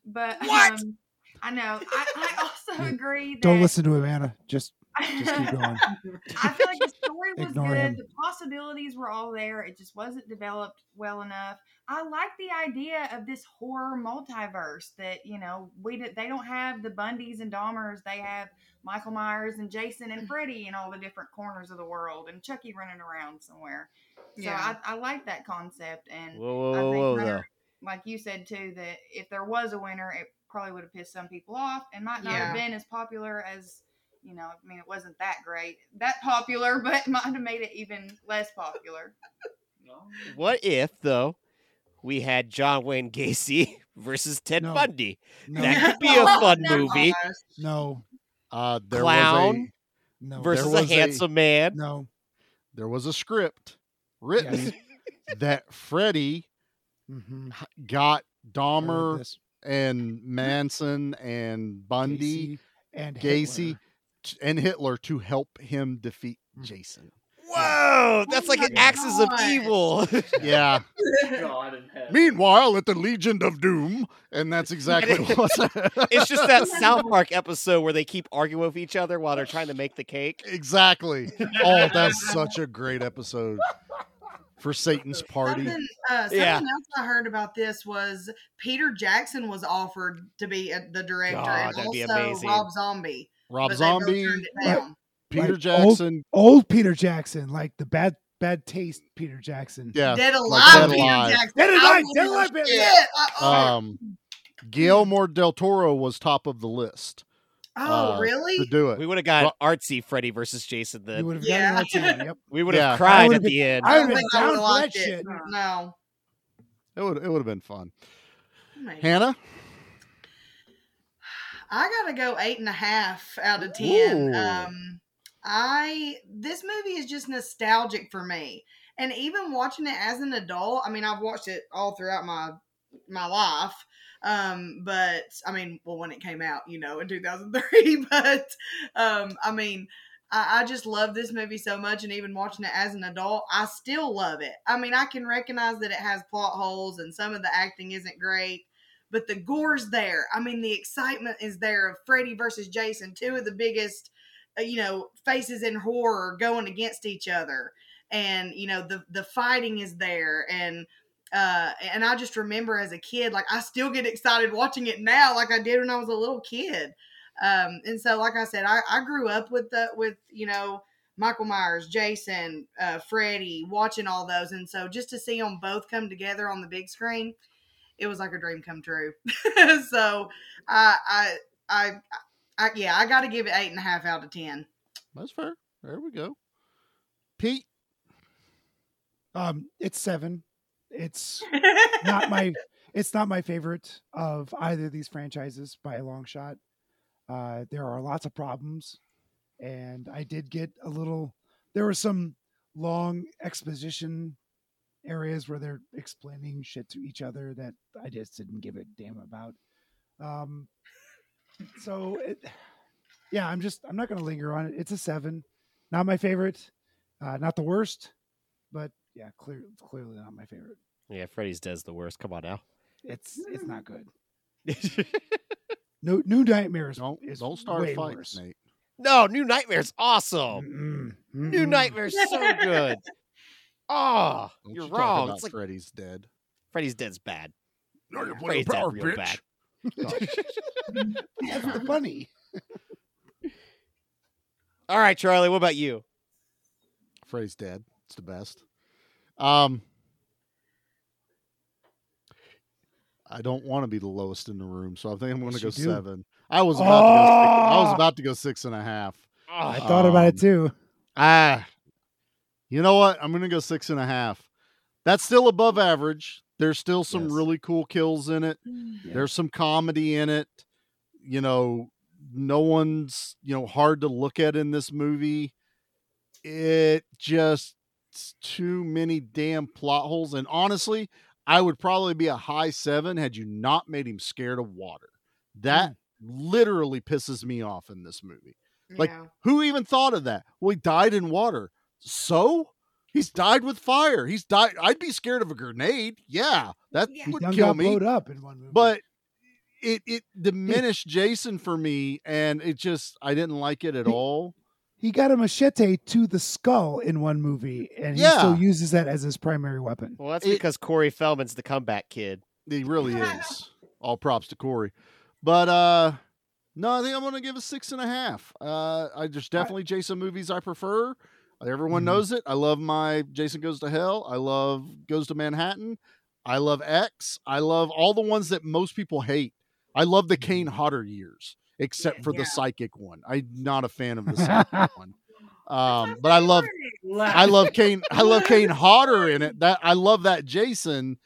S6: but
S11: What?
S6: Um, I know. I, I also agree that
S3: Don't listen to him, Anna. Just Just keep going.
S5: I feel like the story was
S3: Ignore
S5: good.
S3: him.
S5: The possibilities were all there. It just wasn't developed well enough. I like the idea of this horror multiverse that you know we did, they don't have the Bundys and Dahmers. They have Michael Myers and Jason and Freddy in all the different corners of the world, and Chucky running around somewhere. So
S6: Yeah.
S5: I, I like that concept, and
S2: Whoa, whoa,
S5: I
S2: whoa,
S5: think
S2: whoa,
S5: Runner-
S2: though.
S5: like you said too, that if there was a winner, it probably would have pissed some people off and might not have
S6: Yeah.
S5: been as popular as you know. I mean, it wasn't that great, that popular, but might have made it even less popular.
S2: What if though we had John Wayne Gacy versus Ted Bundy? That could be a fun
S5: Oh
S2: movie.
S3: No.
S4: Uh, there was
S2: Clown
S4: a, No.
S2: versus
S4: There
S2: a
S4: was a-
S2: handsome man.
S3: No.
S4: there was a script written that Freddie h- got Dahmer
S3: Mm-hmm. this.
S4: and Manson and Bundy
S3: and
S4: Gacy t- and Hitler to help him defeat Jason.
S2: Whoa, that's like an axis of evil.
S4: Yeah.
S7: God in heaven.
S4: Meanwhile, at the Legion of Doom, and that's exactly what.
S2: it's just that South Park episode where they keep arguing with each other while they're trying to make the cake.
S4: Exactly. Oh, that's such a great episode for Satan's party.
S6: Something, uh, something
S4: Yeah.
S6: else I heard about this was Peter Jackson was offered to be a, the director,
S4: God,
S6: and
S4: that'd
S6: also
S4: be amazing.
S6: Rob Zombie.
S4: Rob
S6: but they both
S4: Zombie,
S6: turned it
S4: Right.
S6: down.
S4: Peter
S3: Like,
S4: Jackson.
S3: Old, old Peter Jackson, like the bad bad taste Peter Jackson.
S4: Yeah,
S6: Dead
S4: like
S6: Alive
S4: Dead
S6: Peter
S4: Alive.
S6: Jackson.
S3: Dead
S6: I
S3: Alive,
S6: love
S3: Dead
S6: that
S3: Alive, Dead
S6: shit.
S3: Alive.
S6: Uh-oh.
S4: Um, Guillermo del Toro was top of the list.
S6: Oh,
S4: uh,
S6: really?
S4: To do it,
S2: We would have got artsy Freddy versus Jason then.
S3: You would have
S6: Yeah.
S3: gotten that too. Yep.
S2: we would have
S4: Yeah. I
S2: cried
S4: would've
S2: at
S4: been-
S2: the end.
S3: I would have
S6: I
S3: been
S6: think I
S3: down
S6: would
S3: for
S6: like
S3: that
S6: it.
S3: shit.
S6: No. Oh,
S4: It would. It would have been fun.
S6: Maybe.
S4: Hannah.
S6: I gotta go eight and a half out of ten.
S4: Ooh.
S6: Um, I this movie is just nostalgic for me, and even watching it as an adult. I mean, I've watched it all throughout my my life. Um, but I mean, well, when it came out, you know, in 2003. But um, I mean, I, I just love this movie so much, and even watching it as an adult, I still love it. I mean, I can recognize that it has plot holes, and some of the acting isn't great but the gore's there. I mean, the excitement is there of Freddy versus Jason, two of the biggest, uh, you know, faces in horror going against each other, and you know the the fighting is there, and uh, and I just remember as a kid, like I still get excited watching it now, like I did when I was a little kid. Um, and so, like I said, I, I grew up with the with you know Michael Myers, Jason, uh, Freddy, watching all those, and so just to see them both come together on the big screen, it was like a dream come true. so I, I, I, I, yeah, I got to give it eight and a half out of ten.
S4: That's fair. There we go. Pete.
S3: Um, it's seven. It's not my. It's not my favorite of either of these franchises by a long shot. Uh, there are lots of problems, and I did get a little. There were some long exposition areas where they're explaining shit to each other that I just didn't give a damn about. Um, so, it, yeah, I'm just I'm not going to linger on it. It's a seven, not my favorite, uh, not the worst, but yeah, clear, clearly not my favorite.
S2: Yeah, Freddy's Dead's the worst. Come on now.
S3: It's it's not good. No, new nightmares. Don't,
S4: don't start
S3: way
S4: fights,
S3: worse.
S4: Nate.
S2: no, New Nightmare's
S3: Oh.
S2: awesome.
S3: Mm-mm.
S2: New
S4: Mm.
S3: Mm-mm.
S2: Nightmare's so good. Oh,
S4: Don't
S2: you're
S4: you talk
S2: wrong.
S4: about
S2: It's like
S4: Freddy's dead.
S2: Freddy's Dead's bad.
S4: No, you're
S2: Freddy's Dead real bad.
S3: That's the bunny.
S2: All right, Charlie, what about you?
S4: Freddy's dead. It's the best. Um, I don't want to be the lowest in the room, so I think I'm going to
S3: Yes,
S4: go
S3: you do.
S4: seven. I was about to go six, I was
S3: Oh!
S4: about to go six and a half.
S3: I thought about it too.
S4: Ah, you know what? I'm going to go six and a half. That's still above average. There's still some really cool kills in it. There's some comedy in it. You know, no one's, you know, hard to look at in this movie. It just it's too many damn plot holes. And honestly, I would probably be a high seven had you not made him scared of water. That literally pisses me off in this movie. Like,
S6: Yeah.
S4: who even thought of that? Well, he died in water. So he's died with fire. He's died. I'd be scared of a grenade. Yeah, that
S5: Yeah.
S4: would
S3: Young
S4: kill
S3: got
S4: me.
S3: blowed up in one movie.
S4: But it it diminished Jason for me, and it just I didn't like it at all.
S3: he got a machete to the skull in one movie, and he
S2: Yeah.
S3: still uses that as his primary weapon.
S2: Well, that's because Corey Feldman's the comeback kid.
S4: He really is. All props to Corey. But uh no, I think I'm gonna give a six and a half. Uh I there's definitely Jason movies I prefer. Everyone
S3: Mhm.
S4: knows it. I love my Jason Goes to Hell. I love Goes to Manhattan. I love X. I love all the ones that most people hate. I love the Kane Hodder years, except for the psychic one. I'm not a fan of the psychic one. Um, but I love I love Kane. I love Kane Hodder in it. That I love that Jason.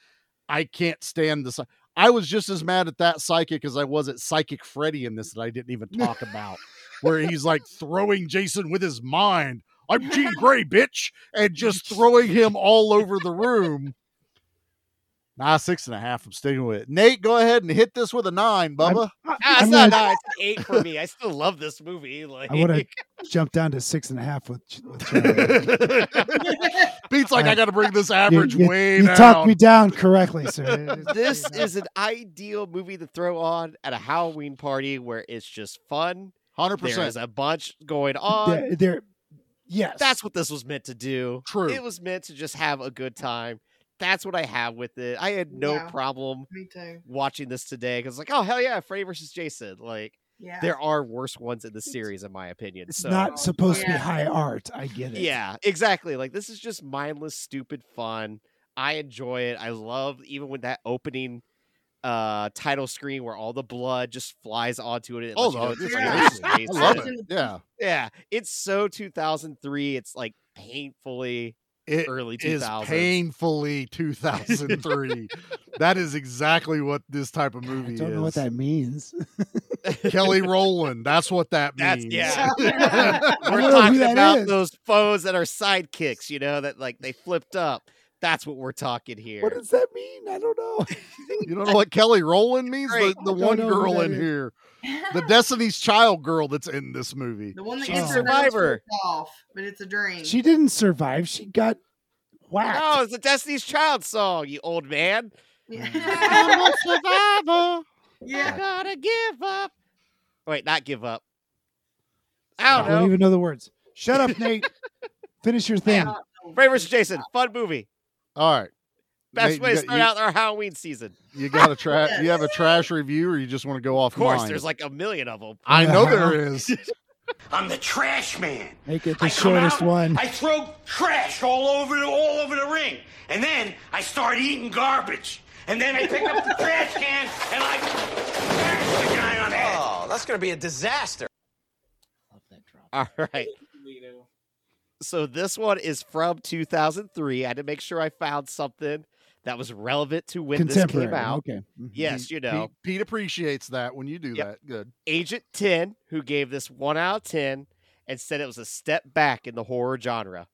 S4: I can't stand this. I was just as mad at that psychic as I was at Psychic Freddy in this that I didn't even talk about, where he's like throwing Jason with his mind. I'm Gene Gray, bitch, and just throwing him all over the room. Nah, six and a half. I'm sticking with it. Nate, go ahead and hit this with a nine, Bubba.
S2: Ah, it's
S3: I'm
S2: not
S3: gonna-
S2: nine. It's an eight for me. I still love this movie. Like,
S3: I would have jumped down to six and a half with. with
S4: Pete's like, I,
S3: I-
S4: got to bring this average
S3: you, you,
S4: way
S3: You
S4: down.
S3: talked me down correctly, sir.
S2: this is an ideal movie to throw on at a Halloween party where it's just fun.
S4: 100%.
S2: There's a bunch going on.
S3: There- there- yes.
S2: That's what this was meant to do.
S4: True.
S2: It was meant to just have a good time. That's what I have with it. I had no
S5: Yeah.
S2: problem
S5: Me too.
S2: watching this today because, like, oh, hell yeah, Freddy versus Jason. Like,
S5: Yeah.
S2: there are worse ones in the series, in my opinion.
S3: It's
S2: so.
S3: not supposed to be
S2: Yeah.
S3: high art. I get it.
S2: Yeah, exactly. Like this is just mindless, stupid fun. I enjoy it. I love even with that opening uh title screen where all the blood just flies onto it. and
S4: Oh,
S2: lets you know
S4: no,
S2: it's
S4: it's
S2: Jason
S4: amazing.
S2: Statham.
S4: I love it. Yeah.
S2: Yeah, it's so 2003. It's like painfully
S4: It
S2: early
S4: is
S2: 2000s.
S4: painfully 2003. that is exactly what this type of movie
S3: I don't
S4: is.
S3: know what that means.
S4: Kelly Rowland. That's what that
S2: That's
S4: means.
S2: yeah.
S3: I
S2: We're
S3: don't know who
S2: talking
S3: that
S2: about
S3: is.
S2: those foes that are sidekicks, you know, that like they flipped up. That's what we're talking here.
S3: What does that mean? I don't know.
S4: you don't know what Kelly Rowland means? The,
S2: Great.
S4: the
S3: I don't
S4: one
S3: know who
S4: girl
S3: that
S4: in
S3: is.
S4: here. The Destiny's Child girl that's in this movie.
S5: The one that
S4: She's
S5: gets her nose
S2: Survivor.
S5: ripped off, but it's a dream.
S3: She didn't survive. She got whacked.
S2: Oh, it's a Destiny's Child song, you old man.
S5: Yeah.
S2: a survivor.
S5: yeah.
S2: gotta give up. Wait, not give up. I don't
S3: I don't
S2: know.
S3: even know the words. Shut up, Nate. Finish your thing.
S2: Ray vs. Jason, fun movie.
S4: All right.
S2: Best
S4: Nate,
S2: way to
S4: you,
S2: start
S4: got-
S2: out our Halloween season.
S4: you, you got a trash. You have a trash review, or you just want to go off?
S2: Of course, there's like a million of them.
S4: I know there is.
S13: I'm the trash man.
S3: Make it the
S13: I come
S3: shortest
S13: out,
S3: one.
S13: I throw trash all over the, all over the ring, and then I start eating garbage, and then I pick up the trash can and I smash the guy on the head. Oh, that's gonna be a disaster.
S2: All right. So this one is from 2003. I had to make sure I found something that was relevant to when this
S3: Contemporary.
S2: came out.
S3: Okay. Mhm.
S2: Yes, you know.
S4: Pete, Pete appreciates that when you do that. Good.
S2: Agent 10, who gave this one out of 10 and said it was a step back in the horror genre.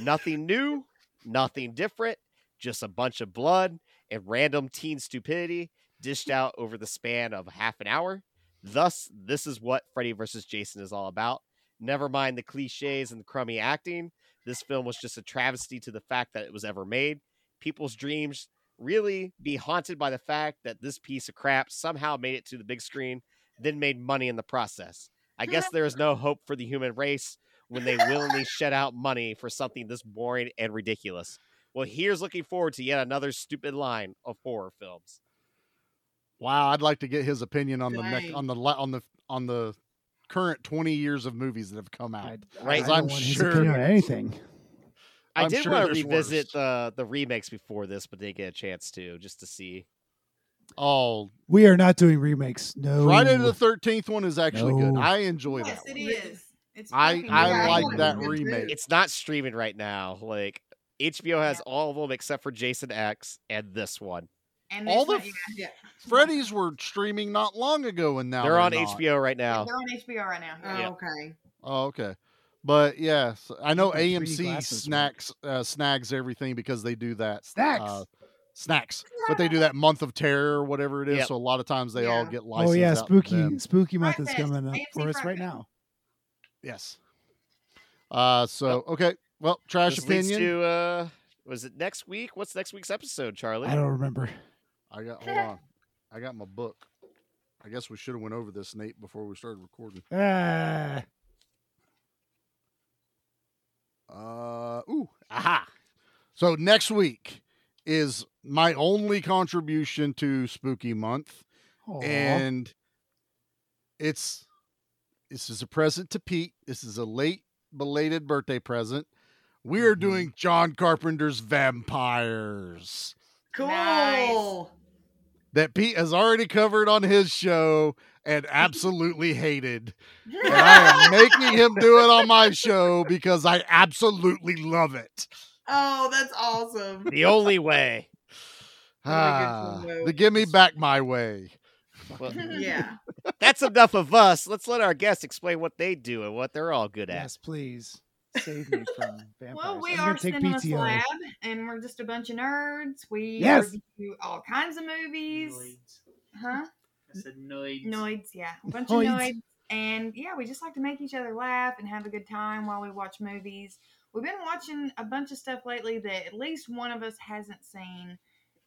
S2: Nothing new, nothing different, just a bunch of blood and random teen stupidity dished out over the span of half an hour. Thus, this is what Freddy vs. Jason is all about. Never mind the cliches and the crummy acting. This film was just a travesty to the fact that it was ever made. People's dreams really be haunted by the fact that this piece of crap somehow made it to the big screen, then made money in the process. I guess there is no hope for the human race when they willingly shut out money for something this boring and ridiculous. Well, here's looking forward to yet another stupid line of horror films.
S4: Wow, I'd like to get his opinion on the neck
S5: Dang.
S4: on the la- on the on the current 20 years of movies that have come out.
S2: Right.
S4: Because
S3: I
S4: I'm
S3: don't want his opinion on
S4: sure
S3: anything.
S2: I
S4: I'm
S2: did
S4: sure
S2: want to
S4: there's
S2: revisit
S4: worse.
S2: the the remakes before this, but didn't get a chance to just to see.
S4: oh
S3: We are not doing remakes. No.
S4: Friday the 13th one is actually good.
S3: No.
S4: I enjoy
S6: Yes,
S4: that.
S6: it
S4: One.
S6: is. It's
S4: I
S6: fucking
S4: I
S6: great.
S4: like that
S5: It's good.
S4: remake.
S2: It's not streaming right now. Like HBO has all of them except for Jason X and this one.
S6: And
S4: all
S6: all
S4: the
S6: the
S5: Yeah.
S4: Freddy's were streaming not long ago and now
S2: They're on
S4: not.
S2: HBO right now.
S6: they're on HBO right now.
S5: Oh,
S2: Yeah.
S5: Okay.
S4: Oh, okay. But yes, I know
S3: Three
S4: AMC
S3: glasses work.
S4: snacks uh, snags everything because they do that
S3: Snacks?
S4: uh, snacks, but they do that month of terror or whatever it is.
S2: Yep.
S4: So a lot of times they all
S6: Yeah.
S4: get
S3: Oh
S4: licensed.
S3: yeah,
S4: out to
S3: spooky
S4: them.
S3: spooky month is
S6: Fright Fest.
S3: coming up
S6: AMC
S3: for us
S6: Fright
S3: right
S6: Fest.
S3: now.
S4: Yes. Uh, so okay. Well, trash
S2: This leads
S4: opinion.
S2: to uh, was it next week? What's next week's episode, Charlie?
S3: I don't remember.
S4: I got hold on. I got my book. I guess we should have went over this, Nate, before we started recording.
S3: Ah,
S4: Uh, ooh, aha. So next week is my only contribution to Spooky Month,
S3: Aw.
S4: and it's this is a present to Pete. This is a late belated birthday present. We
S2: Mm-hmm.
S4: are doing John Carpenter's Vampires
S5: Cool.
S4: that Pete has already covered on his show and absolutely hated. And I am making him do it on my show because I absolutely love it.
S5: Oh, that's awesome.
S2: The only way.
S4: Ah, the give me back my way.
S2: Well,
S5: yeah.
S2: that's enough of us. Let's let our guests explain what they do and what they're all good at.
S3: Yes, please save me from vampires.
S6: Well, we
S3: I'm
S6: are
S3: gonna take
S6: Cinema
S3: PTO.
S6: Slab, and we're just a bunch of nerds. We
S3: Yes.
S6: review all kinds of movies. Huh?
S7: I said noids.
S6: Noids, yeah. A bunch
S7: Noids.
S6: of noids. And yeah, we just like to make each other laugh and have a good time while we watch movies. We've been watching a bunch of stuff lately that at least one of us hasn't seen,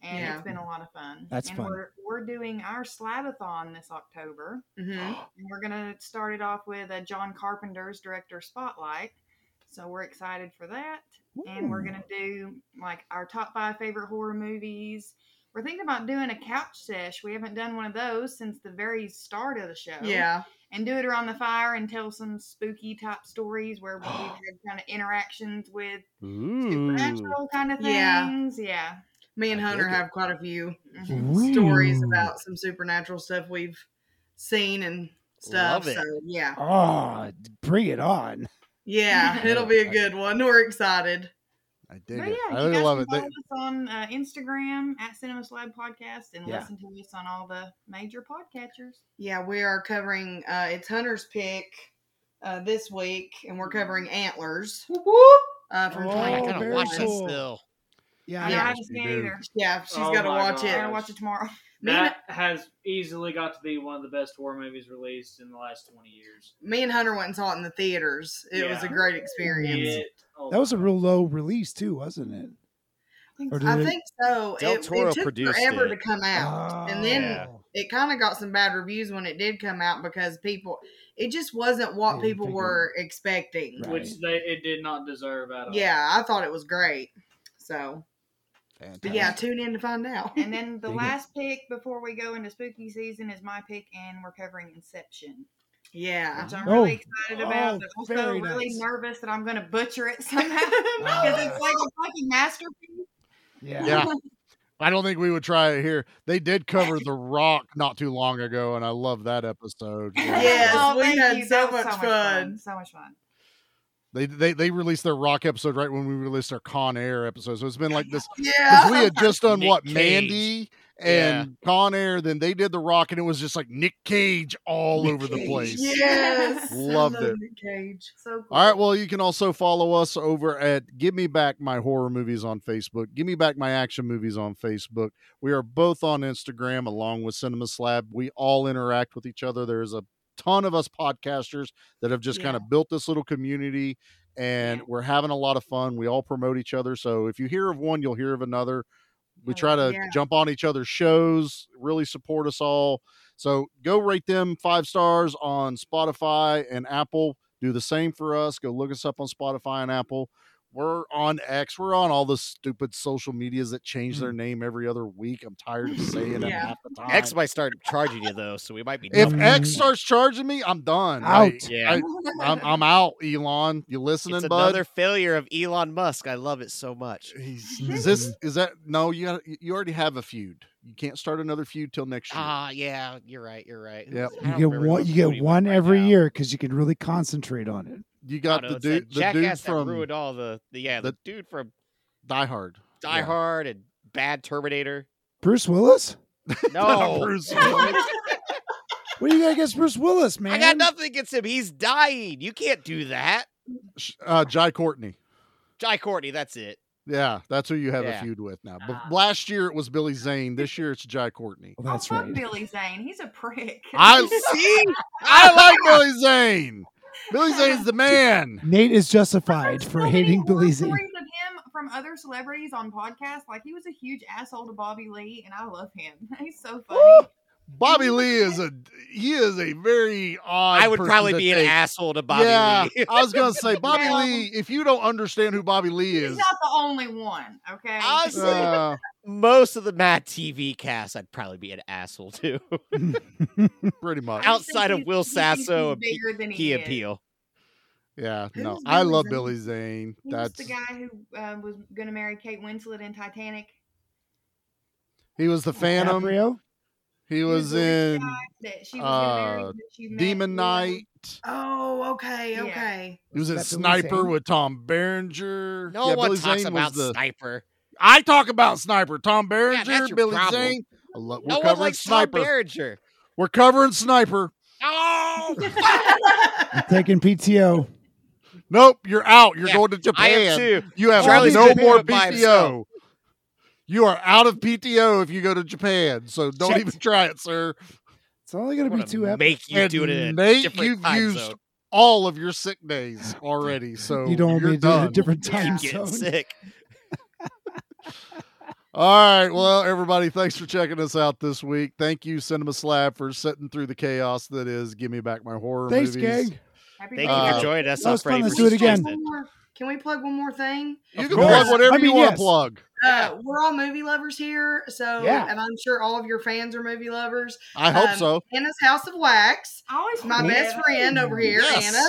S6: and
S5: Yeah.
S6: it's been a lot of fun.
S3: That's
S6: and
S3: fun.
S6: We're, we're doing our Slabathon this October.
S5: Mm-hmm.
S6: And we're going to start it off with a John Carpenter's director spotlight. So we're excited for that. And
S4: Hmm.
S6: we're
S9: Ooh.
S6: going to do like our top five favorite horror movies. We're thinking about doing a couch sesh. We haven't done one of those since the very start of the show.
S5: Yeah.
S6: And do it around the fire and tell some spooky type stories where we've had kind of interactions with supernatural kind of
S5: Yeah.
S6: things. Yeah.
S5: Me and
S6: I
S5: Hunter
S6: dig it.
S5: have quite a few
S6: Mhm.
S5: stories
S6: Ooh.
S5: about some supernatural stuff we've seen and stuff.
S3: Love it.
S5: So yeah.
S3: Oh, bring it on.
S5: Yeah, it'll be a good one. We're excited.
S4: I
S6: But
S4: dig
S6: Oh, yeah,
S4: it.
S6: you
S4: I really
S6: guys
S4: love
S6: can
S4: it. They-
S6: follow us on uh, Instagram at Cinema Slab Podcast and
S4: Yeah.
S6: listen to us on all the major podcatchers.
S5: Yeah, we are covering uh it's Hunter's pick uh this week and we're covering antlers. Uh from
S3: Oh,
S2: I
S5: 2021.
S2: gotta
S3: very
S2: watch this
S3: cool.
S2: still.
S3: Yeah,
S6: I know, I haven't
S4: you
S6: seen it
S4: do.
S6: either.
S5: Yeah, she's
S7: Oh
S5: gotta
S7: my
S5: watch
S6: I'm
S5: it.
S7: gosh.
S6: gonna watch it tomorrow.
S5: Me and,
S7: That has easily got to be one of the best horror movies released in the last twenty years.
S5: me and Hunter went and saw it in the theaters. It was a
S7: Yeah.
S5: great experience.
S7: It- oh
S3: That was a
S7: my-
S3: real low release too, wasn't it? Or did
S5: I
S3: it-
S5: think so.
S2: Del
S5: it,
S2: Toro
S5: it took
S2: produced
S5: forever
S2: it.
S5: to come
S3: Ah.
S5: out,
S3: Oh,
S5: and then it kind of got some bad reviews when it did come out because people, it just wasn't what
S3: Yeah,
S5: people
S3: figured.
S5: were expecting.
S3: Right.
S7: Which they it did not deserve at all.
S5: Yeah, I thought it was great. So, but yeah,
S4: Fantastic.
S5: tune in to find out.
S6: And then the
S4: Dang it.
S6: last pick before we go into spooky season is my pick, and we're covering Inception,
S5: Yeah,
S6: which I'm
S3: Oh.
S6: really excited about.
S3: Oh,
S6: but also
S3: very
S6: really
S3: nice.
S6: nervous that I'm going to butcher it somehow because it's like a fucking masterpiece.
S3: Yeah.
S4: Yeah. I don't think we would try it here. They did cover The Rock not too long ago, and I love that episode.
S5: Yes, we
S6: Oh, thank
S5: had so
S6: That was
S5: much fun.
S6: So much fun.
S4: They, they they released their rock episode right when we released our Con Air episode. So it's been like this. 'cause
S5: yeah,
S4: We had just done
S2: Nick
S4: what
S2: Cage.
S4: Mandy
S2: Yeah.
S4: and Con Air, then they did The Rock, and it was just like Nick Cage all over the place.
S5: yes, I
S4: Loved
S5: love
S4: it.
S5: Nick Cage.
S6: So cool.
S4: All right. Well, you can also follow us over at Give Me Back My Horror Movies on Facebook. Give Me Back My Action Movies on Facebook. We are both on Instagram along with Cinema Slab. We all interact with each other. There's a ton of us podcasters that have just kind of built this little community and we're having a lot of fun. We all promote each other. So if you hear of one, you'll hear of another. We try to
S5: Yeah.
S4: jump on each other's shows, really support us all. So go rate them five stars on Spotify and Apple. Do the same for us. Go look us up on Spotify and Apple. We're on X. We're on all the stupid social medias that change
S2: Mm.
S4: their name every other week. I'm tired of saying it
S5: Yeah.
S4: half the time.
S2: X might start charging you though, so we might be.
S4: if
S2: done.
S4: X starts charging me, I'm done.
S3: Out.
S4: Like,
S2: Yeah.
S4: I, am I'm out, Elon. You listening,
S2: it's
S4: bud?
S2: another failure of Elon Musk. I love it so much.
S4: He's- is this is that no you gotta, you already have a feud you can't start another feud till next year
S2: Ah, yeah, you're right. You're right. Who
S4: Yep.
S2: was- I
S3: You
S2: don't
S3: get
S2: remember who
S3: one.
S2: was
S3: You
S2: doing
S3: get
S2: it
S3: one
S2: right
S3: every
S2: now.
S3: year because you can really concentrate on it.
S4: you
S2: I
S4: got
S2: don't know,
S4: the
S2: it's that
S4: dude the dude
S2: jackass that
S4: from
S2: ruined all the, the yeah the,
S4: the-
S2: dude from
S4: die hard
S2: Die
S4: Yeah.
S2: Hard and Bad Terminator.
S3: Bruce Willis?
S2: No,
S4: Bruce
S2: Willis.
S3: What do you got against Bruce Willis, man?
S2: I got nothing against him. He's dying. You can't do that.
S4: Sh- uh jai courtney
S2: Jai Courtney, that's it.
S4: yeah that's who you have
S2: Yeah.
S4: a feud with now but
S7: Ah.
S4: last year it was billy zane this year it's jai courtney
S3: Well, that's
S6: oh, fuck
S3: right.
S6: Billy Zane. He's a prick.
S4: i see i like billy zane billy zane's the man
S3: Nate is justified for
S6: So many
S3: hating
S6: horror
S3: Billy
S6: stories
S3: Zane.
S6: of him from other celebrities on podcasts. Like he was a huge asshole to Bobby Lee, and I love him. He's so funny.
S4: Bobby Lee is a he is a very odd.
S2: I would
S4: person
S2: probably
S4: to
S2: be an
S4: date.
S2: asshole to Bobby
S4: yeah,
S2: Lee.
S4: I was gonna say Bobby
S6: No.
S4: Lee. If you don't understand who Bobby Lee
S6: He's
S4: is,
S6: not the only one, okay?
S4: uh,
S2: Most of the Matt TV cast, I'd probably be an asshole to.
S4: pretty much
S2: Outside of
S6: he's-
S2: Will
S6: he thinks
S2: Sasso
S6: he's
S2: and P-
S6: bigger than he
S2: Key
S6: is.
S2: Appeal.
S4: Yeah, no,
S6: Who's
S4: I
S6: Billy
S4: love
S6: Zane?
S4: Billy Zane.
S6: He was
S4: That's
S6: the guy who uh, was going to marry Kate Winslet in Titanic.
S4: he was the Phantom.
S3: DiCaprio?
S4: He was in
S6: That she was gonna marry,
S4: uh,
S6: but she met
S4: Demon
S6: Will.
S4: Knight.
S5: Oh, okay, okay.
S4: He was in
S3: that Billy
S4: Sniper
S3: Zane?
S4: with Tom Berenger.
S2: No
S4: Yeah,
S2: one
S4: Billy
S2: talks
S4: Zane was
S2: about
S4: the-
S2: Sniper.
S4: I talk about Sniper. Tom
S2: that's
S4: Berenger,
S2: your
S4: Billy
S2: problem.
S4: Zane. I love, we're
S2: no one
S4: covering
S2: likes Tom
S4: Sniper.
S2: Berenger.
S4: We're covering Sniper.
S2: Oh,
S3: I'm taking PTO.
S4: Nope, you're out. You're
S2: Yeah,
S4: going to
S2: I
S4: Japan.
S2: am too.
S4: You have
S2: Charlie's
S4: no
S2: been
S4: more
S2: doing it by
S4: PTO. You are out of PTO if you go to Japan. So don't
S3: Shit.
S4: even try it, sir.
S3: It's only going to be two episodes.
S2: Make you do it in a
S4: And Nate,
S2: different
S4: you've
S2: time
S4: used
S2: zone.
S4: all of your sick days already. So
S3: You don't want
S4: you're
S3: me to do it in a
S4: done.
S3: different time
S2: Get
S3: zone.
S2: sick.
S4: All right. Well, everybody, thanks for checking us out this week. Thank you, Cinema Slab, for sitting through the chaos that is Give Me Back My Horror
S3: Thanks,
S4: movies.
S3: gang.
S6: Happy
S2: Thank you
S4: Uh,
S6: birthday.
S2: for joining us.
S3: that
S2: on
S3: was fun.
S2: Freddy
S3: Let's do it
S2: versus
S3: again.
S2: Jason.
S5: One more- Can we plug one more thing?
S4: You
S3: Of
S4: can
S3: course.
S4: plug whatever
S3: I
S4: you
S3: mean,
S4: want to
S3: yes.
S4: plug.
S5: Uh, we're all movie lovers here, so
S3: Yeah.
S5: and I'm sure all of your fans are movie lovers.
S4: I hope
S5: Um,
S4: so.
S5: Anna's House of Wax,
S6: I always
S5: my
S6: forget.
S5: best friend over here,
S4: Yes.
S5: Anna,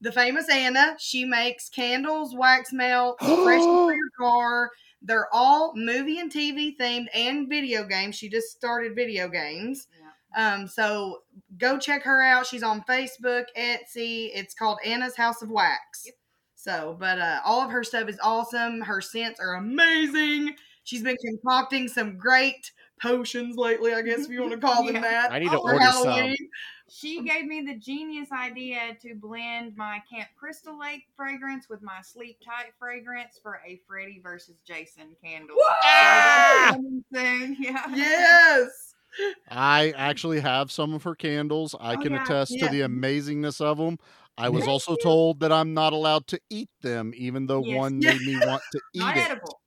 S5: the famous Anna. She makes candles, wax melts, fresh for your car. They're all movie and TV themed and video games. She just started video games. Um, so go check her out. She's on Facebook, Etsy. It's called Anna's House of Wax. So, but uh, all of her stuff is awesome. Her scents are amazing. She's been concocting some great potions lately, I guess if you want to call them
S6: Yeah.
S5: that.
S2: I need to
S6: Oh,
S5: for
S2: order some.
S5: Halloween.
S6: She gave me the genius idea to blend my Camp Crystal Lake fragrance with my Sleep Tight fragrance for a Freddy versus Jason candle. So that's coming soon, Yeah.
S5: Yes.
S4: I actually have some of her candles. I
S6: Oh,
S4: can
S6: yeah.
S4: attest
S5: Yeah.
S4: to the amazingness of them. I was
S3: Thank
S4: also told that I'm not allowed to eat them, even though
S6: Yes.
S4: one
S5: Yeah.
S4: made me want to eat
S6: Not
S4: it.
S6: edible.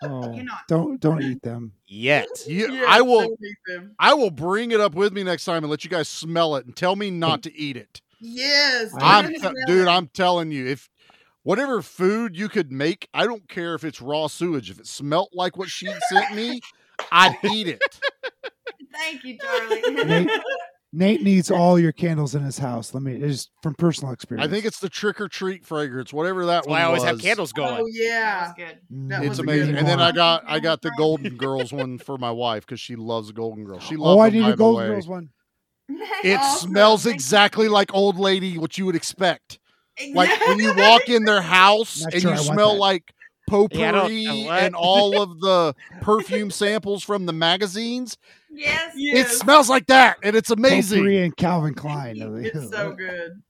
S3: Oh,
S6: Cannot.
S3: don't don't eat them.
S2: Yet.
S4: You-
S5: Yes,
S4: I will.
S5: don't eat them.
S4: I will bring it up with me next time and let you guys smell it and tell me not to eat it.
S5: Yes.
S3: I'm
S5: I'm
S4: I'm
S5: gonna
S4: te-
S5: smell
S4: dude,
S5: it.
S4: I'm telling you, if whatever food you could make, I don't care if it's raw sewage. If it smelt like what she sent me, I'd eat it.
S6: Thank you, Charlie.
S3: Nate, Nate needs all your candles in his house. Let me it's just from personal experience.
S4: I think it's the trick or treat fragrance, whatever that
S2: That's
S4: one
S2: why I always have
S4: was.
S2: candles
S5: Oh,
S2: going.
S5: yeah.
S6: That was good.
S3: Mm,
S5: that
S4: It's
S5: was a good
S4: amazing. And then
S5: one.
S4: I got I got the Golden Girls one for my wife because she loves Golden Girls. She loves
S3: Oh, I
S4: them,
S3: need
S4: by
S3: a
S4: the
S3: Golden
S4: way.
S3: Girls one.
S4: It
S5: Awesome.
S4: smells exactly like old lady what you would expect.
S6: Exactly.
S4: Like when you walk in their house
S3: Not
S4: and
S3: sure
S4: you
S3: I want
S4: smell
S3: that.
S4: like potpourri
S2: Yeah, I don't- uh, what?
S4: and all of the perfume samples from the magazines.
S6: yes.
S4: It
S5: Yes.
S4: smells like that, and it's amazing.
S3: Potpourri and Calvin Klein.
S5: It's so good.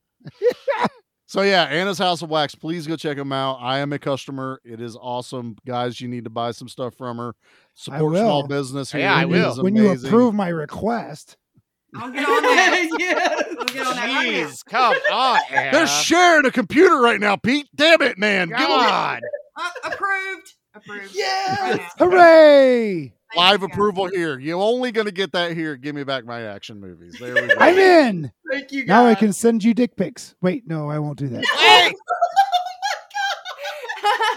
S4: So yeah, Anna's House of Wax. Please go check them out. I am a customer. It is awesome, guys. You need to buy some stuff from her. Support small
S3: will.
S4: business.
S2: Yeah, I
S4: It is
S2: will.
S3: When you
S4: amazing.
S3: approve my request,
S6: I'll get on that.
S5: yes.
S6: I'll get on that right now.
S2: Jeez, come on, Anna.
S4: they're sharing a computer right now, Pete. Damn it, man! Give 'em
S2: God.
S6: Uh, approved. Approved.
S5: Yes.
S6: Right now.
S3: hooray!
S6: Thank
S4: live
S6: you, guys.
S4: approval here. You're only gonna get that here. at Give me back my action movies. There we go.
S3: I'm in.
S5: Thank you guys.
S3: Now I can send you dick pics. Wait, no, I won't do that.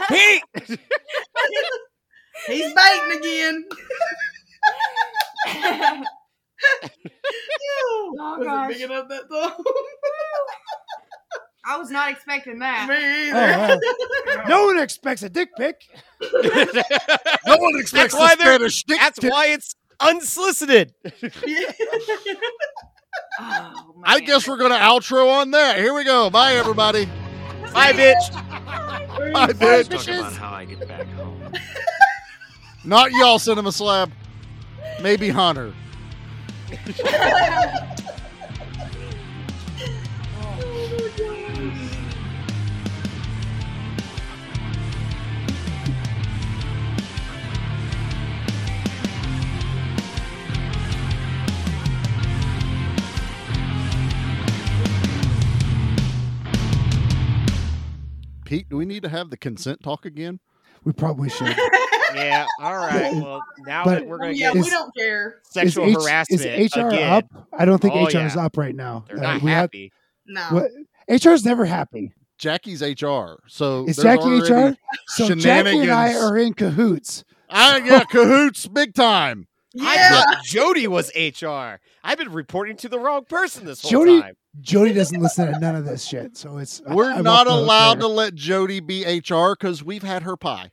S2: Wait, Pete.
S5: He's biting again.
S6: Oh,
S5: Was
S6: gosh.
S5: it big enough that though?
S6: I was not expecting that.
S5: Me
S3: Oh,
S5: either.
S3: wow. No one expects a dick pic.
S4: no one expects
S2: That's why
S4: the
S2: they're-
S4: Spanish dick
S2: That's why it's unsolicited.
S6: Oh,
S4: I
S6: man.
S4: guess we're gonna outro on that. Here we go. Bye, everybody.
S2: Bye, bitch.
S4: Bye, bitch.
S13: Talk about how I get back home.
S4: Not y'all, Cinema Slab. Maybe Hunter. Pete, do we need to have the consent talk again?
S3: We probably should.
S2: yeah. All right. Well, now
S3: But-
S2: that we're going to
S5: Yeah,
S2: get
S5: we don't care.
S2: sexual
S3: is H-
S2: harassment
S3: Is HR
S2: again.
S3: up? I don't think
S2: Oh,
S3: HR is
S2: yeah.
S3: up right now. Uh,
S2: They're not
S3: have-
S2: happy.
S5: No.
S3: What- HR's never happy.
S4: Jackie's HR. So
S3: Is
S4: there's
S3: Jackie HR?
S4: already
S3: So Jackie and I
S4: shenanigans.
S3: are in cahoots.
S4: Ah, yeah, cahoots, big time.
S2: I thought Jody was HR. I've been reporting to the wrong person this whole
S3: Jody
S2: time.
S3: Jody doesn't listen to none of this shit. So it's I-
S4: We're
S3: I'm
S4: not
S3: off the hook
S4: allowed
S3: there.
S4: to let Jody be HR because we've had her pie.